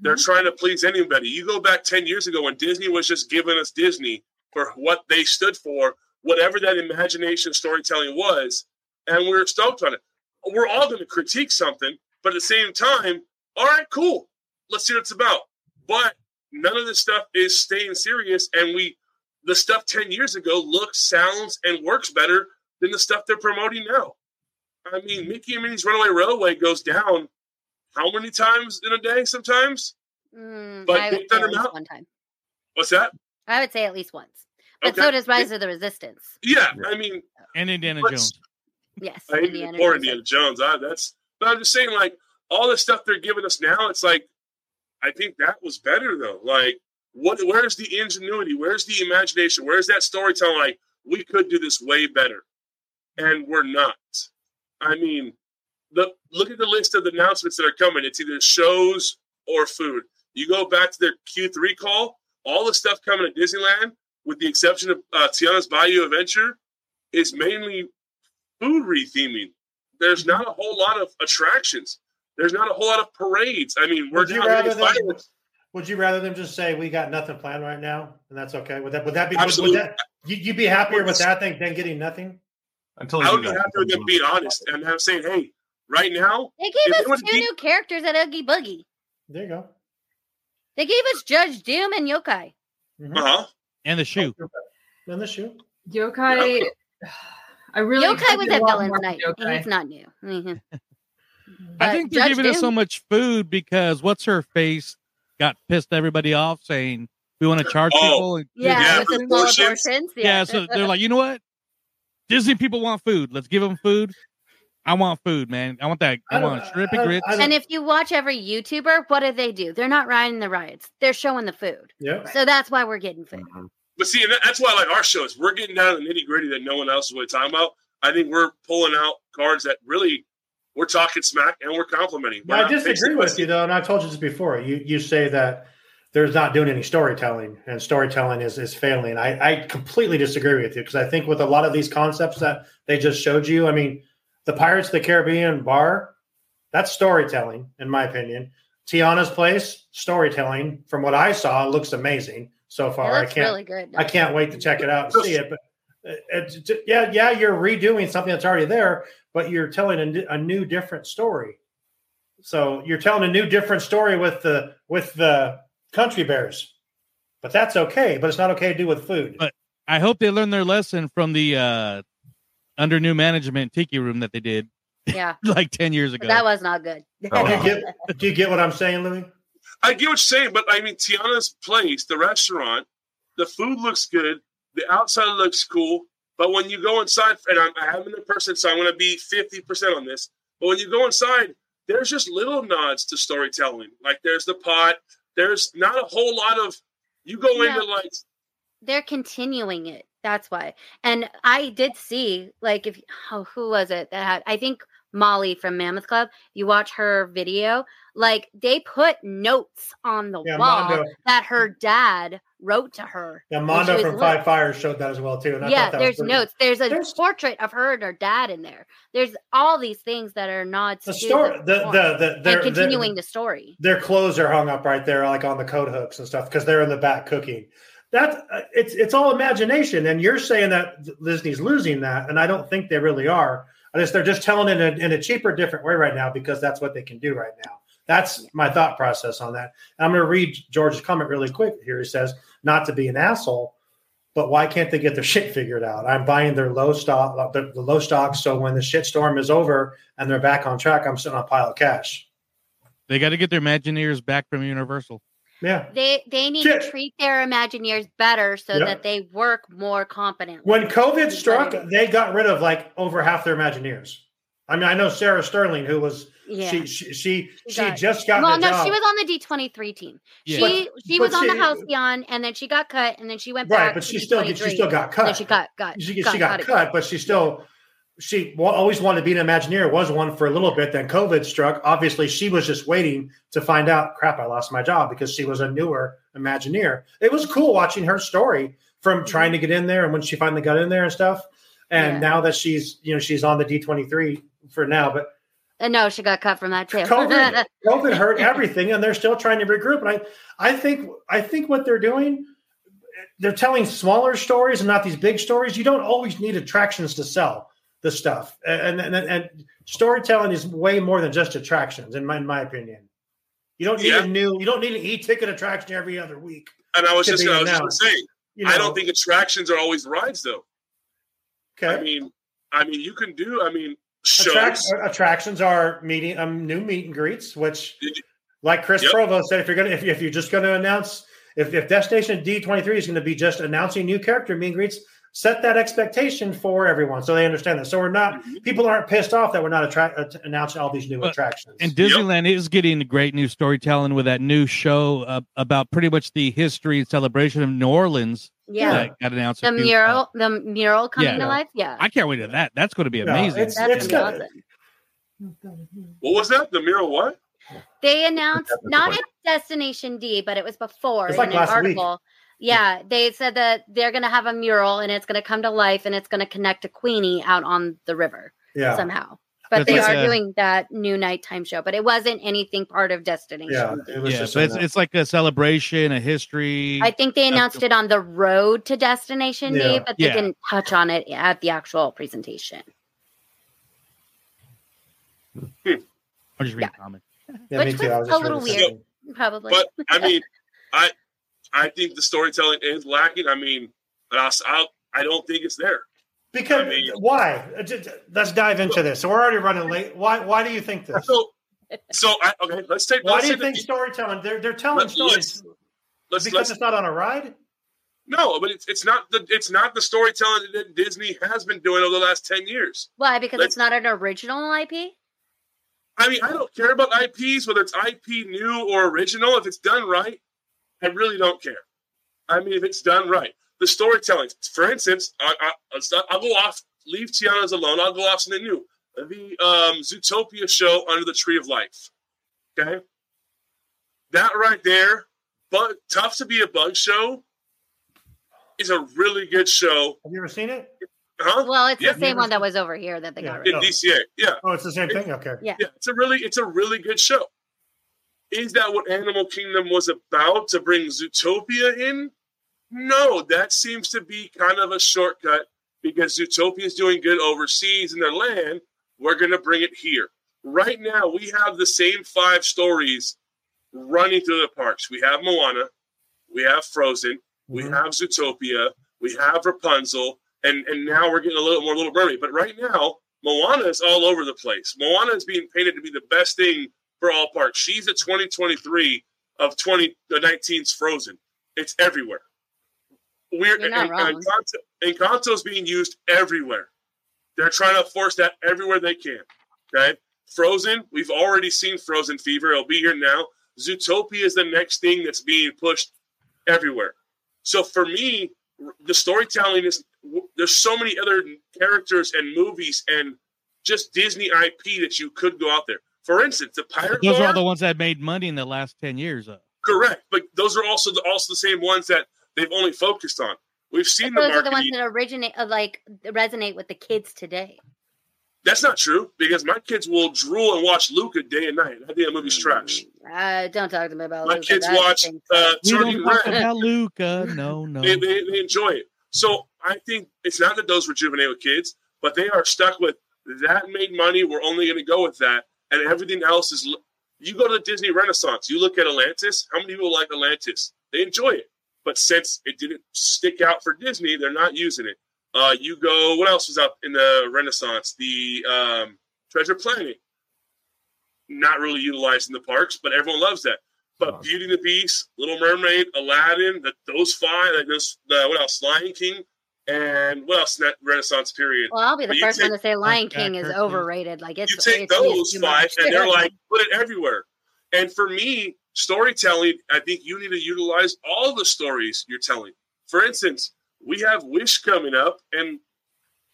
Speaker 1: They're trying to please anybody. You go back ten years ago when Disney was just giving us Disney for what they stood for, whatever that imagination storytelling was, and we were stoked on it. We're all going to critique something, but at the same time, all right, cool. Let's see what it's about. But none of this stuff is staying serious, and we the stuff 10 years ago looks, sounds, and works better than the stuff they're promoting now. I mean, Mickey and Minnie's Runaway Railway goes down how many times in a day sometimes?
Speaker 4: Mm,
Speaker 1: But
Speaker 4: I
Speaker 1: Big
Speaker 4: would say
Speaker 1: Thunder
Speaker 4: at least
Speaker 1: Mountain-
Speaker 4: one time.
Speaker 1: What's that?
Speaker 4: I would say at least once. But
Speaker 1: Okay.
Speaker 4: so does Rise of the Resistance.
Speaker 1: yeah, I mean,
Speaker 3: And Indiana
Speaker 1: Let's-
Speaker 3: Jones.
Speaker 4: Yes.
Speaker 1: I hate
Speaker 4: Indiana
Speaker 1: or
Speaker 4: Jones.
Speaker 1: Indiana Jones. I, that's, but I'm just saying, like, all the stuff they're giving us now, it's like, I think that was better, though. Like, what? where's the ingenuity? Where's the imagination? Where's that storytelling? Like, we could do this way better. And we're not. I mean, the look at the list of the announcements that are coming. It's either shows or food. You go back to their Q3 call, all the stuff coming to Disneyland, with the exception of uh, Tiana's Bayou Adventure, is mainly food retheming. There's not a whole lot of attractions. There's not a whole lot of parades. I mean, we're
Speaker 2: Would you
Speaker 1: not
Speaker 2: rather
Speaker 1: really
Speaker 2: than,
Speaker 1: fireworks.
Speaker 2: would you rather them just say we got nothing planned right now and that's okay? Would that would that be would, would
Speaker 1: Absolutely.
Speaker 2: that you, you'd be happier with that thing than getting nothing?
Speaker 5: until they
Speaker 1: I
Speaker 5: do
Speaker 1: would be
Speaker 5: that,
Speaker 1: happy with them being honest and them saying, "Hey, right now.
Speaker 4: They
Speaker 1: If
Speaker 4: gave
Speaker 1: they
Speaker 4: us
Speaker 1: would've
Speaker 4: two
Speaker 1: beat-
Speaker 4: new characters at Oogie Boogie.
Speaker 2: There you go.
Speaker 4: They gave us Judge Doom and Yokai.
Speaker 2: Mm-hmm.
Speaker 1: Uh huh.
Speaker 3: and the shoe.
Speaker 2: And the shoe.
Speaker 6: Yokai. I really
Speaker 4: Yokai was
Speaker 6: expected a
Speaker 4: at
Speaker 6: lot
Speaker 4: Villains
Speaker 6: more from
Speaker 4: Night. and
Speaker 6: Yokai.
Speaker 4: He's not new. Mhm.
Speaker 3: I
Speaker 4: But
Speaker 3: think they're
Speaker 4: Judge
Speaker 3: giving us so
Speaker 4: Doom-
Speaker 3: much food because what's her face got pissed everybody off saying we want to charge
Speaker 1: Oh.
Speaker 3: people. and-
Speaker 4: Yeah,
Speaker 1: Yeah,
Speaker 4: with the small
Speaker 1: proportions.
Speaker 4: portions. Yeah.
Speaker 3: yeah. So they're like, you know what? Disney people want food. Let's give them food. I want food, man. I want that. I,
Speaker 2: I don't-
Speaker 3: want shrimp and
Speaker 2: I-
Speaker 3: grits.
Speaker 2: I don't-
Speaker 4: and if you watch every YouTuber, what do they do? They're not riding the riots. They're showing the food.
Speaker 2: Yeah.
Speaker 4: So that's why we're getting food.
Speaker 1: But see, and that- that's why I like our shows. We're getting down to the nitty gritty that no one else is really talking about. I think we're pulling out cards that really we're talking smack and we're complimenting. We're
Speaker 2: I
Speaker 1: not
Speaker 2: disagree
Speaker 1: fixing
Speaker 2: with
Speaker 1: it.
Speaker 2: you though, and I told you this before. You you say that there's not doing any storytelling, and storytelling is is failing. I I completely disagree with you because I think with a lot of these concepts that they just showed you, I mean, the Pirates of the Caribbean bar, that's storytelling in my opinion. Tiana's place, storytelling. From what I saw, it looks amazing so
Speaker 4: It
Speaker 2: far. I
Speaker 4: looks
Speaker 2: can't
Speaker 4: really good.
Speaker 2: I can't wait to check it out and see it. But uh, it's, it's- yeah, yeah, you're redoing something that's already there, but you're telling a, n- a new, different story. So you're telling a new, different story with the with the country bears, but that's okay. But it's not okay to do with food.
Speaker 3: But- I hope they learn their lesson from the uh, under new management tiki room that they did
Speaker 4: Yeah,
Speaker 3: like ten years ago.
Speaker 4: that was not good.
Speaker 5: Oh,
Speaker 2: do, you
Speaker 5: wow.
Speaker 2: get, do you get what I'm saying, Louis?
Speaker 1: I get what you're saying, but I mean, Tiana's place, the restaurant, the food looks good, the outside looks cool, but when you go inside, and I'm, I haven't in person, so I'm going to be 50% on this, but when you go inside, there's just little nods to storytelling. Like there's the pot, there's not a whole lot of, you go
Speaker 4: Yeah.
Speaker 1: into like,
Speaker 4: They're continuing it. That's why. And I did see, like, if oh, who was it that had? I think Molly from Mammoth Club. You watch her video, like they put notes on the
Speaker 2: Yeah,
Speaker 4: wall
Speaker 2: Mondo.
Speaker 4: that her dad wrote to her.
Speaker 2: Yeah,
Speaker 4: when
Speaker 2: Mondo
Speaker 4: she was
Speaker 2: from
Speaker 4: little.
Speaker 2: Five Fires showed that as well too. And I
Speaker 4: yeah,
Speaker 2: thought that
Speaker 4: there's
Speaker 2: was pretty-
Speaker 4: notes. There's a
Speaker 2: There's-
Speaker 4: portrait of her and her dad in there. There's all these things that are nods
Speaker 2: The
Speaker 4: to
Speaker 2: story, the
Speaker 4: form
Speaker 2: the the,
Speaker 4: and
Speaker 2: their-
Speaker 4: continuing the story.
Speaker 2: their clothes are hung up right there, like on the coat hooks and stuff, because they're in the back cooking. That's uh, it's it's all imagination, and you're saying that Disney's losing that, and I don't think they really are. I just they're just telling it in a, in a cheaper, different way right now because that's what they can do right now. That's my thought process on that. And I'm going to read George's comment really quick here. He says, "Not to be an asshole, but why can't they get their shit figured out? I'm buying their low stock, uh, the, the low stock, so when the shit storm is over and they're back on track, I'm sitting on a pile of cash."
Speaker 3: They got to get their Imagineers back from Universal.
Speaker 2: Yeah.
Speaker 4: They they need to
Speaker 2: Shit.
Speaker 4: treat their Imagineers better so
Speaker 2: Yep.
Speaker 4: that they work more competently.
Speaker 2: When COVID
Speaker 4: Everybody.
Speaker 2: struck, they got rid of like over half their Imagineers. I mean, I know Sarah Sterling, who was
Speaker 4: yeah.
Speaker 2: she she she,
Speaker 4: She
Speaker 2: she
Speaker 4: got-
Speaker 2: just got
Speaker 4: well,
Speaker 2: the
Speaker 4: no,
Speaker 2: job.
Speaker 4: she was on the D twenty three team.
Speaker 3: Yeah.
Speaker 4: She she
Speaker 2: but
Speaker 4: was on the
Speaker 2: she-
Speaker 4: Halcyon, and then she got cut, and then she went
Speaker 2: right,
Speaker 4: back.
Speaker 2: but
Speaker 4: to
Speaker 2: she still she
Speaker 4: D23.
Speaker 2: still got
Speaker 4: And
Speaker 2: cut.
Speaker 4: then she got got
Speaker 2: she, she got
Speaker 4: again.
Speaker 2: cut, but she still she wa- always wanted to be an Imagineer. Was one for a little bit. Then COVID struck. Obviously, she was just waiting to find out. Crap, I lost my job because she was a newer Imagineer. It was cool watching her story from trying to get in there and when she finally got in there and stuff. And
Speaker 4: Yeah.
Speaker 2: now that she's you know she's on the D twenty three for now, but
Speaker 4: Uh, no, she got cut from that too.
Speaker 2: COVID, COVID hurt everything, and they're still trying to regroup. And I, I think, I think what they're doing, they're telling smaller stories and not these big stories. You don't always need attractions to sell the stuff, and and, and, and storytelling is way more than just attractions, in my in my opinion. You don't need
Speaker 1: Yeah.
Speaker 2: a new, you don't need an e-ticket attraction every other week.
Speaker 1: and I was
Speaker 2: Should
Speaker 1: just
Speaker 2: be
Speaker 1: going to
Speaker 2: announced.
Speaker 1: say,
Speaker 2: You
Speaker 1: I
Speaker 2: know?
Speaker 1: don't think attractions are always rides though.
Speaker 2: Okay.
Speaker 1: I mean, I mean, you can do, I mean, shows.
Speaker 2: Attract- uh, attractions are meeting um, new meet and greets, which,
Speaker 1: Did you-
Speaker 2: like Chris
Speaker 1: Yep.
Speaker 2: Provost said, if you're gonna if, if you're just gonna announce if, if Destination D twenty three is gonna be just announcing new character meet and greets, set that expectation for everyone so they understand that. So we're not people aren't pissed off that we're not attract uh, announcing all these new
Speaker 3: But-
Speaker 2: attractions.
Speaker 3: And Disneyland is getting great new storytelling with that new show uh, about pretty much the history and celebration of New Orleans
Speaker 4: yeah.
Speaker 3: that got announced.
Speaker 4: The
Speaker 3: a few- uh,
Speaker 4: mural, the mural coming
Speaker 3: Yeah.
Speaker 4: to life. Yeah,
Speaker 3: I can't wait to that. That's going to be
Speaker 2: Yeah,
Speaker 3: amazing.
Speaker 2: it's-
Speaker 4: that's
Speaker 2: good.
Speaker 4: awesome.
Speaker 1: What was that? The mural what?
Speaker 4: They announced
Speaker 5: that's a
Speaker 4: not
Speaker 5: point.
Speaker 4: at Destination D, but it was before
Speaker 2: It's like
Speaker 4: in an
Speaker 2: last week.
Speaker 4: article. Yeah, they said that they're going to have a mural and it's going to come to life and it's going to connect to Queenie out on the river
Speaker 2: yeah.
Speaker 4: somehow. But
Speaker 3: That's
Speaker 4: they
Speaker 3: like
Speaker 4: are
Speaker 3: a-
Speaker 4: doing that new nighttime show, but it wasn't anything part of Destination.
Speaker 2: yeah, it was
Speaker 3: yeah,
Speaker 2: just
Speaker 3: but it's,
Speaker 2: something
Speaker 3: it's like a celebration, a history.
Speaker 4: I think they
Speaker 3: That's
Speaker 4: announced
Speaker 3: the-
Speaker 4: it on the road to Destination
Speaker 2: Yeah.
Speaker 4: D, but they
Speaker 3: Yeah.
Speaker 4: didn't touch on it at the actual presentation.
Speaker 3: I'm just reading comments.
Speaker 2: Yeah,
Speaker 4: Which
Speaker 2: me too.
Speaker 4: was
Speaker 2: I was
Speaker 4: a
Speaker 2: just
Speaker 4: little
Speaker 2: reading
Speaker 4: weird.
Speaker 2: something.
Speaker 4: probably.
Speaker 1: But I mean, I I think the storytelling is lacking. I mean, but I I, I don't think it's there.
Speaker 2: Because
Speaker 1: I mean-
Speaker 2: why? Uh, j- j- Let's dive into this. So we're already running late. Why? Why do you think this?
Speaker 1: So so I, okay, let's take.
Speaker 2: Why
Speaker 1: let's
Speaker 2: do you
Speaker 1: take the-
Speaker 2: think storytelling? They're they're telling
Speaker 1: Let's,
Speaker 2: stories
Speaker 1: let's, let's,
Speaker 2: because
Speaker 1: let's
Speaker 2: it's not on a ride.
Speaker 1: no, but it's, it's not the it's not the storytelling that Disney has been doing over the last ten years.
Speaker 4: Why? Because
Speaker 1: Let's-
Speaker 4: it's not an original IP.
Speaker 1: I mean, I don't care about IPs, whether it's IP new or original. If it's done right, I really don't care. I mean, if it's done right, the storytelling. For instance, I, I, I'll stop- I'll go off. Leave Tiana's alone. I'll go off something new. The um, Zootopia show, Under the Tree of Life. Okay, that right there. But tough to be a bug show is a really good show,
Speaker 2: Have you ever seen it?
Speaker 1: huh?
Speaker 4: Well, it's
Speaker 1: Yeah,
Speaker 4: the same one that was over here that they
Speaker 2: Yeah.
Speaker 4: got rid
Speaker 1: In
Speaker 4: of.
Speaker 1: DCA, yeah.
Speaker 2: Oh, it's the same thing. Okay.
Speaker 1: yeah, it's a really it's a really good show. Is that what Animal Kingdom was about to bring Zootopia in? No, that seems to be kind of a shortcut because Zootopia is doing good overseas in their land. We're going to bring it here. Right now, we have the same five stories running through the parks. We have Moana, we have Frozen, we
Speaker 2: Mhm.
Speaker 1: have Zootopia, we have Rapunzel, and and now we're getting a little more Little Mermaid. But right now, Moana is all over the place. Moana is being painted to be the best thing for all parks. She's a 2023 of 20 the 19's Frozen. It's everywhere. We're
Speaker 4: You're not
Speaker 1: and,
Speaker 4: wrong.
Speaker 1: and Encanto- Encanto's being used everywhere. They're trying to force that everywhere they can. Okay, Frozen. We've already seen Frozen Fever. It'll be here now. Zootopia is the next thing that's being pushed everywhere. So for me, r- the storytelling is w- there's so many other characters and movies and just Disney IP that you could go out there. For instance, the Pirate
Speaker 3: Those are all
Speaker 1: Bar,
Speaker 3: the ones that made money in the last ten years. Though.
Speaker 1: correct, but those are also the, also the same ones that they've only focused on. We've seen the
Speaker 4: Those are
Speaker 1: marketing.
Speaker 4: the ones that originate, uh, like resonate with the kids today.
Speaker 1: That's not true because my kids will drool and watch Luca day and night. That damn movie's trash.
Speaker 4: Uh, don't talk to me about
Speaker 1: My
Speaker 4: Luca.
Speaker 1: kids
Speaker 4: That
Speaker 1: watch
Speaker 4: stinks.
Speaker 1: uh,
Speaker 3: We
Speaker 1: Turning
Speaker 3: don't talk
Speaker 1: Red.
Speaker 3: about Luca. No, no.
Speaker 1: They, they, they enjoy it. So I think it's not that those rejuvenate with kids, but they are stuck with that made money. We're only going to go with that, and everything else is. l- You go to the Disney Renaissance. You look at Atlantis. How many people like Atlantis? They enjoy it, but since it didn't stick out for Disney, they're not using it. Uh, you go. What else was up in the Renaissance? The um, Treasure Planet. Not really utilized in the parks, but everyone loves that. But
Speaker 5: Oh.
Speaker 1: Beauty and the Beast, Little Mermaid, Aladdin, that those five, like those, the, what else? Lion King, and what else in that Renaissance period?
Speaker 4: well, I'll be the
Speaker 1: but you
Speaker 4: first one to say Lion
Speaker 3: Jack
Speaker 4: King is
Speaker 3: Kirby.
Speaker 4: overrated. Like it's
Speaker 1: you take
Speaker 4: it's used
Speaker 1: those
Speaker 4: too
Speaker 1: five
Speaker 4: much.
Speaker 1: and they're like put it everywhere and for me storytelling i think you need to utilize all the stories you're telling for instance we have wish coming up and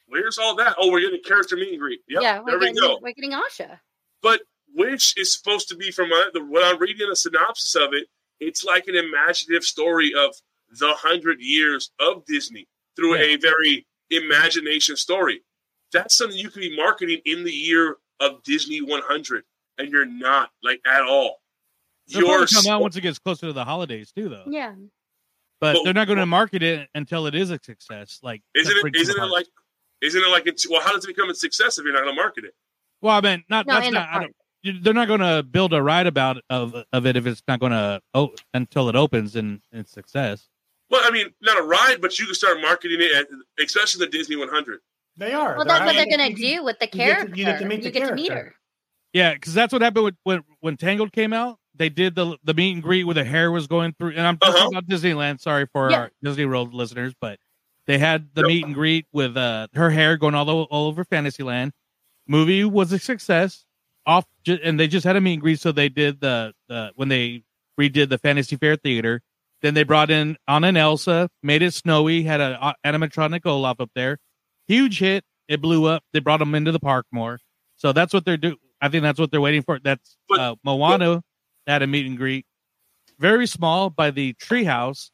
Speaker 1: where's all that oh we're getting a character meet and greet yep,
Speaker 4: yeah,
Speaker 1: there
Speaker 4: we're
Speaker 1: we
Speaker 4: getting,
Speaker 1: go
Speaker 4: we're getting Asha.
Speaker 1: but which is supposed to be from uh, the, what I'm reading the synopsis of it. It's like an imaginative story of the hundred years of Disney through a very imagination story. That's something you could be marketing in the year of Disney 100, and you're not like at all.
Speaker 3: They'll probably
Speaker 1: You're
Speaker 3: come out
Speaker 1: so-
Speaker 3: once it gets closer to the holidays too, though.
Speaker 4: Yeah,
Speaker 3: But
Speaker 1: But-
Speaker 3: they're not going to market it until it is a success. Like
Speaker 1: isn't
Speaker 3: for
Speaker 1: it? Isn't it
Speaker 3: parks.
Speaker 1: like? Isn't it like? It's, well, how does it become a success if you're not going to market it?
Speaker 3: Well, I mean, not
Speaker 4: no,
Speaker 3: that's
Speaker 4: in the
Speaker 3: not. I
Speaker 4: park.
Speaker 3: don't- you- they're not going to build a ride about of of it if it's not going to oh until it opens and it's success.
Speaker 1: Well, I mean, not a ride, but you can start marketing it, at, especially the Disney 100.
Speaker 2: They are.
Speaker 4: Well, that's what they're
Speaker 2: hiding-
Speaker 4: gonna do with the
Speaker 2: you get to-
Speaker 4: character.
Speaker 2: you get to meet the character.
Speaker 4: her.
Speaker 3: Yeah, because that's what happened with, when when Tangled came out. They did the the meet and greet where the hair was going through, and I'm talking
Speaker 1: Uh-huh.
Speaker 3: about Disneyland. Sorry for
Speaker 4: Yeah.
Speaker 3: our Disney World listeners, but they had the
Speaker 1: Yep.
Speaker 3: meet and greet with uh, her hair going all, o- all over Fantasyland. Movie was a success. Off, ju- and they just had a meet and greet, so they did the, the when they redid the Fantasy Fair Theater. Then they brought in Anna and Elsa, made it snowy, had an animatronic Olaf up there. Huge hit. It blew up. They brought them into the park more. So that's what they're do. I think that's what they're waiting for. That's
Speaker 1: But-
Speaker 3: uh, Moana had a meet and greet, very small by the treehouse,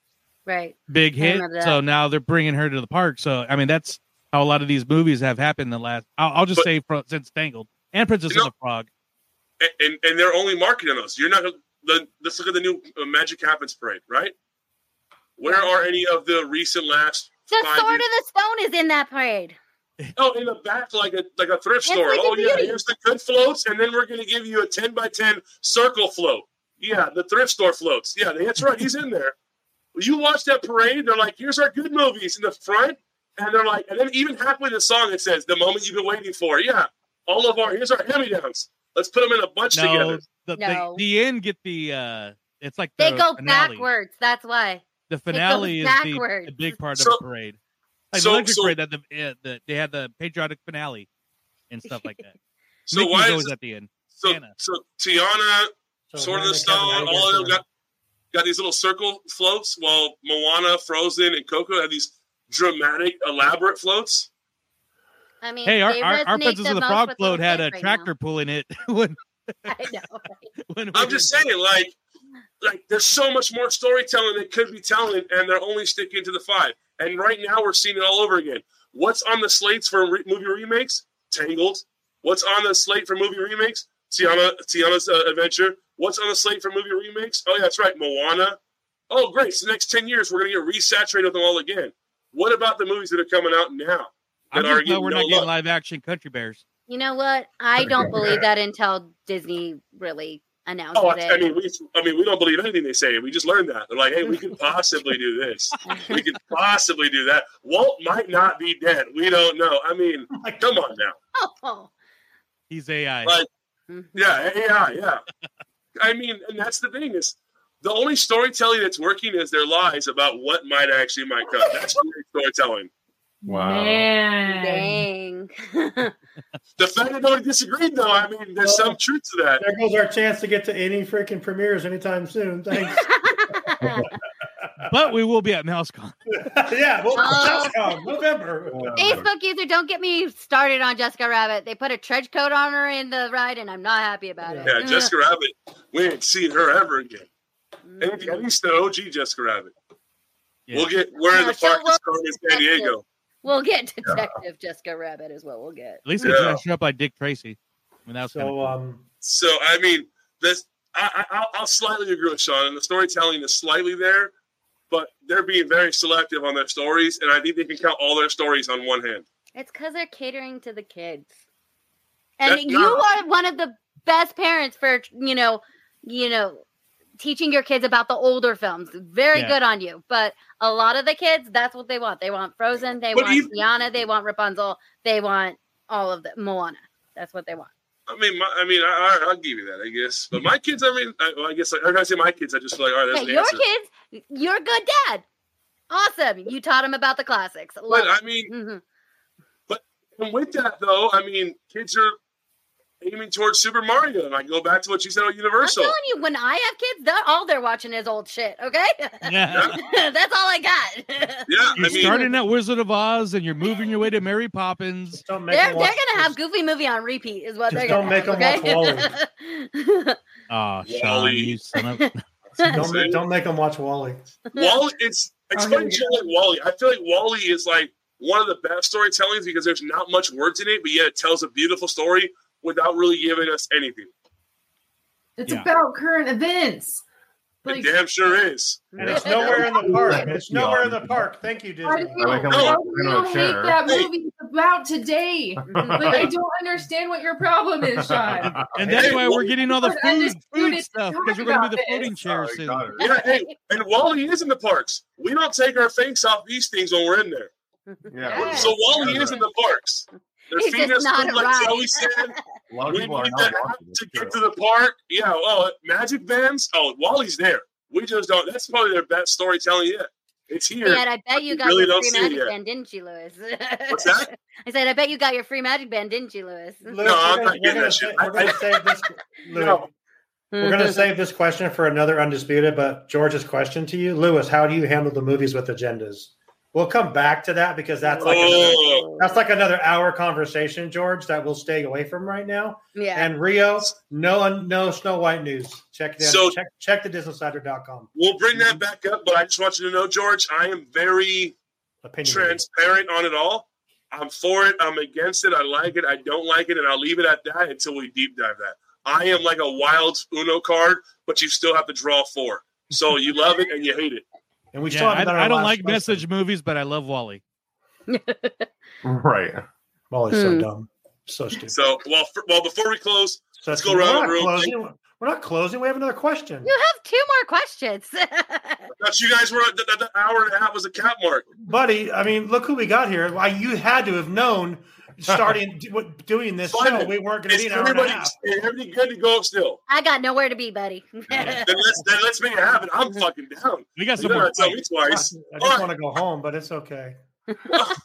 Speaker 4: Right.
Speaker 3: big
Speaker 4: I
Speaker 3: hit.
Speaker 4: remember that.
Speaker 3: So now they're bringing her to the park. So I mean, that's how a lot of these movies have happened. The last, I'll, I'll just
Speaker 1: But-
Speaker 3: say from, since Tangled and Princess
Speaker 1: You know-
Speaker 3: and the Frog.
Speaker 1: and and, and they're only marketing those. You're not. The, let's look at the new uh, Magic Happens parade, right? Where are any of the recent last?
Speaker 4: The
Speaker 1: Five
Speaker 4: Sword of
Speaker 1: years-
Speaker 4: the Stone is in that parade.
Speaker 1: Oh, in the back, like a like a thrift
Speaker 4: It's
Speaker 1: store.
Speaker 4: like a
Speaker 1: oh yeah,
Speaker 4: beauty.
Speaker 1: here's the good floats, and then we're gonna give you a ten by ten circle float. Yeah, the thrift store floats. Yeah, that's right. He's in there. You watch that parade. They're like, here's our good movies in the front, and they're like, and then even halfway the song it says the moment you've been waiting for. Yeah, all of our here's our hand me downs. Let's put them in a bunch
Speaker 3: No,
Speaker 1: together.
Speaker 3: the,
Speaker 4: No.
Speaker 3: the the end get the uh it's like
Speaker 4: They
Speaker 3: the
Speaker 4: go
Speaker 3: finale.
Speaker 4: backwards. That's why.
Speaker 3: The finale is the,
Speaker 4: backwards.
Speaker 3: the big part
Speaker 1: So-
Speaker 3: of the parade. Like
Speaker 1: so-
Speaker 3: the electric
Speaker 1: so-
Speaker 3: parade that the, uh, the they had the patriotic finale and stuff like that.
Speaker 1: So
Speaker 3: Mickey's
Speaker 1: why
Speaker 3: always
Speaker 1: is
Speaker 3: at the end?
Speaker 1: so
Speaker 3: Tiana.
Speaker 1: so Tiana Sword of the Stone, all of them
Speaker 2: got.
Speaker 1: got got these little circle floats, while Moana, Frozen, and Coco have these dramatic, elaborate floats.
Speaker 4: I mean,
Speaker 3: Hey, our
Speaker 4: they
Speaker 3: our, our
Speaker 4: resonate
Speaker 3: Princess
Speaker 4: the
Speaker 3: of the
Speaker 4: most
Speaker 3: Frog
Speaker 4: with
Speaker 3: float
Speaker 4: little
Speaker 3: had a
Speaker 4: kids right
Speaker 3: tractor pulling it when,
Speaker 4: now. I know. right?
Speaker 3: when
Speaker 1: I'm
Speaker 3: we
Speaker 1: just
Speaker 3: were-
Speaker 1: saying, like, like there's so much more storytelling they could be telling, and they're only sticking to the five. And right now, we're seeing it all over again. What's on the slates for re- movie remakes? Tangled. What's on the slate for movie remakes? Tiana, Tiana's uh, Adventure. What's on the slate for movie remakes? Oh yeah, that's right, Moana. Oh great, so the next ten years we're gonna get resaturated with them all again. What about the movies that are coming out now?
Speaker 3: I'm
Speaker 1: that
Speaker 3: just
Speaker 1: are
Speaker 3: glad
Speaker 1: getting
Speaker 3: we're
Speaker 1: no
Speaker 3: not getting
Speaker 1: love.
Speaker 3: live action country bears.
Speaker 4: You know what? I don't believe that until Disney really announces
Speaker 1: Oh,
Speaker 4: it.
Speaker 1: I, I mean, we, I mean, we don't believe anything they say. We just learned that. They're like, hey, we could possibly do this. We could possibly do that. Walt might not be dead. We don't know. I mean, come on now.
Speaker 4: Oh.
Speaker 3: He's AI.
Speaker 1: Like-
Speaker 4: Mhm.
Speaker 1: Yeah, yeah, yeah. I mean, and that's the thing is, the only storytelling that's working is their lies about what might actually might come. That's great storytelling.
Speaker 5: Wow.
Speaker 6: Man.
Speaker 4: Dang.
Speaker 1: Oh, The fact that nobody disagreed, though, I mean, there's some truth to that.
Speaker 2: There goes our chance to get to any freaking premieres anytime soon. Thanks.
Speaker 1: uh,
Speaker 3: but we will be at MouseCon.
Speaker 2: yeah, well,
Speaker 4: Oh.
Speaker 2: that's gone. November.
Speaker 4: Facebook user, don't get me started on Jessica Rabbit. They put a trench coat on her in the ride, and I'm not happy about it.
Speaker 1: Yeah, Jessica Rabbit, we ain't seen her ever again.
Speaker 4: Mm.
Speaker 1: And at least the OG Jessica Rabbit.
Speaker 3: Yeah.
Speaker 1: We'll get where in
Speaker 4: No,
Speaker 1: the park
Speaker 4: she'll
Speaker 1: is Carmen San Diego.
Speaker 4: We'll get Detective Jessica Rabbit is what we'll get.
Speaker 3: At least we
Speaker 1: Yeah.
Speaker 3: dressed her up like Dick Tracy. I mean, that was kinda
Speaker 2: So,
Speaker 3: cool.
Speaker 2: um,
Speaker 1: So I mean, this I, I I'll- I'll slightly agree with Sean, and the storytelling is slightly there, but they're being very selective on their stories, and I think they can count all their stories on one hand.
Speaker 4: It's because they're catering to the kids, and
Speaker 1: That's
Speaker 4: you
Speaker 1: not-
Speaker 4: are one of the best parents for you know, you know, teaching your kids about the older films. Very
Speaker 3: Yeah.
Speaker 4: good on you. But a lot of the kids, that's what they want. They want Frozen. They
Speaker 1: But
Speaker 4: want
Speaker 1: even-
Speaker 4: Tiana. They want Rapunzel. They want all of the Moana. That's what they want.
Speaker 1: I mean, my, I mean, I, I, I'll give you that, I guess. But my kids, I mean, I, well, I guess like, every time I say my kids, I just feel like, all right,
Speaker 4: But
Speaker 1: there's an
Speaker 4: your
Speaker 1: answer.
Speaker 4: kids, you're a good dad. Awesome. You taught them about the classics. Love
Speaker 1: But I mean,
Speaker 4: Mhm.
Speaker 1: And with that, though, I mean, kids are aiming towards Super Mario, and I go back to what you said on
Speaker 4: I'm
Speaker 1: Universal.
Speaker 4: telling you, when I have kids, they're, all they're watching is old shit. Okay,
Speaker 3: Yeah.
Speaker 4: that's all I got.
Speaker 1: Yeah, I
Speaker 3: You're
Speaker 1: mean,
Speaker 3: starting at Wizard of Oz and you're moving your way to Mary Poppins.
Speaker 2: just don't make
Speaker 4: They're, they're
Speaker 2: them watch-
Speaker 4: gonna have Goofy movie on repeat, is what
Speaker 2: Just
Speaker 4: they're
Speaker 2: don't
Speaker 4: gonna
Speaker 2: make
Speaker 4: have,
Speaker 2: 'em watch
Speaker 4: okay?
Speaker 3: Oh,
Speaker 1: Wall-E.
Speaker 3: Sean, you son of
Speaker 2: Don't, make- don't make them watch Wally.
Speaker 1: Wally, it's
Speaker 6: Oh,
Speaker 1: explain
Speaker 6: here
Speaker 1: to like Wally. I feel like Wally is like one of the best storytellings because there's not much words in it, but yet it tells a beautiful story without really giving us anything.
Speaker 6: It's
Speaker 3: Yeah.
Speaker 6: about current events.
Speaker 1: It
Speaker 6: Like,
Speaker 1: damn sure is.
Speaker 2: And it's nowhere in the park. It's nowhere in the park. Thank you,
Speaker 6: why do
Speaker 2: Disney.
Speaker 6: you,
Speaker 5: like how
Speaker 6: why
Speaker 1: we-
Speaker 6: do
Speaker 5: I
Speaker 6: you
Speaker 5: don't
Speaker 6: hate
Speaker 5: care.
Speaker 6: that movie It's about today? Like, I don't understand what your problem is, Sean.
Speaker 5: Oh,
Speaker 3: a. And that's why we're getting all the
Speaker 6: But I
Speaker 3: food,
Speaker 6: just
Speaker 3: food
Speaker 6: couldn't
Speaker 3: stuff
Speaker 6: talk
Speaker 3: because we're going to
Speaker 6: about
Speaker 3: do the
Speaker 6: this.
Speaker 3: floating chair
Speaker 5: Sorry,
Speaker 3: soon.
Speaker 5: got it.
Speaker 1: Yeah, hey, and Wally is in the parks. We don't take our face off these things when we're in there.
Speaker 5: Yeah.
Speaker 1: So Wally is in the parks. They're
Speaker 4: He's
Speaker 1: feeding us
Speaker 4: just not
Speaker 1: food, like
Speaker 4: around.
Speaker 1: Joey said.
Speaker 5: A lot of
Speaker 1: We
Speaker 5: people are
Speaker 1: need
Speaker 5: not
Speaker 1: that
Speaker 5: watching
Speaker 1: to
Speaker 5: this
Speaker 1: get to the park. Yeah. Oh, magic bands. Oh, Wally's there. We just don't. That's probably their best storytelling yet. It's here.
Speaker 4: Yet I bet you got
Speaker 1: really
Speaker 4: your
Speaker 1: don't
Speaker 4: free
Speaker 1: see it
Speaker 4: magic
Speaker 1: yet.
Speaker 4: band, didn't you, Lewis?
Speaker 1: What's that?
Speaker 4: I said, I bet you got your free magic band, didn't you, Lewis?
Speaker 2: Lou,
Speaker 1: No, I'm not
Speaker 2: we're gonna,
Speaker 1: getting
Speaker 2: we're gonna,
Speaker 1: that
Speaker 2: sa-
Speaker 1: shit.
Speaker 2: we're gonna save this. Lou,
Speaker 1: No.
Speaker 2: We're
Speaker 4: Mm-hmm.
Speaker 2: gonna save this question for another undisputed. But George's question to you, Lewis, how do you handle the movies with agendas? We'll come back to that because that's like another,
Speaker 1: Oh.
Speaker 2: that's like another hour conversation, George. That we'll stay away from right now.
Speaker 4: yeah.
Speaker 2: And Rio, no, no Snow White news. Check the
Speaker 1: So-
Speaker 2: check check the DisneySider.com
Speaker 1: We'll bring that back up, but I just want you to know, George, I am very
Speaker 2: opinion.
Speaker 1: transparent on it all. I'm for it. I'm against it. I like it. I don't like it. And I'll leave it at that until we deep dive that. I am like a wild Uno card, but you still have to draw four. So you love it and you hate it.
Speaker 2: And we
Speaker 3: Yeah,
Speaker 2: still haven't done our
Speaker 3: I, I don't
Speaker 2: last
Speaker 3: like
Speaker 2: question.
Speaker 3: message movies, but I love Wally.
Speaker 5: Right.
Speaker 2: Molly's so
Speaker 4: Hmm.
Speaker 2: dumb, so stupid.
Speaker 1: So, well, for, well, before we close,
Speaker 2: So
Speaker 1: let's go around
Speaker 2: we're
Speaker 1: the room.
Speaker 2: not Closing. We're not closing. We have another question.
Speaker 4: You have two more questions.
Speaker 1: that you guys were the, the hour and a half was a cap mark.
Speaker 2: buddy. I mean, look who we got here. Why you had to have known starting do- what- doing this
Speaker 1: Simon,
Speaker 2: show, we weren't going to
Speaker 1: Is
Speaker 2: be an hour and a
Speaker 1: everybody,
Speaker 2: half.
Speaker 1: is everybody good to go still?
Speaker 4: I got nowhere to be, buddy.
Speaker 1: then let's then let's make it happen. I'm fucking down.
Speaker 3: We got
Speaker 1: You
Speaker 3: some more.
Speaker 1: gotta tell me
Speaker 2: I
Speaker 1: twice.
Speaker 2: just
Speaker 1: All right.
Speaker 2: want to go home, but it's okay. I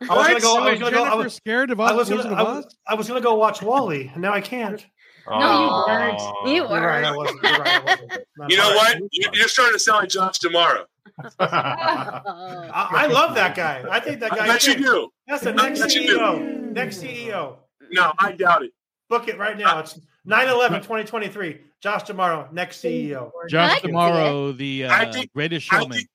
Speaker 2: was
Speaker 3: What?
Speaker 2: going to go. I was going to go. I
Speaker 3: So is Jennifer
Speaker 2: was,
Speaker 3: scared of
Speaker 2: I
Speaker 3: all
Speaker 2: was
Speaker 3: Wizard
Speaker 2: gonna,
Speaker 3: of
Speaker 2: I was,
Speaker 3: Oz?
Speaker 2: I was gonna go watch Wally, and now I can't.
Speaker 5: Oh.
Speaker 4: No,
Speaker 6: you
Speaker 4: you
Speaker 2: You're right, I
Speaker 4: were.
Speaker 2: wasn't. You're right, I wasn't. No,
Speaker 1: You
Speaker 2: no,
Speaker 1: know
Speaker 2: I-
Speaker 1: what? You- You're starting to sound like Josh tomorrow.
Speaker 4: Oh.
Speaker 2: I, I love that guy. I think that
Speaker 1: I
Speaker 2: guy.
Speaker 1: bet you
Speaker 2: should-
Speaker 1: do.
Speaker 2: That's the
Speaker 1: I
Speaker 2: next
Speaker 1: bet you do.
Speaker 2: CEO. Next CEO.
Speaker 1: No, I doubt it.
Speaker 2: Book it right now. It's 9 11 2023. Josh tomorrow, next E CEO.
Speaker 4: I
Speaker 3: Josh
Speaker 4: can see
Speaker 3: tomorrow, the
Speaker 1: I
Speaker 3: uh,
Speaker 1: think-
Speaker 3: greatest
Speaker 1: I
Speaker 3: showman.
Speaker 1: think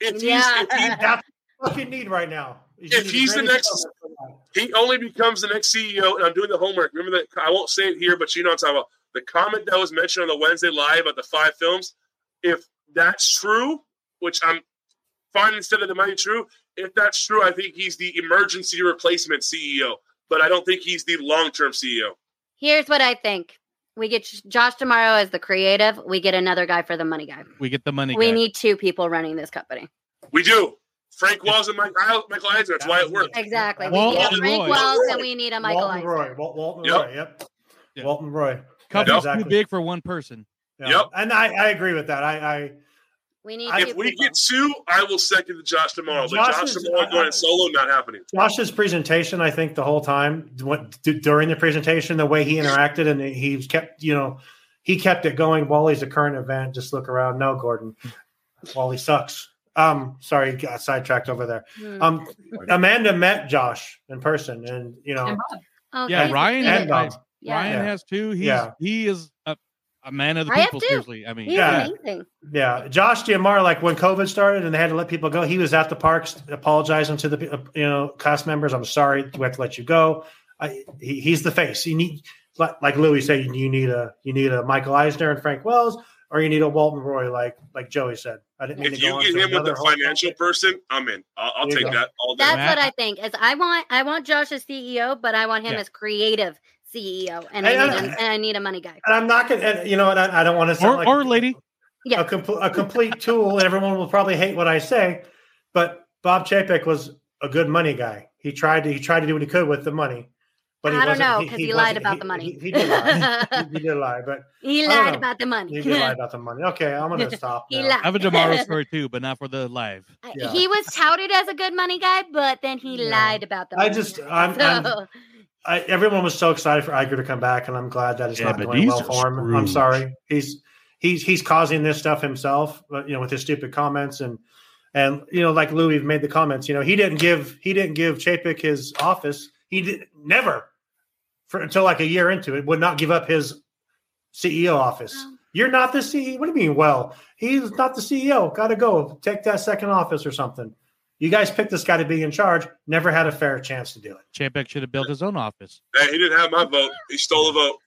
Speaker 1: if he's
Speaker 4: Yeah.
Speaker 2: That's what you need right now. You
Speaker 1: If
Speaker 2: need
Speaker 1: he's the
Speaker 2: greatest
Speaker 1: next-
Speaker 2: CEO.
Speaker 1: if he, he only becomes the next CEO, and I'm doing the homework. Remember that I won't say it here, but you know what I'm talking about. The comment that was mentioned on the Wednesday live about the five films. If that's true, which I'm fine instead of the money true, if that's true, I think he's the emergency replacement CEO. But I don't think he's the E long term CEO.
Speaker 4: Here's what I think. We get Josh tomorrow as the creative. We get another guy for the money guy.
Speaker 3: We get the money.
Speaker 4: We
Speaker 3: guy.
Speaker 4: need two people running this company.
Speaker 1: We do. Frank Wells and Mike, Michael Eisner. That's why it worked.
Speaker 4: Exactly. We
Speaker 3: Walt
Speaker 4: need a
Speaker 3: and
Speaker 4: Frank
Speaker 3: Roy.
Speaker 4: Wells and we need a Michael
Speaker 2: Walton
Speaker 4: Eisner.
Speaker 2: Roy. Walt, Walton
Speaker 1: Yep.
Speaker 2: Roy. Yep.
Speaker 3: Yeah.
Speaker 2: Walton Roy.
Speaker 3: Company's too
Speaker 2: Exactly.
Speaker 3: big for one person.
Speaker 2: Yeah.
Speaker 1: Yep.
Speaker 2: And I, I agree with that. I,
Speaker 4: We need
Speaker 2: I-
Speaker 4: two
Speaker 1: If we
Speaker 4: people.
Speaker 1: get two, I will second the Josh tomorrow. But
Speaker 2: Josh
Speaker 1: Josh
Speaker 2: is- uh,
Speaker 1: tomorrow going solo, not happening.
Speaker 2: I Josh's presentation, I think the whole time what, d- during the presentation, the way he interacted and he kept, you know, he kept it going. Wally's the current event. Just look around. No, Gordon. Wally sucks. Um, sorry, got sidetracked over there.
Speaker 4: Hmm.
Speaker 2: Um, Amanda met Josh in person, and you know,
Speaker 6: And Bob.
Speaker 4: Oh,
Speaker 3: yeah,
Speaker 4: he's
Speaker 3: Ryan
Speaker 4: the-
Speaker 2: and
Speaker 3: and-
Speaker 2: Bob.
Speaker 4: Yeah.
Speaker 3: Ryan
Speaker 2: Yeah.
Speaker 3: has two. He's,
Speaker 2: Yeah.
Speaker 3: He is a, a man of the
Speaker 4: I have
Speaker 3: people,
Speaker 4: two.
Speaker 3: seriously. I mean,
Speaker 4: He's
Speaker 2: Yeah.
Speaker 4: amazing.
Speaker 2: Yeah, Josh Diamar, like when COVID started and they had to let people go, he was at the parks apologizing to the uh, you know cast members. I'm sorry, we have to let you go. I, he, he's the face. You need like, like Louis said, you need a you need a Michael Eisner and Frank Wells, or you need a Walton Roy, like like Joey said. I didn't mean
Speaker 1: If
Speaker 2: to go
Speaker 1: you
Speaker 2: on
Speaker 1: get
Speaker 2: to
Speaker 1: him with
Speaker 2: another
Speaker 1: a
Speaker 2: whole
Speaker 1: financial
Speaker 2: topic.
Speaker 1: person, I'm in. I'll, I'll
Speaker 2: There you
Speaker 1: take
Speaker 2: go.
Speaker 1: that all day.
Speaker 4: That's
Speaker 3: Matt-
Speaker 4: what I think. Is I want I want Josh as CEO, but I want him
Speaker 3: Yeah.
Speaker 4: as creative CEO, and
Speaker 2: Hey, uh,
Speaker 4: I need
Speaker 2: I-
Speaker 4: him, and I need a money guy.
Speaker 2: And I'm not gonna, and, you know, and I, I don't want to sound
Speaker 3: or,
Speaker 2: like
Speaker 3: or lady.
Speaker 4: Yeah.
Speaker 2: a, compl- a complete tool. Everyone will probably hate what I say, but Bob Chapek was a good money guy. He tried to he tried to do what he could with the money, but he
Speaker 4: I don't
Speaker 2: wasn't-
Speaker 4: know because he, lied
Speaker 2: wasn't-
Speaker 4: about the
Speaker 2: He,
Speaker 4: money.
Speaker 2: he did lie. he, he did lie, but
Speaker 4: He
Speaker 2: I don't
Speaker 4: lied
Speaker 2: know.
Speaker 4: about the money.
Speaker 2: he did lie about the money. Okay, I'm gonna stop.
Speaker 4: He
Speaker 2: now.
Speaker 4: lied.
Speaker 3: I have a Demaro story too, but not for the live.
Speaker 4: I-
Speaker 2: Yeah.
Speaker 4: He was touted as a good money guy, but then he
Speaker 2: Yeah.
Speaker 4: lied about the
Speaker 2: I
Speaker 4: money.
Speaker 2: just- I'm- I'm-
Speaker 4: So,
Speaker 2: I, everyone was so excited for Iger to come back, and I'm glad that it's
Speaker 3: Yeah,
Speaker 2: not
Speaker 3: but
Speaker 2: going well
Speaker 3: these are
Speaker 2: for him. I'm
Speaker 3: Scrooge.
Speaker 2: sorry. He's he's he's causing this stuff himself, but, you know, with his stupid comments and and you know, like Louis made the comments. You know, he didn't give he didn't give Chapek his office. He did never for until like a year into it would not give up his CEO office.
Speaker 4: Well.
Speaker 2: You're not the CEO. What do you mean? Well, he's not the CEO. Got to go take that second office or something. You guys picked this guy to be in charge. Never had a fair chance to do it.
Speaker 3: Chapek should have built his own office.
Speaker 1: Hey, he didn't have my vote. He stole a vote.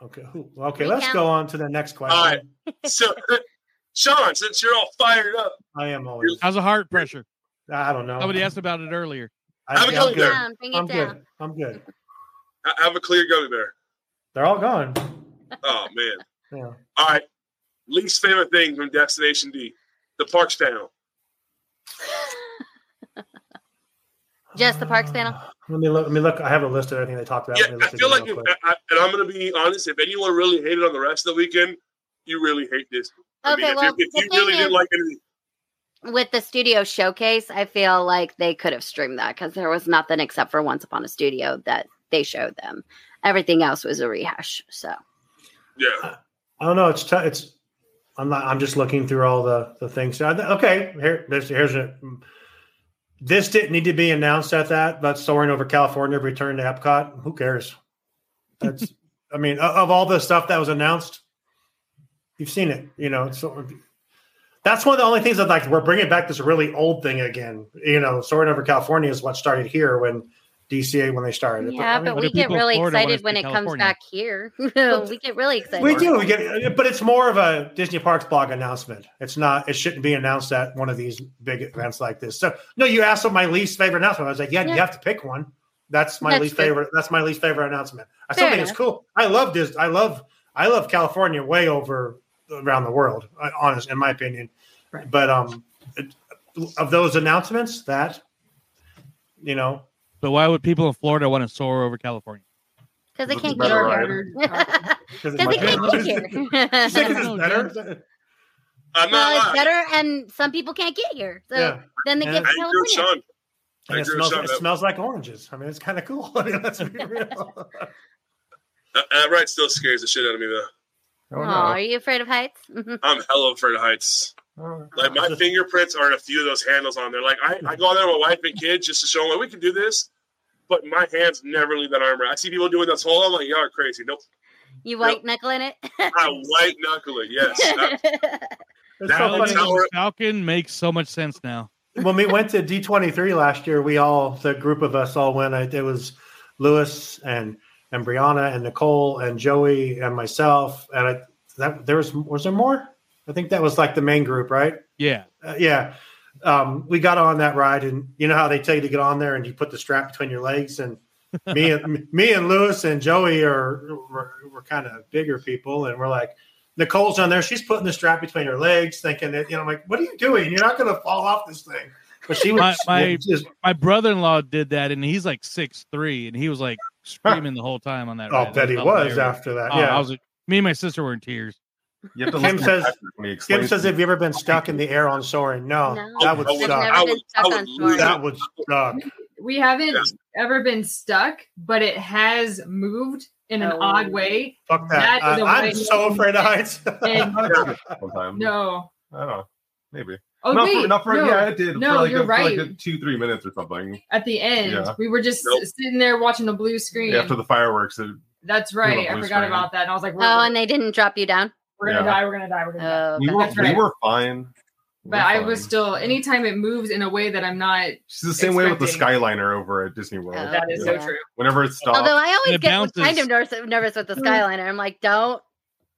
Speaker 2: Okay. who- Okay.
Speaker 4: We
Speaker 2: let's
Speaker 4: count.
Speaker 2: go on to the next question.
Speaker 1: All right. So, Sean, since you're all fired up,
Speaker 2: I am always.
Speaker 3: How's a heart pressure?
Speaker 2: I don't know.
Speaker 3: Somebody asked about it earlier.
Speaker 2: I,
Speaker 1: Have a
Speaker 2: am
Speaker 1: gummy bear.
Speaker 2: good.
Speaker 4: down, bring it
Speaker 2: I'm
Speaker 4: down.
Speaker 2: good. I'm good.
Speaker 1: I I have a clear gummy bear.
Speaker 2: They're all gone.
Speaker 1: Oh, man.
Speaker 2: Yeah.
Speaker 1: All right. Least favorite thing from Destination D the Parks panel.
Speaker 4: Just the Parks panel?
Speaker 2: Uh, Let me look. Let me look. I have a list of everything they talked about.
Speaker 1: Yeah,
Speaker 2: Let me
Speaker 1: I
Speaker 2: look at
Speaker 1: feel
Speaker 2: it
Speaker 1: like,
Speaker 2: real
Speaker 1: if,
Speaker 2: quick.
Speaker 1: I, I- and I'm going to be honest, if anyone really hated on the rest of the weekend, you really hate this. I
Speaker 4: Okay,
Speaker 1: mean,
Speaker 4: well,
Speaker 1: if, you-
Speaker 4: the
Speaker 1: if you really
Speaker 4: thing
Speaker 1: didn't
Speaker 4: is-
Speaker 1: like anything,
Speaker 4: With the studio showcase, I feel like they could have streamed that because there was nothing except for Once Upon a Studio that they showed them. Everything else was a rehash. So
Speaker 1: yeah.
Speaker 2: I don't know. It's t- it's. I'm not. I'm just looking through all the the things. So I th- okay, here there's here's a. This didn't need to be announced at that. But soaring over California, return to Epcot. Who cares? That's. I mean, o- of all the stuff that was announced, you've seen it. You know, so that's one of the only things that like we're bringing back this really old thing again. You know, soaring over California is what started here when DCA when they started. it. But, I
Speaker 4: yeah,
Speaker 2: mean,
Speaker 4: but
Speaker 3: what
Speaker 4: we
Speaker 3: do
Speaker 4: get
Speaker 3: people in
Speaker 4: really
Speaker 3: Florida want
Speaker 4: excited
Speaker 3: us
Speaker 4: when
Speaker 3: to
Speaker 4: it comes
Speaker 3: California?
Speaker 4: back here. we get really excited.
Speaker 2: We do. We get, but it's more of a Disney Parks blog announcement. It's not. It shouldn't be announced at one of these big events like this. So no, you asked what my least favorite announcement. I was like, yeah, you
Speaker 4: Yeah.
Speaker 2: have to pick one. That's my
Speaker 4: That's
Speaker 2: least
Speaker 4: fair.
Speaker 2: favorite. That's my least favorite announcement. I still
Speaker 4: Fair
Speaker 2: think
Speaker 4: enough.
Speaker 2: it's cool. I love Disney. I love I love California way over around the world. uh, Honest, in my opinion.
Speaker 6: Right.
Speaker 2: But um, it- of those announcements, that you know,
Speaker 3: So why would people in Florida want to soar over California?
Speaker 4: because they can't get
Speaker 5: Better
Speaker 4: over.
Speaker 5: ride.
Speaker 6: Ordered.
Speaker 2: because
Speaker 4: Because they can't get here.
Speaker 2: it's better.
Speaker 1: I'm
Speaker 4: well,
Speaker 1: not
Speaker 4: it's
Speaker 1: lying.
Speaker 4: better, and some people can't get here, so
Speaker 2: yeah,
Speaker 4: then they
Speaker 2: Yeah.
Speaker 4: get
Speaker 1: I
Speaker 4: to
Speaker 1: agree with Sean.
Speaker 4: California.
Speaker 1: I
Speaker 2: and it
Speaker 1: agree with
Speaker 2: smells.
Speaker 1: Sean.
Speaker 2: It smells like oranges. I mean, it's kind of cool. I mean, let's be real.
Speaker 1: That, that ride Uh, still scares the shit out of me, though.
Speaker 4: Oh, are you afraid of heights?
Speaker 1: I'm hella afraid of heights.
Speaker 2: Oh,
Speaker 1: Like my fingerprints are in a few of those handles on there. Like I, I go on there with my wife and kids just to show them like, we can do this, but my hands never leave that armor. I see people doing this whole. I'm like, y'all are crazy. Nope.
Speaker 4: you white knuckle in it.
Speaker 1: I white knuckle it. Yes. That-
Speaker 2: It's
Speaker 1: That
Speaker 2: so
Speaker 1: was
Speaker 2: funny.
Speaker 1: how-
Speaker 3: Falcon, Falcon makes so much sense now.
Speaker 2: when we went to D23 last year, we all the group of us all went. I, it was Lewis and and Brianna and Nicole and Joey and myself. And I, that there was was there more? I think that was like the main group, right?
Speaker 3: Yeah.
Speaker 2: Uh, yeah. Um, we got on that ride, and you know how they tell you to get on there, and you put the strap between your legs. And me and me and Lewis and Joey are we're, we're kind of bigger people, and we're like. Nicole's on there. She's putting the strap between her legs, thinking that you know, I'm like, what are you doing? You're not going to fall off this thing. But she was
Speaker 3: My- my-
Speaker 2: she was-
Speaker 3: My brother in law did that and he's like six three and he was like screaming the whole time on that.
Speaker 2: oh,
Speaker 3: ride.
Speaker 2: bet he
Speaker 3: That
Speaker 2: was
Speaker 3: hilarious.
Speaker 2: after that.
Speaker 3: Oh,
Speaker 2: yeah.
Speaker 3: I was me and my sister were in tears.
Speaker 5: You have to
Speaker 2: Kim
Speaker 5: listen
Speaker 2: says-
Speaker 5: to Patrick when he
Speaker 2: Kim
Speaker 5: explains
Speaker 2: says, "Have you ever been stuck in the air on soaring?" No,
Speaker 4: No.
Speaker 2: that would
Speaker 1: I would-
Speaker 4: I've
Speaker 2: suck.
Speaker 4: never
Speaker 1: I
Speaker 4: been
Speaker 1: would-
Speaker 4: stuck
Speaker 1: I would
Speaker 4: on
Speaker 1: lose
Speaker 4: shore.
Speaker 2: that would suck.
Speaker 6: We haven't
Speaker 1: Yeah.
Speaker 6: ever been stuck, but it has moved in an
Speaker 4: Oh.
Speaker 6: odd way.
Speaker 2: Fuck that.
Speaker 6: That is
Speaker 2: I,
Speaker 6: a
Speaker 2: I'm
Speaker 6: way-
Speaker 2: so afraid of heights.
Speaker 6: And
Speaker 5: sometime.
Speaker 6: no,
Speaker 5: I don't know. Maybe.
Speaker 6: oh
Speaker 5: not
Speaker 6: wait,
Speaker 5: for, not for
Speaker 6: no.
Speaker 5: yeah, it did.
Speaker 6: No,
Speaker 5: for like
Speaker 6: you're
Speaker 5: a, for like
Speaker 6: right.
Speaker 5: a two, three minutes or something.
Speaker 6: At the end,
Speaker 5: Yeah.
Speaker 6: we were just
Speaker 1: Nope.
Speaker 6: sitting there watching the blue screen.
Speaker 5: After the fireworks, it,
Speaker 6: That's right.
Speaker 5: Yeah,
Speaker 6: I
Speaker 5: blue
Speaker 6: forgot
Speaker 5: screen.
Speaker 6: about that. And I was like, we're,
Speaker 4: Oh, and they didn't drop you down.
Speaker 6: we're gonna
Speaker 5: Yeah.
Speaker 6: die. We're gonna die. We're gonna die.
Speaker 4: Oh,
Speaker 5: we,
Speaker 4: God.
Speaker 5: were,
Speaker 6: That's
Speaker 5: we
Speaker 6: right.
Speaker 5: were fine. We
Speaker 6: But
Speaker 5: were
Speaker 6: I was
Speaker 5: fine.
Speaker 6: still anytime it moves in a way that I'm not.
Speaker 5: She's the same way with the
Speaker 6: expecting-
Speaker 5: Skyliner over at Disney World.
Speaker 4: Oh,
Speaker 6: That is
Speaker 4: yeah.
Speaker 6: so true.
Speaker 5: Whenever it stops,
Speaker 4: Although I always
Speaker 3: it
Speaker 4: get
Speaker 3: bounces.
Speaker 4: kind of nervous, nervous with the Skyliner. I'm like, don't,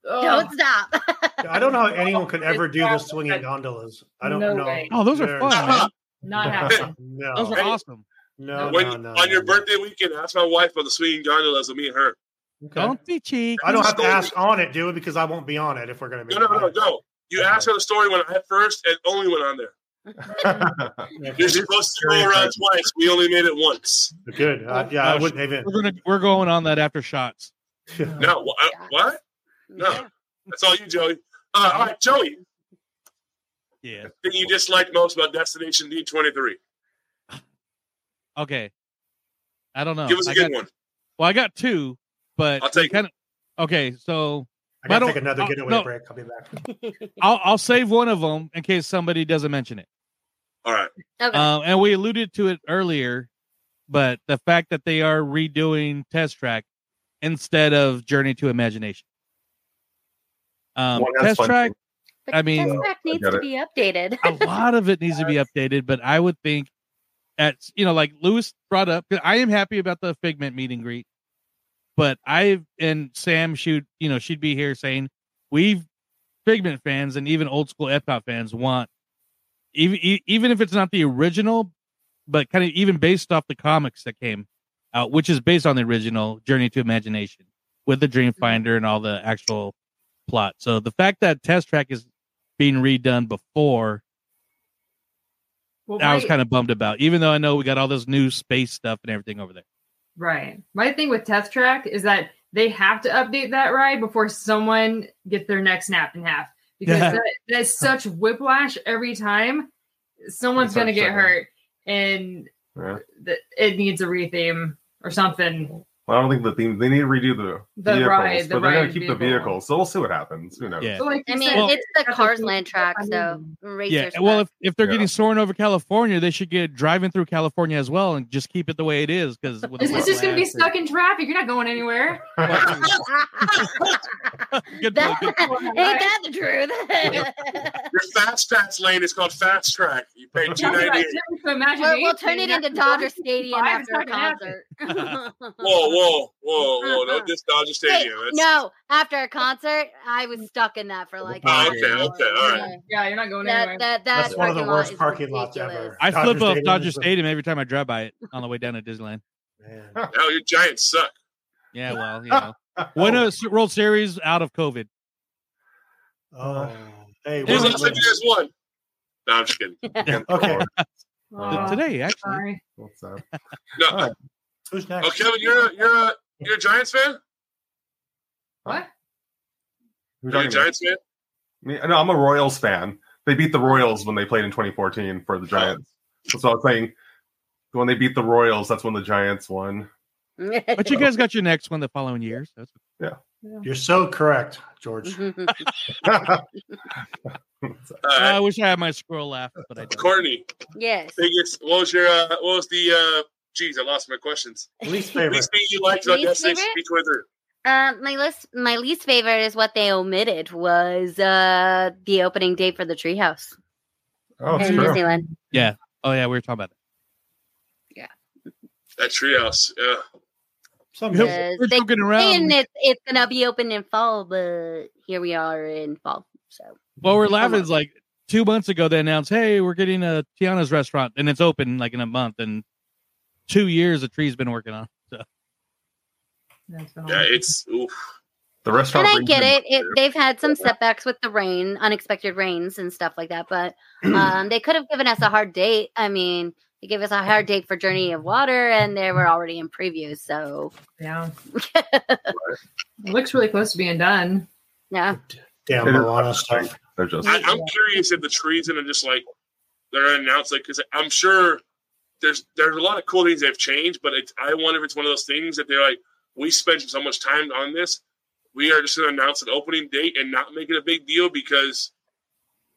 Speaker 6: Ugh.
Speaker 4: don't stop.
Speaker 2: I don't know how anyone could ever do the swinging gondolas. I don't
Speaker 6: No
Speaker 2: know.
Speaker 6: way.
Speaker 3: Oh, those are
Speaker 2: They're-
Speaker 3: fun. man.
Speaker 6: Not happening.
Speaker 2: no,
Speaker 3: Those are
Speaker 1: Hey.
Speaker 3: awesome.
Speaker 2: no,
Speaker 1: when
Speaker 2: no,
Speaker 1: you-
Speaker 2: no,
Speaker 1: on your
Speaker 2: no.
Speaker 1: birthday weekend, ask my wife about the swinging gondolas with me and her.
Speaker 2: Okay.
Speaker 3: Don't be cheap.
Speaker 2: I don't have to ask on it, dude, because I won't be on it if we're going to be.
Speaker 1: No, no, no, no. You asked her the story when I first and only went on there. You're supposed to go around twice. We only made it once.
Speaker 2: Good. Uh, yeah, I wouldn't even.
Speaker 3: We're gonna we're going on that after shots.
Speaker 1: No, wh- uh, what? No, that's all you, Joey. Uh, all right, Joey.
Speaker 3: Yeah.
Speaker 1: Thing you dislike most about Destination D23?
Speaker 3: Okay. I don't know.
Speaker 1: Give us a
Speaker 3: Oh, I
Speaker 1: good
Speaker 3: got-
Speaker 1: one. Uh,
Speaker 3: Well, I got two, but
Speaker 1: I'll take
Speaker 3: kind of okay. So
Speaker 2: I
Speaker 3: I
Speaker 2: got to
Speaker 3: don't-
Speaker 2: take another
Speaker 3: oh,
Speaker 2: getaway
Speaker 3: no.
Speaker 2: break. I'll be back.
Speaker 3: I'll I'll save one of them in case somebody doesn't mention it.
Speaker 1: All right.
Speaker 4: Okay.
Speaker 3: Um, and we alluded to it earlier, but the fact that they are redoing Test Track instead of Journey to Imagination. Um,
Speaker 5: Well, that's
Speaker 3: Test
Speaker 5: fun.
Speaker 3: Track,
Speaker 4: but
Speaker 3: I mean-
Speaker 4: test track needs
Speaker 5: got
Speaker 4: to
Speaker 5: it.
Speaker 4: be updated.
Speaker 3: a lot of it needs to be updated, but I would think at you know, like Lewis brought up, 'cause I am happy about the Figment meet and greet, but I and Sam should you know she'd be here saying we've Figment fans and even old school Epcot fans want even e, even if it's not the original, but kind of even based off the comics that came out, which is based on the original Journey to Imagination with the Dreamfinder and all the actual plot. So the fact that Test Track is being redone before
Speaker 6: Well,
Speaker 3: I was
Speaker 6: right.
Speaker 3: kind of bummed about, even though I know we got all this new space stuff and everything over there.
Speaker 6: Right. My thing with Test Track is that they have to update that ride before someone gets their neck snapped in half because
Speaker 3: Yeah.
Speaker 6: that, that's such whiplash every time. Someone's
Speaker 5: It's
Speaker 6: going to get
Speaker 5: upsetting.
Speaker 6: hurt, and
Speaker 5: yeah.
Speaker 6: th- it needs a retheme or something.
Speaker 5: Well, I don't think the theme they need to redo the,
Speaker 6: The
Speaker 5: vehicles,
Speaker 6: ride- the
Speaker 5: but they're
Speaker 6: ride
Speaker 5: gonna keep the
Speaker 6: vehicle.
Speaker 5: vehicles. So we'll see what happens. Who knows?
Speaker 3: Yeah.
Speaker 6: But like you
Speaker 4: I mean,
Speaker 6: said,
Speaker 4: it's the
Speaker 6: that's
Speaker 4: Cars
Speaker 6: the-
Speaker 4: Land track,
Speaker 6: I
Speaker 4: so
Speaker 6: mean-
Speaker 4: racers.
Speaker 3: yeah. Well, if, if they're
Speaker 5: Yeah.
Speaker 3: getting soaring over California, they should get driving through California as well and just keep it the way it is because
Speaker 6: It's, it's just going to be stuck in traffic. You're not going anywhere.
Speaker 3: Good
Speaker 4: that,
Speaker 3: point, good
Speaker 4: ain't that the truth?
Speaker 1: Your fast pass lane is called Fast Track. You pay two
Speaker 6: Talking about
Speaker 1: ninety eight.
Speaker 6: tips of imagination,
Speaker 4: Or we'll turn it
Speaker 6: that's
Speaker 4: into
Speaker 6: the
Speaker 4: Dodger
Speaker 6: worst
Speaker 4: Stadium
Speaker 6: vibe
Speaker 4: after a
Speaker 6: that can happen.
Speaker 4: concert.
Speaker 1: Whoa, whoa, whoa, whoa! Don't diss Dodger
Speaker 4: Hey,
Speaker 1: Stadium. That's-
Speaker 4: Uh-huh. no, after a concert, I was stuck in that for like.
Speaker 3: Oh,
Speaker 4: half
Speaker 3: okay,
Speaker 4: an hour.
Speaker 1: okay, all right.
Speaker 6: Yeah, you're not going
Speaker 4: That,
Speaker 6: anywhere.
Speaker 4: that, that
Speaker 2: That's one of the
Speaker 4: parking lot
Speaker 2: worst
Speaker 4: is
Speaker 2: parking lots
Speaker 4: ridiculous.
Speaker 2: ever.
Speaker 3: I
Speaker 2: Dodger
Speaker 3: flip off
Speaker 2: Stadium
Speaker 3: Dodger
Speaker 2: is the-
Speaker 3: Stadium every time I drive by it on the way down to Disneyland.
Speaker 2: Man.
Speaker 1: Oh, your Giants suck.
Speaker 3: Yeah, well, you know, win a S- World Series out of COVID.
Speaker 2: Oh. Hey,
Speaker 1: When's the
Speaker 2: wait,
Speaker 1: last time
Speaker 2: wait.
Speaker 1: you guys won? No, I'm just kidding.
Speaker 2: okay.
Speaker 6: Oh,
Speaker 3: Today, actually.
Speaker 6: sorry.
Speaker 5: What's up?
Speaker 1: No.
Speaker 2: Who's
Speaker 1: Oh,
Speaker 2: next?
Speaker 1: Kevin, you're a, you're a you're a Giants fan.
Speaker 6: What?
Speaker 1: You're
Speaker 5: Who's
Speaker 1: a
Speaker 5: talking about?
Speaker 1: Giants fan.
Speaker 5: Me- No, I'm a Royals fan. They beat the Royals when they played in 2014 for the Giants. That's what I was saying. When they beat the Royals, that's when the Giants won.
Speaker 3: But you guys got your next one the following year. So that's
Speaker 2: You're so correct, George.
Speaker 1: All right.
Speaker 3: I wish I had my squirrel laugh, but I don't.
Speaker 1: Courtney,
Speaker 4: yes.
Speaker 1: biggest. What was your? Uh, what was the? uh Geez, I lost my questions.
Speaker 2: Least favorite.
Speaker 1: Least thing you liked about
Speaker 4: Least
Speaker 1: Destiny
Speaker 4: favorite?
Speaker 1: Speak with her.
Speaker 4: Um, my list, my least favorite is what they omitted was uh the opening day for the Treehouse
Speaker 5: Oh, it's
Speaker 4: in
Speaker 5: true.
Speaker 4: Disneyland.
Speaker 3: Oh yeah, we were talking about
Speaker 1: That treehouse. Yeah.
Speaker 2: Some
Speaker 3: that.
Speaker 4: Yes,
Speaker 3: we're
Speaker 4: they-
Speaker 3: joking around.
Speaker 4: And it's it's gonna be open in fall, but here we are in fall. So
Speaker 3: Well, we're laughing. It's like two months ago they announced, "Hey, we're getting a Tiana's restaurant, and it's open like in a month." And two years, the tree's been working on. So
Speaker 6: That's been
Speaker 1: Yeah.
Speaker 6: all-
Speaker 1: It's. Oof.
Speaker 5: The restaurant.
Speaker 4: and I
Speaker 5: brings
Speaker 4: get
Speaker 5: in-
Speaker 4: it. it. They've had some setbacks with the rain, unexpected rains and stuff like that. But um, they could have given us a hard date. I mean, they gave us a hard date for Journey of Water, and they were already in previews. So
Speaker 6: Yeah. It looks really close to being done.
Speaker 4: yeah,
Speaker 2: damn
Speaker 5: It is-
Speaker 2: Moana stuff.
Speaker 5: They're just.
Speaker 1: I, I'm curious if the trees and are just like they're gonna announce like because I'm sure there's there's a lot of cool things that have changed, but it's, I wonder if it's one of those things that they're like we spent so much time on this, we are just gonna announce an opening date and not make it a big deal because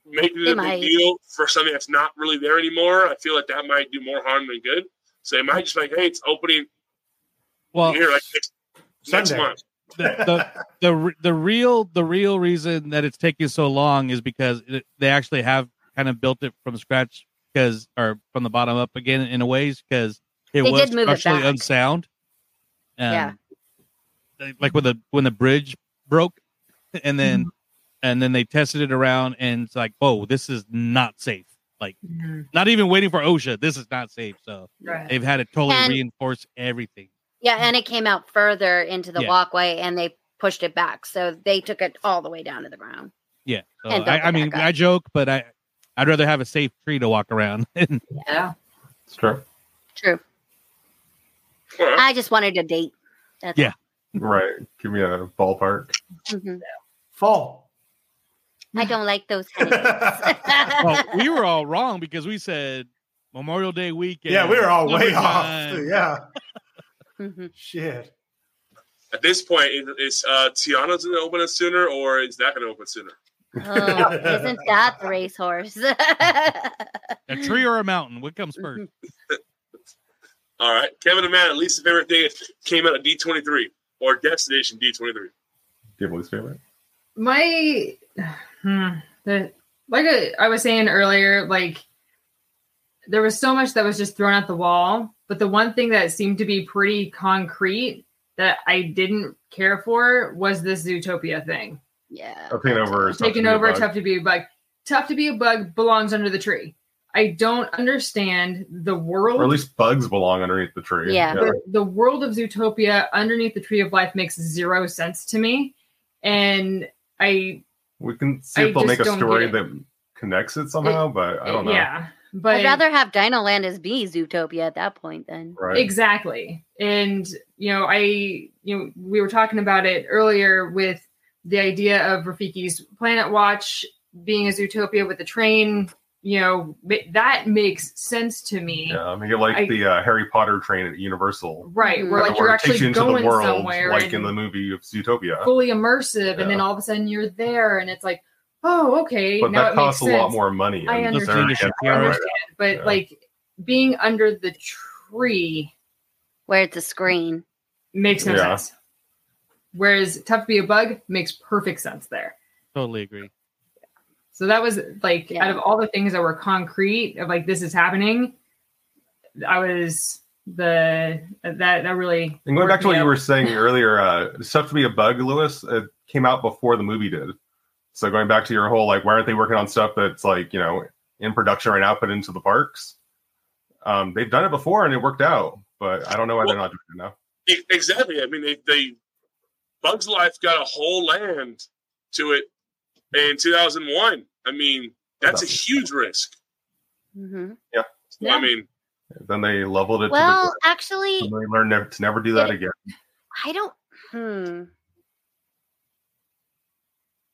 Speaker 1: making it
Speaker 4: They
Speaker 1: a
Speaker 4: might.
Speaker 1: big deal for something that's not really there anymore, I feel like that might do more harm than good. So they might just be like, hey, it's opening
Speaker 3: well,
Speaker 1: here like next, next
Speaker 2: Sunday.
Speaker 1: month.
Speaker 3: the re- the real the real reason that it's taking so long is because it, they actually have kind of built it from scratch because or from the bottom up again in a ways because it
Speaker 4: They
Speaker 3: was
Speaker 4: did move it
Speaker 3: structurally
Speaker 4: back.
Speaker 3: unsound. Um,
Speaker 4: Yeah.
Speaker 3: they- Like when the when the bridge broke, and then and then they tested it around and it's like, oh, this is not safe. Like
Speaker 6: Mhm.
Speaker 3: not even waiting for OSHA, this is not safe. So
Speaker 6: Right.
Speaker 3: they've had to totally
Speaker 4: And-
Speaker 3: reinforce everything.
Speaker 4: yeah, and it came out further into the
Speaker 3: Yeah.
Speaker 4: walkway, and they pushed it back, so they took it all the way down to the ground.
Speaker 3: Yeah. So
Speaker 4: And
Speaker 3: I,
Speaker 4: built
Speaker 3: I
Speaker 4: it
Speaker 3: mean,
Speaker 4: back up.
Speaker 3: I joke, but I, I'd rather have a safe tree to walk around.
Speaker 6: Yeah.
Speaker 5: It's true.
Speaker 4: True.
Speaker 1: Well,
Speaker 4: I just wanted a date. That's
Speaker 3: Yeah.
Speaker 5: Right. Give me a ballpark.
Speaker 4: all. Mhm.
Speaker 2: Fall.
Speaker 4: I don't like those. Kind of
Speaker 2: yeah,
Speaker 3: well, we were all wrong because we said Memorial Day weekend.
Speaker 2: we were all way off.
Speaker 3: summertime.
Speaker 2: Yeah.
Speaker 4: Mhm.
Speaker 2: Shit.
Speaker 1: At this point, is, is uh, Tiana's gonna open it sooner, or is that gonna open sooner?
Speaker 4: oh, isn't that the racehorse?
Speaker 3: A tree or a mountain? What comes first?
Speaker 1: All right, Kevin and Matt. At least the favorite thing that came out of D twenty three or Destination D twenty three.
Speaker 5: Do you have a least favorite?
Speaker 6: my hmm, the like I, I was saying earlier like there was so much that was just thrown at the wall but the one thing that seemed to be pretty concrete that i didn't care for was this zootopia thing
Speaker 4: yeah.
Speaker 5: I've taken over. is tough to
Speaker 6: taken
Speaker 5: be a
Speaker 6: over
Speaker 5: bug.
Speaker 6: tough to be a bug tough to be a bug belongs under the tree i don't understand the world
Speaker 5: Or at least bugs belong underneath the tree.
Speaker 4: Yeah.
Speaker 6: the, the world of zootopia underneath the tree of life makes zero sense to me and i
Speaker 5: We can see
Speaker 6: I
Speaker 5: if they'll
Speaker 6: just
Speaker 5: make a
Speaker 6: don't
Speaker 5: story
Speaker 6: get it.
Speaker 5: that connects it somehow, but I don't know.
Speaker 6: Yeah, but
Speaker 4: I'd rather have Dinoland as B Zootopia at that point then.
Speaker 5: Right.
Speaker 6: exactly. And you know, I you know we were talking about it earlier with the idea of Rafiki's Planet Watch being a Zootopia with the train. You know, ma- that makes sense to me.
Speaker 5: Yeah, I mean, you're like
Speaker 6: I-
Speaker 5: the uh, Harry Potter train at Universal,
Speaker 6: Right, where
Speaker 4: Mhm.
Speaker 6: like you're
Speaker 5: it takes
Speaker 6: actually
Speaker 5: you into
Speaker 6: going
Speaker 5: the world,
Speaker 6: somewhere,
Speaker 5: like
Speaker 6: and
Speaker 5: in the movie of Zootopia.
Speaker 6: fully immersive,
Speaker 5: Yeah.
Speaker 6: and then all of a sudden you're there, and it's like, oh, okay,
Speaker 5: But
Speaker 6: now
Speaker 5: that
Speaker 6: it
Speaker 5: costs
Speaker 6: makes
Speaker 5: a lot
Speaker 6: sense.
Speaker 5: more money.
Speaker 6: I
Speaker 5: and
Speaker 3: That's
Speaker 6: understand.
Speaker 5: they're-
Speaker 3: leadership
Speaker 6: I
Speaker 5: yeah, right.
Speaker 3: PR.
Speaker 6: understand, but
Speaker 5: Yeah.
Speaker 6: like being under the tree
Speaker 4: Where it's a screen.
Speaker 6: makes no
Speaker 5: Yeah.
Speaker 6: sense. Whereas tough to be a bug makes perfect sense there.
Speaker 4: Mm-hmm.
Speaker 3: Totally agree.
Speaker 6: So that was like
Speaker 4: Yeah.
Speaker 6: out of all the things that were concrete of like this is happening, I was the that that really
Speaker 5: And going back to what
Speaker 6: worked me
Speaker 5: you
Speaker 6: out.
Speaker 5: were saying earlier, uh, stuff to be a bug, Lewis, it came out before the movie did. So going back to your whole like, why aren't they working on stuff that's like you know in production right now, put into the parks? Um, they've done it before and it worked out, but I don't know why they're not doing it now.
Speaker 1: E- Exactly. I mean, they, they Bugs Life got a whole land to it in 2001. I mean, that's a huge risk.
Speaker 4: Mhm.
Speaker 5: Yeah.
Speaker 4: Yeah.
Speaker 1: I mean,
Speaker 5: Then they leveled it.
Speaker 4: well,
Speaker 5: to the,
Speaker 4: actually,
Speaker 5: ground, and they learned never, to never do that
Speaker 4: It-
Speaker 5: again.
Speaker 4: I don't. Hmm.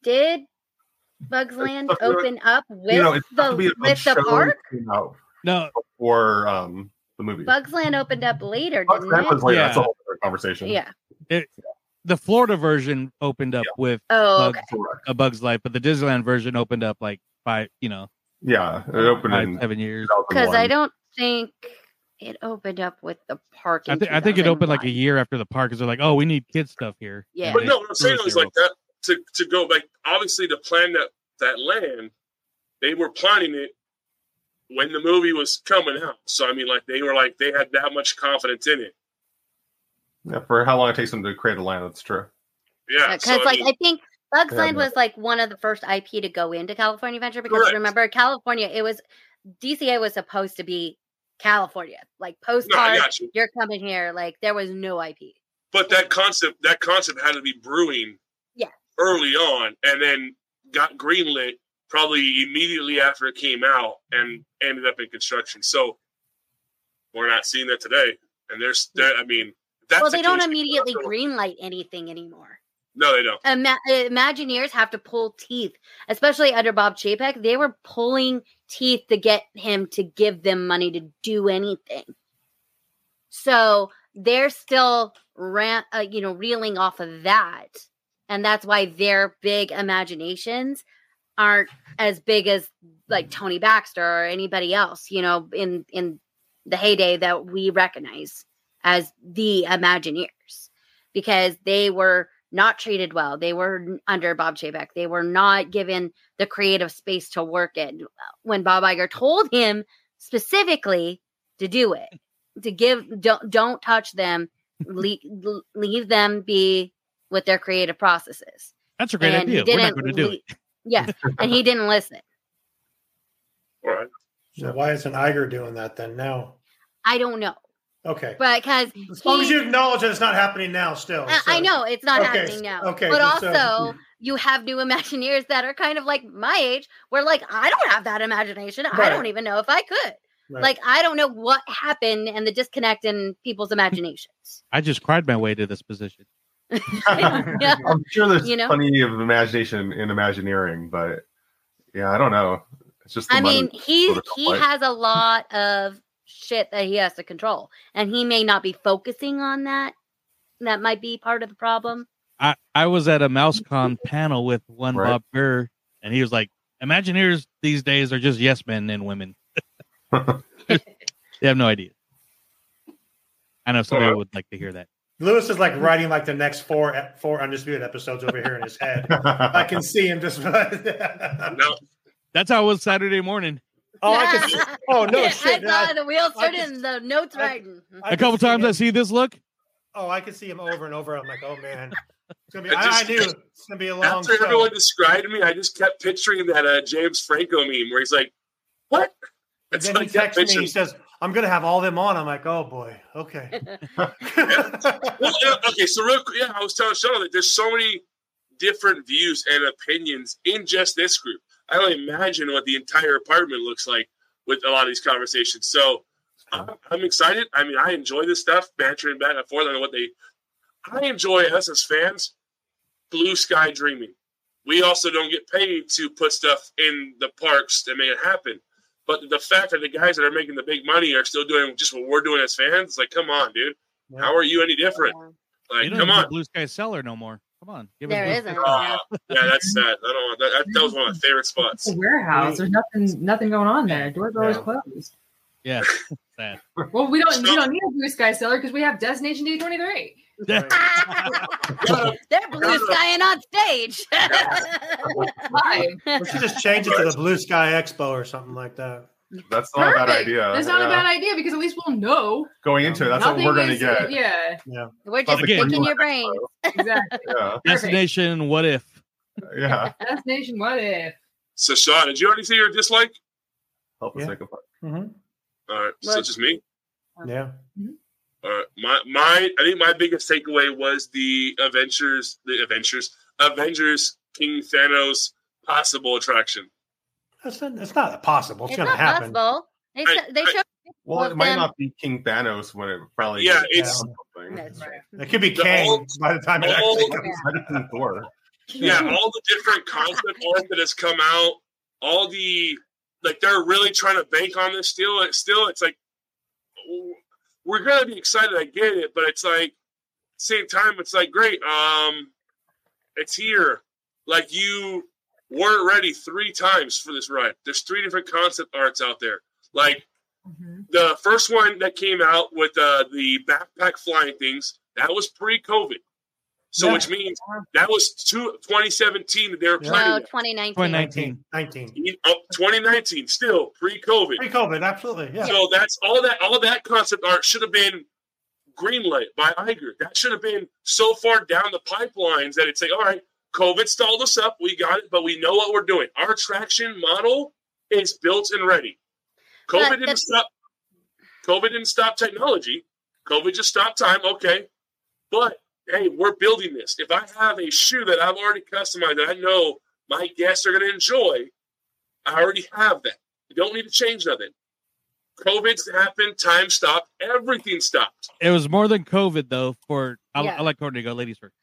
Speaker 4: Did Bugs Land
Speaker 5: stuff like-
Speaker 4: open up with
Speaker 5: you know, it's
Speaker 4: the
Speaker 5: to be about
Speaker 4: with the
Speaker 5: show
Speaker 4: park?
Speaker 5: came out
Speaker 3: No,
Speaker 5: before um, the movie.
Speaker 4: Bugs Land opened up later,
Speaker 5: Bugs
Speaker 4: didn't
Speaker 5: Life was
Speaker 4: it?
Speaker 5: later. That's a
Speaker 3: Yeah.
Speaker 5: whole other conversation.
Speaker 4: Yeah.
Speaker 3: the Florida version opened up with
Speaker 4: Oh,
Speaker 3: Bugs,
Speaker 4: okay.
Speaker 5: Correct.
Speaker 3: a Bug's Life, but the Disneyland version opened up like five, you know,
Speaker 5: Yeah, it opened
Speaker 3: five,
Speaker 5: in
Speaker 3: seven years.
Speaker 4: Because I
Speaker 5: 2001.
Speaker 4: don't think it opened up with the park.
Speaker 3: I,
Speaker 4: in
Speaker 3: thi- I think it opened like a
Speaker 4: 2001.
Speaker 3: year after the park because they're like, oh, we need kids stuff here.
Speaker 4: Yeah.
Speaker 3: And
Speaker 1: but
Speaker 3: they
Speaker 1: no, what I'm saying
Speaker 3: threw us
Speaker 1: is
Speaker 3: there
Speaker 1: like that to, to go like obviously to plan that that land, they were planning it when the movie was coming out. So I mean, like they were like they had that much confidence in it.
Speaker 5: Yeah, for how long it takes them to create a line, that's true.
Speaker 1: Yeah,
Speaker 4: because
Speaker 1: so, I
Speaker 4: Uh, like
Speaker 1: mean,
Speaker 4: I think Bugs
Speaker 5: Yeah,
Speaker 4: Land
Speaker 5: no.
Speaker 4: was like one of the first IP to go into California Adventure because
Speaker 1: Correct.
Speaker 4: remember California, it was DCA was supposed to be California, like
Speaker 1: no, I
Speaker 4: postcard.
Speaker 1: got you.
Speaker 4: You're coming here, like there was no IP.
Speaker 1: But that concept that concept had to be brewing
Speaker 4: Yeah.
Speaker 1: early on, and then got greenlit probably immediately after it came out, and ended up in construction. So we're not seeing that today. And there's, there, I mean, that's
Speaker 4: well,
Speaker 1: the
Speaker 4: they don't
Speaker 1: case.
Speaker 4: immediately greenlight anything anymore.
Speaker 1: No, they don't.
Speaker 4: Ima- Imagineers have to pull teeth, especially under Bob Chapek. They were pulling teeth to get him to give them money to do anything. So they're still, ran- uh, you know, reeling off of that, and that's why their big imaginations aren't as big as like Tony Baxter or anybody else, you know, in in the heyday that we recognize as the Imagineers, because they were not treated well. They were n- under Bob Chapek. They were not given the creative space to work in Uh, when Bob Iger told him specifically to do it, to give don't don't touch them, leave, leave them be with their creative processes.
Speaker 3: That's a great idea.
Speaker 4: he
Speaker 3: We're not going to do
Speaker 4: le-
Speaker 3: it.
Speaker 4: Yeah, and he didn't listen.
Speaker 1: All right.
Speaker 2: So why isn't Iger doing that then now?
Speaker 4: I don't know,
Speaker 2: Okay.
Speaker 4: but because
Speaker 2: as long as you acknowledge that it's not happening now, still.
Speaker 4: I, I
Speaker 2: so-
Speaker 4: know it's not
Speaker 2: Oh, Okay,
Speaker 4: happening now.
Speaker 2: okay, uh,
Speaker 4: but
Speaker 2: so-
Speaker 4: also you have new Imagineers that are kind of like my age, where like I don't have that imagination. I
Speaker 2: Right.
Speaker 4: don't even know if I could.
Speaker 2: Right.
Speaker 4: Like I don't know what happened and the disconnect in people's imaginations.
Speaker 3: I just cried my way to this position.
Speaker 4: Yeah.
Speaker 5: I'm sure there's
Speaker 4: You know?
Speaker 5: plenty of imagination in Imagineering, but yeah, I don't know. It's just the
Speaker 4: I
Speaker 5: money.
Speaker 4: mean, he
Speaker 5: sort of
Speaker 4: he
Speaker 5: like-
Speaker 4: has a lot of shit that he has to control, and he may not be focusing on that. That might be part of the problem.
Speaker 3: I, I was at a MouseCon panel with one
Speaker 5: Right.
Speaker 3: Bob Burr, and he was like, Imagineers these days are just yes men and women. they have no idea. I know somebody would like to hear that.
Speaker 2: Lewis is like writing like the next four e, four undisputed episodes over here in his head. I can see him just.
Speaker 1: No,
Speaker 3: That's how it was Saturday morning.
Speaker 2: Oh, I can. See, oh no,
Speaker 4: I
Speaker 2: shit! I-
Speaker 4: saw the wheels
Speaker 2: I
Speaker 4: turning,
Speaker 2: just-
Speaker 4: the notes
Speaker 2: I-
Speaker 4: writing. hmm.
Speaker 2: I
Speaker 3: A couple
Speaker 2: can see
Speaker 3: times
Speaker 2: him-
Speaker 3: I see this look.
Speaker 2: Oh, I could see him over and over. I'm like, oh man, it's gonna be.
Speaker 1: I
Speaker 2: I,
Speaker 1: just-
Speaker 2: I knew it's gonna be a long.
Speaker 1: After
Speaker 2: show.
Speaker 1: everyone described me, I just kept picturing that uh, James Franco meme where he's like, "What?"
Speaker 2: And
Speaker 1: It's
Speaker 2: then
Speaker 1: like
Speaker 2: he
Speaker 1: that
Speaker 2: texts me.
Speaker 1: picture.
Speaker 2: He says, "I'm gonna have all them on." I'm like, oh boy, okay.
Speaker 1: Well, uh, okay, so real quick, yeah, I was telling Sean that there's so many different views and opinions in just this group. I don't imagine what the entire apartment looks like with a lot of these conversations. So I'm, I'm excited. I mean, I enjoy this stuff, bantering back and forth on what they. I enjoy us as fans, blue sky dreaming. We also don't get paid to put stuff in the parks that make it happen. But the fact that the guys that are making the big money are still doing just what we're doing as fans, it's like, come on, dude. How are you any different?
Speaker 3: you
Speaker 1: Like,
Speaker 3: don't
Speaker 1: come
Speaker 3: even
Speaker 1: on.
Speaker 3: have Blue Sky Cellar no more. Come on. Give us
Speaker 4: There
Speaker 3: Blue Sky
Speaker 4: isn't.
Speaker 3: Cellar.
Speaker 4: yeah.
Speaker 1: Yeah, that's sad. I don't want that. that. That was one of my favorite
Speaker 6: It's
Speaker 1: spots.
Speaker 6: a warehouse. There's nothing nothing going on there. Doors are always
Speaker 5: Yeah.
Speaker 6: closed.
Speaker 3: Yeah.
Speaker 6: Well, we don't we don't need a blue sky cellar because we have Destination D twenty three.
Speaker 4: They're blue skying on stage.
Speaker 6: Why?
Speaker 2: We should just change it to the Blue Sky Expo or something like that.
Speaker 5: that's not a bad
Speaker 6: Perfect.
Speaker 5: idea.
Speaker 6: That's not
Speaker 5: yeah.
Speaker 6: a bad idea because at least we'll know.
Speaker 5: Going into it, that's
Speaker 6: Nothing
Speaker 5: what we're going to
Speaker 6: is-
Speaker 5: get. Yeah.
Speaker 6: Yeah,
Speaker 4: We're just
Speaker 3: Again.
Speaker 4: picking your brain.
Speaker 6: exactly.
Speaker 5: Yeah.
Speaker 3: Destination, what if?
Speaker 5: yeah.
Speaker 6: Destination what if?
Speaker 1: So, Sean, did you already see your dislike?
Speaker 5: Help us
Speaker 2: Yeah.
Speaker 5: make a part.
Speaker 2: Mhm.
Speaker 1: All right, so
Speaker 4: Look.
Speaker 1: just me.
Speaker 2: Yeah.
Speaker 1: Uh, my my I think my biggest takeaway was the Avengers the Avengers Avengers King Thanos possible attraction.
Speaker 2: That's not, that's not possible. It's,
Speaker 4: It's
Speaker 2: going
Speaker 4: not
Speaker 2: to happen.
Speaker 4: possible. They,
Speaker 1: I-
Speaker 4: s- they
Speaker 1: I-
Speaker 4: showed.
Speaker 5: Well,
Speaker 4: Well,
Speaker 5: it might
Speaker 4: then-
Speaker 5: not be King Thanos when it probably
Speaker 1: Yeah,
Speaker 5: is.
Speaker 1: it's
Speaker 5: something.
Speaker 4: That's right.
Speaker 2: It could be
Speaker 1: The
Speaker 2: Kang
Speaker 1: whole-
Speaker 2: by the time it
Speaker 1: the whole-
Speaker 2: actually
Speaker 4: Yeah.
Speaker 2: comes.
Speaker 5: Might have been Thor.
Speaker 1: yeah, all the different concept art that has come out, all the like they're really trying to bank on this still. It's still it's like we're gonna be excited. I get it, but it's like same time it's like great. Um, it's here. Like you weren't ready three times for this ride. There's three different concept arts out there. Like the first one that came out with uh, the backpack flying things that was pre-COVID, so
Speaker 2: Yeah.
Speaker 1: which means that was two, 2017 that they were
Speaker 2: Yeah.
Speaker 4: No,
Speaker 1: planning.
Speaker 4: 2019.
Speaker 3: 2019.
Speaker 2: 19.
Speaker 1: it. Up 2019, still pre-COVID.
Speaker 2: Pre COVID, absolutely. Yeah.
Speaker 1: So that's all that all that concept art should have been greenlit by Iger. That should have been so far down the pipelines that it'd say, all right, COVID stalled us up. We got it, but we know what we're doing. Our traction model is built and ready.
Speaker 4: But
Speaker 1: COVID didn't
Speaker 4: that's-
Speaker 1: stop. COVID didn't stop technology. COVID just stopped time. Okay. But hey, we're building this. If I have a shoe that I've already customized that I know my guests are going to enjoy, I already have that. You don't need to change nothing. COVID's happened, time stopped, everything stopped.
Speaker 3: It was more than COVID though. For I,
Speaker 4: Yeah.
Speaker 3: I like Courtney to go ladies first.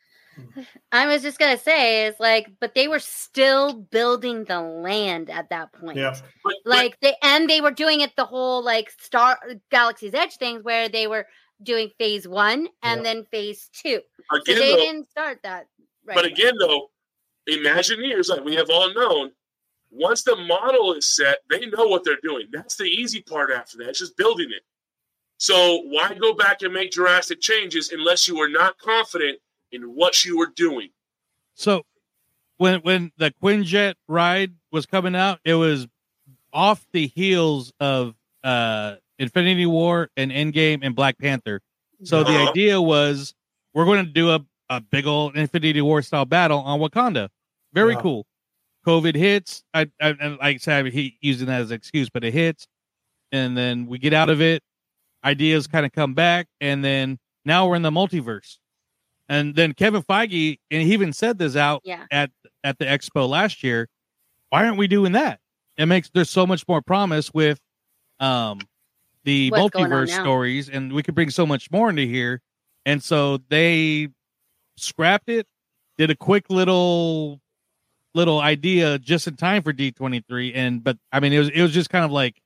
Speaker 4: I was just gonna say is like, but they were still building the land at that point.
Speaker 2: Yeah.
Speaker 1: But, but
Speaker 4: Like they and they were doing it the whole like Star Galaxy's Edge things where they were doing phase one and
Speaker 2: Yeah.
Speaker 4: then phase two. So
Speaker 1: again,
Speaker 4: they
Speaker 1: though,
Speaker 4: didn't start that right.
Speaker 1: but
Speaker 4: away.
Speaker 1: again, though, Imagineers, like we have all known, once the model is set, they know what they're doing. That's the easy part after that. It's just building it. So why go back and make drastic changes unless you are not confident in what you were doing?
Speaker 3: So when when the Quinjet ride was coming out, it was off the heels of uh Infinity War and Endgame and Black Panther. So the
Speaker 1: Uh-huh.
Speaker 3: idea was we're going to do a, a big old Infinity War style battle on Wakanda. Very
Speaker 2: Yeah.
Speaker 3: cool. COVID hits. I, I and like I said, I hate using that as an excuse, but it hits, and then we get out of it. Ideas kind of come back, and then now we're in the multiverse. And then Kevin Feige, and he even said this out
Speaker 4: yeah.
Speaker 3: at the expo last year. Why aren't we doing that? It makes there's so much more promise with um the
Speaker 4: What's going on
Speaker 3: multiverse
Speaker 4: now.
Speaker 3: stories, and we could bring so much more into here. And so they scrapped it, did a quick little little idea just in time for D twenty three. And but I mean it was it was just kind of like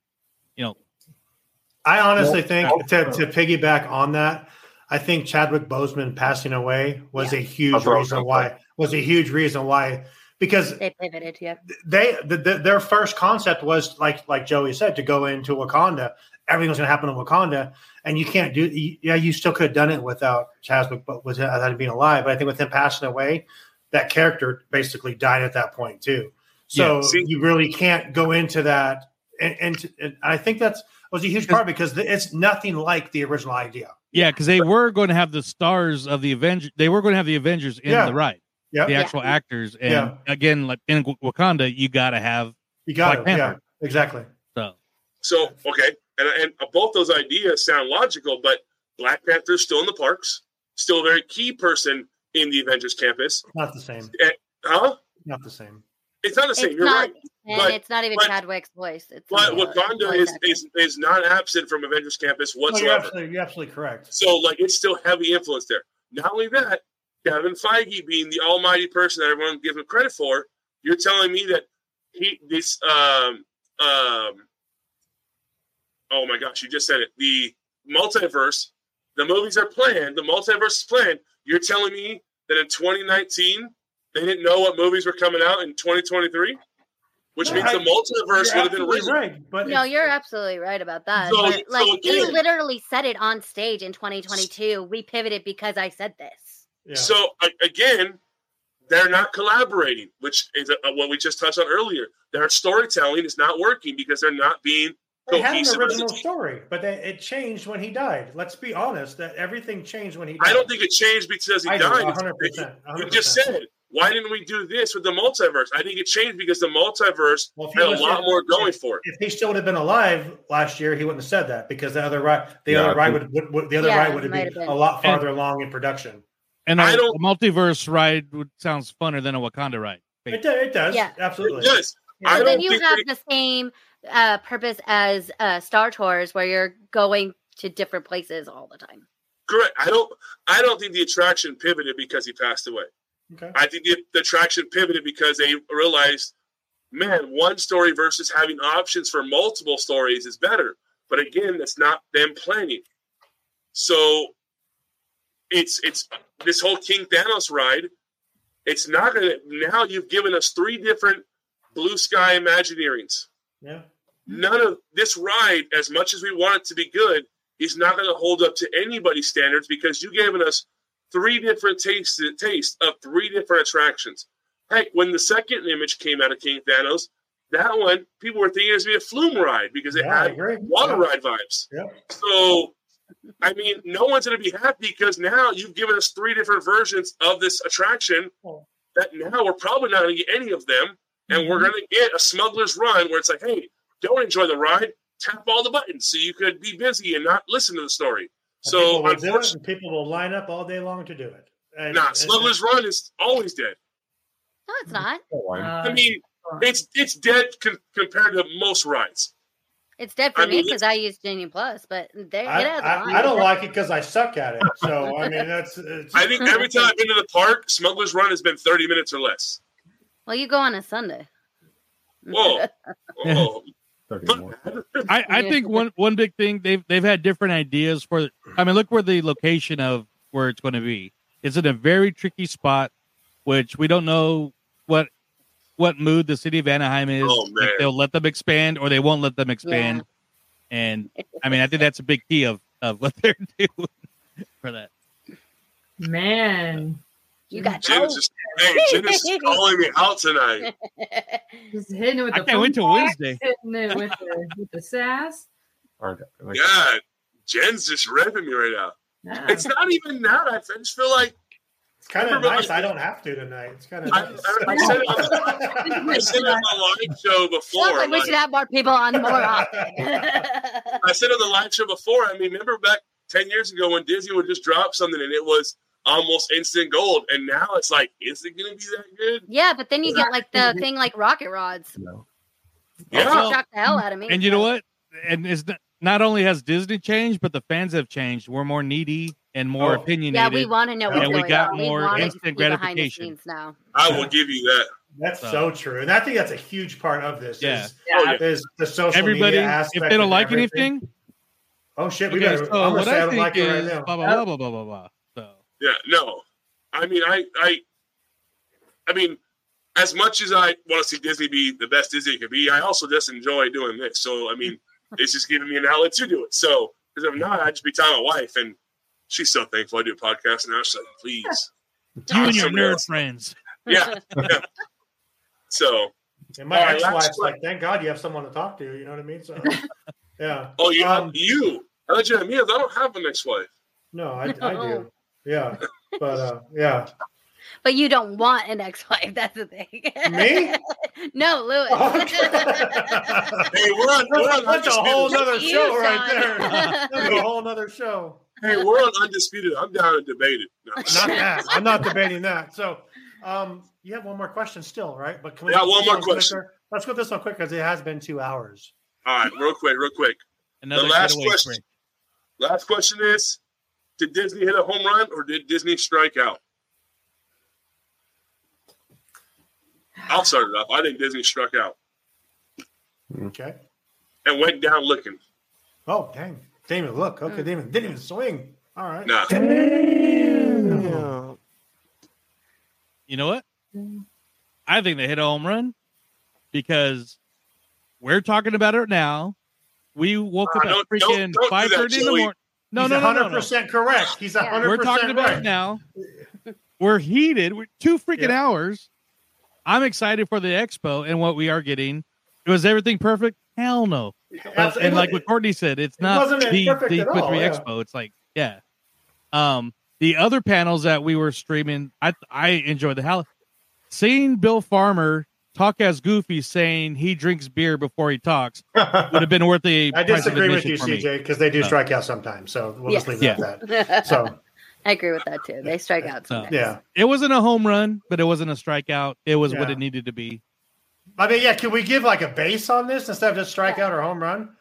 Speaker 2: I honestly
Speaker 5: Well,
Speaker 2: think to, to piggyback on that, I think Chadwick Boseman passing away was a huge
Speaker 5: That's what I was
Speaker 2: reason
Speaker 5: gonna
Speaker 2: why was a huge reason why because
Speaker 4: They pivoted, yeah.
Speaker 2: they the, the, their first concept was like like Joey said to go into Wakanda. Everything was going to happen in Wakanda, and you can't do. you- Yeah, you still could have done it without Chadwick, but was without him being alive. But I think with him passing away, that character basically died at that point too. So
Speaker 1: Yeah, see-
Speaker 2: you really can't go into that, and, and, and I think that's was a huge part because it's nothing like the original idea.
Speaker 3: yeah, because they were going to have the stars of the Avengers. They were going to have the Avengers in
Speaker 2: Yeah.
Speaker 3: the ride,
Speaker 2: Yeah,
Speaker 3: the actual actors. And
Speaker 2: Yeah.
Speaker 3: again, like in Wakanda, you got to have
Speaker 2: you got
Speaker 3: Black
Speaker 2: it.
Speaker 3: Panther.
Speaker 2: Yeah, exactly.
Speaker 3: so
Speaker 1: So okay, and and both those ideas sound logical, but Black Panther's still in the parks, still a very key person in the Avengers campus,
Speaker 2: Not the same.
Speaker 1: huh?
Speaker 2: Not the same.
Speaker 1: It's not the same.
Speaker 4: It's
Speaker 1: You're
Speaker 4: not
Speaker 1: right.
Speaker 4: and
Speaker 1: But-
Speaker 4: it's not even
Speaker 1: but-
Speaker 4: Chadwick's voice. It's
Speaker 1: But
Speaker 4: somebody else-
Speaker 1: Wakanda
Speaker 4: voice
Speaker 1: is,
Speaker 4: actor.
Speaker 1: is is not absent from Avengers Campus
Speaker 2: No, you're,
Speaker 1: whatsoever.
Speaker 2: absolutely, you're absolutely correct.
Speaker 1: So like it's still heavy influence there. Not only that, Kevin Feige being the almighty person that everyone gives him credit for, you're telling me that he this um um oh my gosh, you just said it. The multiverse, the movies are planned, the multiverse is planned. You're telling me that in 2019 they didn't know what movies were coming out in 2023, which
Speaker 2: No,
Speaker 1: means
Speaker 2: I-
Speaker 1: the multiverse
Speaker 2: You're
Speaker 1: would have been
Speaker 2: absolutely
Speaker 1: written.
Speaker 2: right, but
Speaker 4: No,
Speaker 2: it's-
Speaker 4: you're absolutely right about that.
Speaker 1: So-
Speaker 4: but,
Speaker 1: so
Speaker 4: like he
Speaker 1: again-
Speaker 4: literally said it on stage in 2022. We pivoted because I said this.
Speaker 2: yeah.
Speaker 1: So a- again, they're not collaborating, which is uh, what we just touched on earlier. Their storytelling is not working because they're not being
Speaker 2: They had an
Speaker 1: cohesive as a
Speaker 2: original
Speaker 1: team.
Speaker 2: story, but they, it changed when he died. Let's be honest; that everything changed when he. died.
Speaker 1: I don't think it changed because he
Speaker 2: I do,
Speaker 1: died.
Speaker 2: 100%,
Speaker 1: You just
Speaker 2: 100%.
Speaker 1: said Why didn't we do this with the multiverse? I think it changed because the multiverse
Speaker 2: Well, if he
Speaker 1: had a
Speaker 2: was-
Speaker 1: lot more going for it.
Speaker 2: If he still would have been alive last year, he wouldn't have said that because the other ride, the
Speaker 5: Yeah, I
Speaker 2: other ride would,
Speaker 5: think-
Speaker 2: would, would the other
Speaker 4: Yeah,
Speaker 2: ride would
Speaker 4: it
Speaker 2: have
Speaker 4: might
Speaker 2: been,
Speaker 4: have been.
Speaker 2: a lot farther along in production.
Speaker 3: And a
Speaker 1: I don't-
Speaker 3: a multiverse ride would, sounds funner than a Wakanda ride.
Speaker 2: It, do, it does,
Speaker 4: Yeah.
Speaker 2: absolutely.
Speaker 1: Yes, I
Speaker 4: so
Speaker 1: don't
Speaker 4: then you
Speaker 1: think
Speaker 4: have
Speaker 1: we-
Speaker 4: the same uh, purpose as uh, Star Tours, where you're going to different places all the time.
Speaker 1: correct. I don't. I don't think the attraction pivoted because he passed away.
Speaker 2: Okay.
Speaker 1: I think the, the attraction pivoted because they realized, man, one story versus having options for multiple stories is better. But again, that's not them planning. So it's it's this whole King Thanos ride. It's not gonna now you've given us three different blue sky imagineerings.
Speaker 2: Yeah.
Speaker 1: None of this ride, as much as we want it to be good, is not gonna hold up to anybody's standards because you given us three different tastes tastes of three different attractions. Heck, when the second image came out of King Thanos, that one people were thinking it was gonna be a flume ride because it
Speaker 2: Yeah, I
Speaker 1: had
Speaker 2: agree.
Speaker 1: water
Speaker 2: Yeah.
Speaker 1: ride vibes.
Speaker 2: Yep.
Speaker 1: So, I mean, no one's going to be happy because now you've given us three different versions of this attraction
Speaker 2: Oh.
Speaker 1: that now we're probably not going to get any of them. And we're
Speaker 2: Mm-hmm.
Speaker 1: going to get a smuggler's run where it's like, hey, don't enjoy the ride, tap all the buttons so you could be busy and not listen to the story.
Speaker 2: And
Speaker 1: So,
Speaker 2: people will do it,
Speaker 1: unfortunately,
Speaker 2: and people will line up all day long to do it. And,
Speaker 1: nah,
Speaker 2: and-
Speaker 1: smuggler's run is always dead.
Speaker 4: No, it's
Speaker 1: Mm-hmm.
Speaker 4: not.
Speaker 1: I
Speaker 6: Uh,
Speaker 1: mean, it's it's dead con- compared to most rides.
Speaker 4: It's dead for
Speaker 1: I
Speaker 4: me
Speaker 1: mean,
Speaker 4: because I use Genie Plus, but there
Speaker 2: I,
Speaker 4: it has. a lot.
Speaker 2: I, I don't like it because I suck at it. So I mean, that's it's,
Speaker 1: I think every time I've been to the park, smuggler's run has been thirty minutes or less.
Speaker 4: Well, you go on a Sunday. Mm-hmm.
Speaker 1: Whoa. Oh,
Speaker 3: I, I think one one big thing they've they've had different ideas for. I mean, look where the location of where it's going to be. It's in a very tricky spot, which we don't know what what mood the city of Anaheim is.
Speaker 1: Oh, man.
Speaker 3: If they'll let them expand or they won't let them expand. And I mean, I think that's a big key of of what they're doing for that.
Speaker 6: man,
Speaker 4: You got
Speaker 1: Jim's
Speaker 4: told.
Speaker 1: just, hey, Jim is calling me out tonight.
Speaker 6: just hitting it with
Speaker 3: I
Speaker 6: the
Speaker 3: can't wait till
Speaker 6: boombox,
Speaker 3: Wednesday.
Speaker 6: Hitting it with the, with the sass.
Speaker 1: God, Jen's just ripping me right now.
Speaker 6: Yeah.
Speaker 1: It's not even that. I just feel like
Speaker 2: it's kind of nice. I don't have to tonight. It's kind of
Speaker 1: I-
Speaker 2: nice.
Speaker 1: I- I said it I said on the live show
Speaker 4: Sounds
Speaker 1: before.
Speaker 4: like we
Speaker 1: like,
Speaker 4: should have more people on more often.
Speaker 1: I said on the live show before. I mean, remember back ten years ago when Disney would just drop something and it was almost instant gold, and now it's like, is it going to be that good?
Speaker 4: yeah, but then you get like the thing like rocket rods.
Speaker 1: Yeah.
Speaker 4: Shock the hell out of me.
Speaker 3: And you know what? And it's not, not only has Disney changed, but the fans have changed. We're more needy and more
Speaker 2: Oh.
Speaker 3: opinionated.
Speaker 4: Yeah, we want to know what's
Speaker 2: And
Speaker 3: we
Speaker 4: going
Speaker 3: got
Speaker 4: on.
Speaker 3: more
Speaker 4: we want
Speaker 3: instant
Speaker 4: to be behind the
Speaker 3: gratification.
Speaker 4: scenes now.
Speaker 1: I will give you that.
Speaker 2: That's
Speaker 3: So-
Speaker 2: so, true, and I think that's a huge part of this.
Speaker 3: Yeah.
Speaker 2: Is,
Speaker 6: Yeah.
Speaker 1: Oh, yeah.
Speaker 2: is the social
Speaker 3: Everybody,
Speaker 2: media
Speaker 3: if
Speaker 2: aspect.
Speaker 3: they don't
Speaker 2: and
Speaker 3: like
Speaker 2: everything.
Speaker 3: anything,
Speaker 2: oh shit, we
Speaker 3: okay,
Speaker 2: better.
Speaker 3: so
Speaker 2: I'm gonna
Speaker 3: what
Speaker 2: say I
Speaker 3: I
Speaker 2: don't
Speaker 3: think
Speaker 2: like
Speaker 3: is
Speaker 2: it right now.
Speaker 3: blah, blah, blah, blah, blah, blah, blah. So.
Speaker 1: Yeah, no. I mean, I, I, I mean, as much as I want to see Disney be the best Disney it can be, I also just enjoy doing this. So, I mean, it's just giving me an outlet to do it. So, because if not, I'd just be telling my wife, and she's so thankful I do a podcast now. She's like, please.
Speaker 3: You and your
Speaker 1: Somebody
Speaker 3: nerd
Speaker 1: else.
Speaker 3: friends.
Speaker 1: Yeah. yeah. So,
Speaker 2: And my
Speaker 1: All right,
Speaker 2: ex-wife's
Speaker 1: last
Speaker 2: like, "Thank God you have someone to talk to." You know what I mean? So, yeah.
Speaker 1: oh, you,
Speaker 2: Um,
Speaker 1: you. I thought you had me. I don't have an ex-wife.
Speaker 2: No, I, I
Speaker 1: Oh.
Speaker 2: do. Yeah, but uh, yeah,
Speaker 4: But you don't want an ex-wife. That's the thing.
Speaker 2: me.
Speaker 4: no, Lewis.
Speaker 2: Oh, that's,
Speaker 1: Hey, we're on. We're on
Speaker 2: that's a whole
Speaker 1: undisputed.
Speaker 2: nother
Speaker 4: You,
Speaker 2: show right
Speaker 4: Sean.
Speaker 2: there. That's a whole nother show.
Speaker 1: Hey, we're on undisputed. I'm down and debated. No, I'm
Speaker 2: Not
Speaker 1: sorry.
Speaker 2: that. I'm not debating that. So, um, you have one more question still, right? But can
Speaker 1: Yeah,
Speaker 2: get
Speaker 1: one
Speaker 2: this
Speaker 1: more
Speaker 2: quicker?
Speaker 1: question.
Speaker 2: Let's go this one quick because it has been two hours.
Speaker 1: All right, real quick, real quick.
Speaker 3: Another
Speaker 1: last
Speaker 3: getaway
Speaker 1: question.
Speaker 3: friend.
Speaker 1: Last question is: Did Disney hit a home run or did Disney strike out? I'll start it off. I think Disney struck out
Speaker 2: Okay.
Speaker 1: and went down looking.
Speaker 2: Oh dang! Didn't even look.
Speaker 4: Mm.
Speaker 2: Okay, didn't even, didn't even swing. All right.
Speaker 1: Nah,
Speaker 3: You know what? I think they hit a home run because we're talking about it now. We woke
Speaker 1: Ah,
Speaker 3: up at
Speaker 1: don't- don't-
Speaker 3: freaking
Speaker 1: don't do
Speaker 3: five
Speaker 1: that,
Speaker 3: thirty in the
Speaker 1: Joey.
Speaker 3: morning. No,
Speaker 2: He's
Speaker 3: no, no, no, no.
Speaker 2: 100% correct. He's
Speaker 4: Yeah.
Speaker 2: 100%
Speaker 3: We're talking about
Speaker 2: right.
Speaker 3: it now. We're heated. We're two freaking
Speaker 2: Yeah.
Speaker 3: hours. I'm excited for the expo and what we are getting. Was everything perfect? Hell no. But, and like what Courtney said, it's
Speaker 2: it
Speaker 3: not
Speaker 2: wasn't
Speaker 3: the,
Speaker 2: perfect
Speaker 3: the
Speaker 2: at
Speaker 3: Quick
Speaker 2: all,
Speaker 3: Re
Speaker 2: yeah.
Speaker 3: Expo. It's like, yeah. Um, the other panels that we were streaming, I I enjoyed the hell Seeing Bill Farmer talk as Goofy saying he drinks beer before he talks would have been worth a.
Speaker 2: I
Speaker 3: price of
Speaker 2: disagree with
Speaker 3: admission
Speaker 2: you,
Speaker 3: for me.
Speaker 2: CJ, because they do
Speaker 3: No.
Speaker 2: strike out sometimes. So we'll just
Speaker 4: Yes.
Speaker 2: leave it at that. So
Speaker 4: I agree with that too. They strike out sometimes.
Speaker 2: yeah,
Speaker 3: It wasn't a home run, but it wasn't a strikeout. It was what
Speaker 2: Yeah.
Speaker 3: it needed to be.
Speaker 2: I mean, yeah. Can we give like a base on this instead of just strikeout or home run?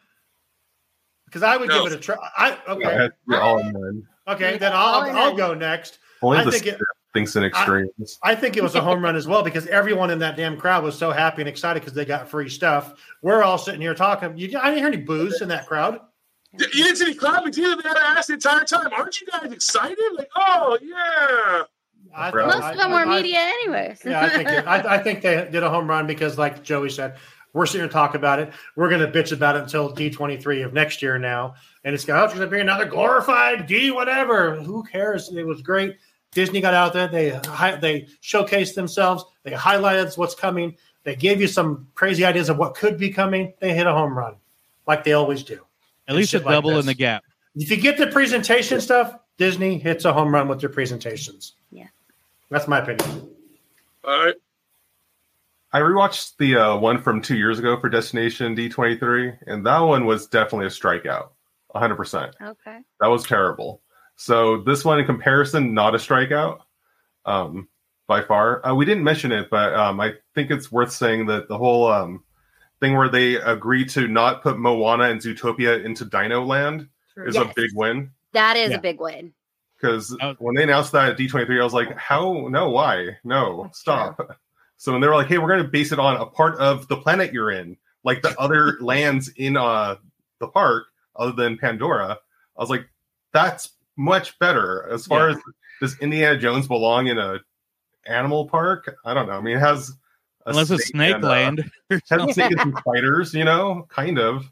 Speaker 2: Because I would
Speaker 1: No.
Speaker 2: give it a try. I
Speaker 5: Yeah,
Speaker 2: okay,
Speaker 5: that's- you're all in one.
Speaker 2: okay.
Speaker 4: Yeah,
Speaker 2: Then
Speaker 4: all
Speaker 2: I'll
Speaker 4: in
Speaker 2: I'll
Speaker 4: on.
Speaker 2: go next.
Speaker 5: Only
Speaker 2: I
Speaker 5: the
Speaker 2: think it-
Speaker 5: script thinks in extremes.
Speaker 2: I think it was a home run as well because everyone in that damn crowd was so happy and excited because they got free stuff. We're all sitting here talking. You, I didn't hear any boos in that crowd.
Speaker 1: You didn't see any clapping either. They had to ask the entire time, aren't you guys excited? Like, oh, yeah.
Speaker 2: I,
Speaker 5: Most
Speaker 4: Most of them were media, anyways.
Speaker 2: yeah, I think it, I, I think they did a home run because, like Joey said, we're sitting here talking about it. We're going to bitch about it until D twenty three of next year now, and it's going to be another glorified D whatever. Who cares? It was great. Disney got out there. They hi- they showcased themselves. They highlighted what's coming. They gave you some crazy ideas of what could be coming. They hit a home run, like they always do.
Speaker 3: At least a
Speaker 2: shit like
Speaker 3: double
Speaker 2: this.
Speaker 3: in the gap.
Speaker 2: If you get the presentation stuff, Disney hits a home run with their presentations.
Speaker 4: Yeah.
Speaker 2: that's my opinion.
Speaker 1: All right.
Speaker 5: I rewatched the uh, one from two years ago for Destination D23, and that one was definitely a strikeout, 100%.
Speaker 4: okay.
Speaker 5: That was terrible. So this one, in comparison, not a strikeout um, by far. Uh, we didn't mention it, but um, I think it's worth saying that the whole um, thing where they agree to not put Moana and Zootopia into Dino Land
Speaker 6: True.
Speaker 5: is a
Speaker 4: Yes.
Speaker 5: big win.
Speaker 4: That is
Speaker 2: Yeah.
Speaker 4: a big win.
Speaker 5: Because
Speaker 3: That was-
Speaker 5: when they announced that at D23, I was like, how? No, why? No, stop. So when they were like, hey, we're going to base it on a part of the planet you're in, like the other lands in uh, the park other than Pandora, I was like, that's much better. As far as does Indiana Jones belong in a animal park? I don't know. I mean, it has a
Speaker 3: Unless it's Snake
Speaker 5: and, uh,
Speaker 3: Land. or
Speaker 5: has
Speaker 3: something.
Speaker 5: snake and some spiders, you know, kind of,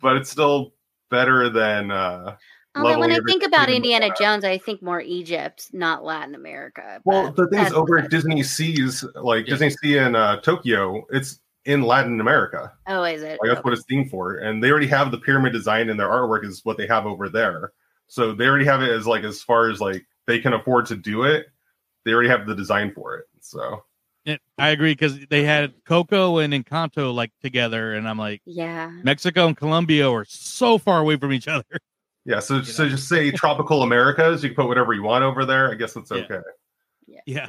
Speaker 5: but it's still better than uh,
Speaker 4: Although when I
Speaker 5: level
Speaker 4: think about
Speaker 5: everything
Speaker 4: Indiana
Speaker 5: about
Speaker 4: Jones, I think more Egypt, not Latin America.
Speaker 5: Well,
Speaker 4: but
Speaker 5: the thing is,
Speaker 4: that's
Speaker 5: over at
Speaker 4: besides-
Speaker 5: Disney Seas, like
Speaker 3: Uh, Yeah.
Speaker 5: Disney Sea in uh, Tokyo, it's in Latin America.
Speaker 4: Oh, is it?
Speaker 5: Like that's what it's themed for, and they already have the pyramid design, and their artwork is what they have over there. So they already have it as like as far as like they can afford to do it. They already have the design for it. So
Speaker 3: Yeah, I agree because they had Coco and Encanto like together, and I'm like,
Speaker 4: Yeah.
Speaker 3: Mexico and Colombia are so far away from each other.
Speaker 5: yeah, so
Speaker 3: You
Speaker 5: so
Speaker 3: know.
Speaker 5: just say tropical Americas. You can put whatever you want over there. I guess that's
Speaker 3: Yeah.
Speaker 5: okay.
Speaker 3: Yeah,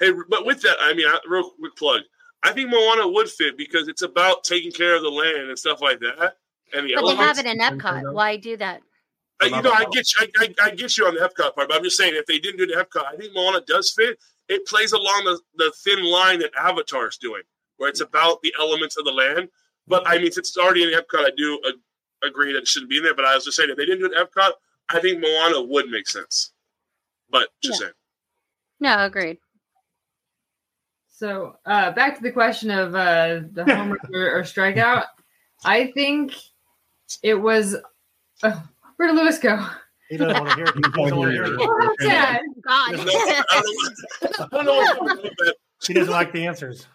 Speaker 1: Hey, but with that, I mean, I, real quick plug. I think Moana would fit because it's about taking care of the land and stuff like that. And the
Speaker 4: But they
Speaker 1: elements.
Speaker 4: have it in
Speaker 5: and things
Speaker 4: Epcot.
Speaker 5: like
Speaker 4: Why do that?
Speaker 1: Uh, you know, I get you. I, I, I get you on the Epcot part, but I'm just saying if they didn't do the Epcot, I think Moana does fit. It plays along the, the thin line that Avatar's doing, where it's about the elements of the land. But I mean, since it's already in Epcot, I do uh, agree that it shouldn't be in there. But I was just saying if they didn't do an Epcot, I think Moana would make sense. But just saying,
Speaker 4: No, agreed.
Speaker 6: So uh, back to the question of uh, the home run or, or strikeout. I think it was. Uh, where did Lewis go?
Speaker 2: He doesn't want to hear it. He doesn't want to hear it.
Speaker 6: Oh, Dad.
Speaker 4: God.
Speaker 1: No, I don't know. I don't know what's going on with that.
Speaker 2: She doesn't like the answers.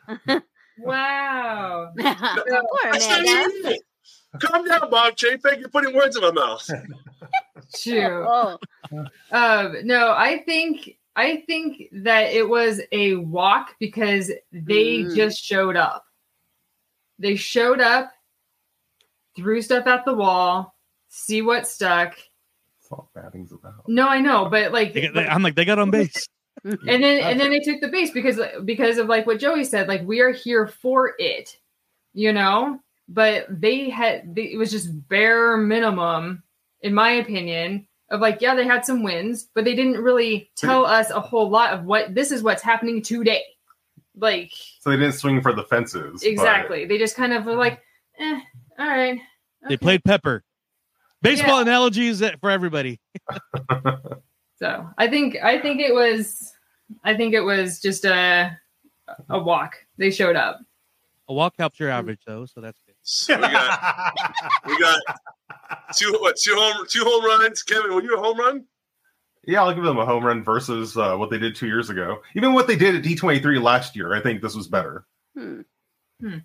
Speaker 6: Wow.
Speaker 4: Poor
Speaker 1: That's not
Speaker 4: Amanda.
Speaker 1: even it. Calm down, Bob Chapek. You're putting words in my mouth.
Speaker 6: Shoot.
Speaker 4: Oh,
Speaker 6: Um, no, I think I think that it was a walk because they
Speaker 4: Mm.
Speaker 6: just showed up. They showed up, threw stuff at the wall, see what stuck.
Speaker 5: That's all batting's about.
Speaker 6: No, I know, but like,
Speaker 3: They got- they- I'm like, they got on base.
Speaker 6: and then and then they took the base because because of like what Joey said, like we are here for it, you know. But they had they, it was just bare minimum, in my opinion, of like yeah they had some wins, but they didn't really tell us a whole lot of what this is what's happening today, like
Speaker 5: So they didn't swing for the fences. but-
Speaker 6: exactly. They just kind of were like, eh, all right.
Speaker 3: They played Pepper. Baseball analogies that- for everybody.
Speaker 6: So I think I think it was I think it was just a a walk. They showed up.
Speaker 3: A walk helps your average though, so that's good.
Speaker 1: So we got We got two what two home two home runs. Kevin, were you a home run?
Speaker 5: Yeah, I'll give them a home run versus uh, what they did two years ago. Even what they did at D23 last year, I think this was better.
Speaker 4: hmm.
Speaker 6: Hmm.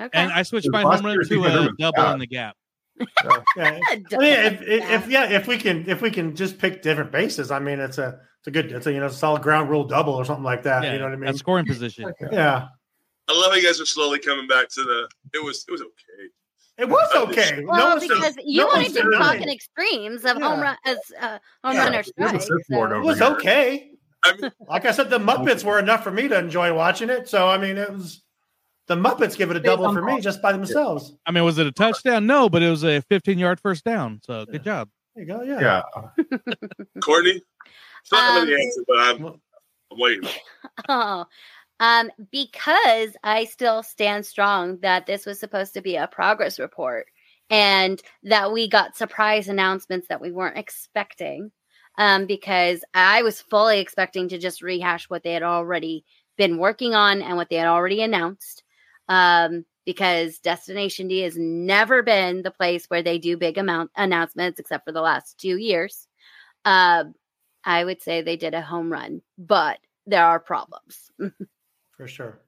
Speaker 4: Okay.
Speaker 3: And I switched
Speaker 5: Dude,
Speaker 3: my
Speaker 5: last
Speaker 3: home run
Speaker 5: year's
Speaker 3: to
Speaker 5: defense
Speaker 3: a
Speaker 5: was
Speaker 3: double
Speaker 5: bad.
Speaker 3: in the gap.
Speaker 2: Yeah, I mean, if, if, if yeah, if we can if we can just pick different bases, I mean, it's a it's a good it's a you know solid ground rule double or something like that.
Speaker 3: Yeah,
Speaker 2: you know what I mean?
Speaker 3: That scoring position.
Speaker 2: yeah,
Speaker 1: I love how you guys are slowly coming back to the. It was it was okay.
Speaker 2: it was okay.
Speaker 4: Well,
Speaker 2: one's-
Speaker 4: because you
Speaker 2: no
Speaker 4: wanted
Speaker 2: one's
Speaker 4: to
Speaker 2: denying
Speaker 4: talk in
Speaker 2: it.
Speaker 4: extremes of
Speaker 2: Yeah.
Speaker 4: home run as uh, home
Speaker 2: Yeah,
Speaker 4: runner
Speaker 5: There's a
Speaker 4: strike.
Speaker 5: surfboard
Speaker 4: so-
Speaker 2: It
Speaker 5: over
Speaker 2: was
Speaker 5: here.
Speaker 2: okay.
Speaker 1: I mean-
Speaker 2: like I said, the Muppets were enough for me to enjoy watching it. So I mean, it was the Muppets give it a double for me just by themselves.
Speaker 3: I mean, was it a touchdown? No, but it was a 15 yard first down. So good job.
Speaker 2: There you go. Yeah.
Speaker 5: Yeah.
Speaker 1: Courtney, still don't know the
Speaker 4: Um,
Speaker 1: answer, but I'm, I'm waiting.
Speaker 4: Oh, um, because I still stand strong that this was supposed to be a progress report and that we got surprise announcements that we weren't expecting. Um, because I was fully expecting to just rehash what they had already been working on and what they had already announced. Um, because Destination D has never been the place where they do big amount announcements, except for the last two years. Um, I would say they did a home run, but there are problems.
Speaker 2: for sure.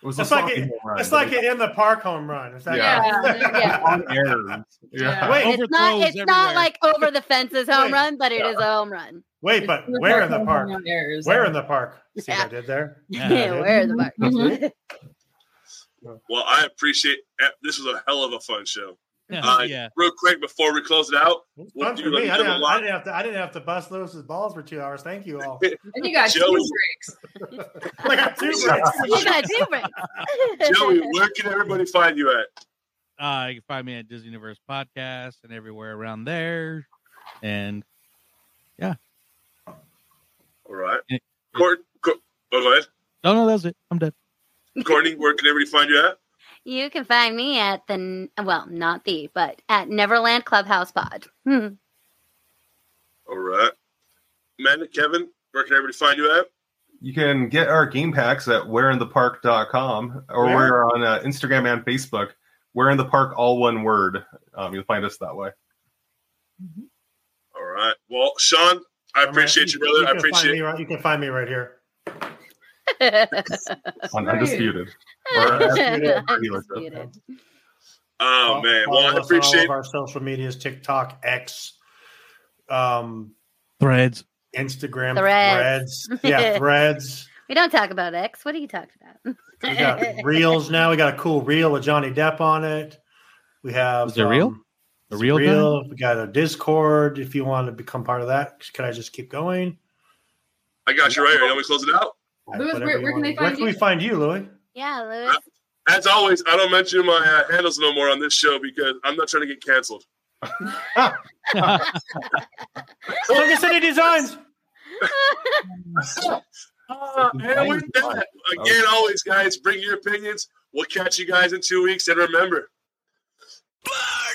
Speaker 5: It was
Speaker 2: It's
Speaker 5: a
Speaker 2: like
Speaker 5: soccer
Speaker 2: it-
Speaker 5: home run.
Speaker 2: It's like an in the park home run. It's like,
Speaker 5: Yeah.
Speaker 6: Yeah.
Speaker 4: Yeah.
Speaker 5: on errors.
Speaker 6: Yeah.
Speaker 5: Yeah.
Speaker 2: Wait,
Speaker 4: It's not.
Speaker 3: Overthrows
Speaker 4: It's not
Speaker 3: everywhere.
Speaker 4: like over the fences home
Speaker 2: Wait.
Speaker 4: run, but it is a home run.
Speaker 2: wait, but where in the park? Where in the park? See what I did there?
Speaker 3: Yeah.
Speaker 4: Yeah, where is the mark?
Speaker 6: Mhm.
Speaker 1: Well, I appreciate eh, this was a hell of a fun show.
Speaker 3: Yeah.
Speaker 1: Uh, Real quick before we close it out,
Speaker 2: It was
Speaker 1: We'll
Speaker 2: fun
Speaker 1: do
Speaker 2: for me.
Speaker 1: another
Speaker 2: I didn't, have, I
Speaker 1: line.
Speaker 2: didn't have to. I didn't have to bust Lewis's balls for two hours. Thank you all.
Speaker 6: And you got two
Speaker 1: Joey.
Speaker 6: breaks.
Speaker 2: Like, I do, but-
Speaker 4: You got two breaks.
Speaker 1: Joey, where can everybody find you at?
Speaker 3: Uh, you can find me at Disney Universe Podcast and everywhere around there. And
Speaker 1: All right,
Speaker 3: Yeah.
Speaker 1: Court. Court oh, go ahead.
Speaker 3: no, no, that's it. I'm done.
Speaker 1: Courtney, where can everybody find you at?
Speaker 4: You can find me at the well, not the, but at Neverland Clubhouse Pod. Hmm.
Speaker 1: All right, Amanda, Kevin, where can everybody find you at?
Speaker 5: You can get our game packs at whereinthepark.com or
Speaker 2: Where?
Speaker 5: we're on uh, Instagram and Facebook. Where in the park, all one word. Um, you'll find us that way.
Speaker 1: All right. Well, Sean, I appreciate you, brother. I
Speaker 2: can find
Speaker 1: appreciate.
Speaker 2: me right- you can find me right here.
Speaker 5: On
Speaker 6: Right.
Speaker 5: Undisputed. uh,
Speaker 4: Undisputed.
Speaker 1: Oh
Speaker 2: Fo-
Speaker 1: man,
Speaker 2: follow us
Speaker 1: well, I
Speaker 2: on all
Speaker 1: appreciate.
Speaker 2: of our social medias: TikTok, X, um,
Speaker 3: Threads.
Speaker 2: Instagram,
Speaker 4: Threads.
Speaker 2: threads. yeah, threads.
Speaker 4: We don't talk about X. What are you talking about?
Speaker 2: We got reels now. We got a cool reel with Johnny Depp on it. We have
Speaker 3: Is it real? The
Speaker 2: it's
Speaker 3: real
Speaker 2: reel. We got a Discord. If you want to become part of that, can I just keep going?
Speaker 1: I got you right here. You want me to close it out?
Speaker 6: Louis,
Speaker 2: Whatever
Speaker 6: where-
Speaker 2: you
Speaker 6: where can
Speaker 2: wanna
Speaker 6: they
Speaker 2: do.
Speaker 6: find
Speaker 2: Where can
Speaker 6: you?
Speaker 2: we find you, Louis?
Speaker 4: yeah, Louis.
Speaker 1: As always, I don't mention my uh, handles no more on this show because I'm not trying to get canceled.
Speaker 2: Circus City Designs. Uh, Oh,
Speaker 1: and with that, again, always, guys, bring your opinions. We'll catch you guys in two weeks. And remember,
Speaker 8: Bye.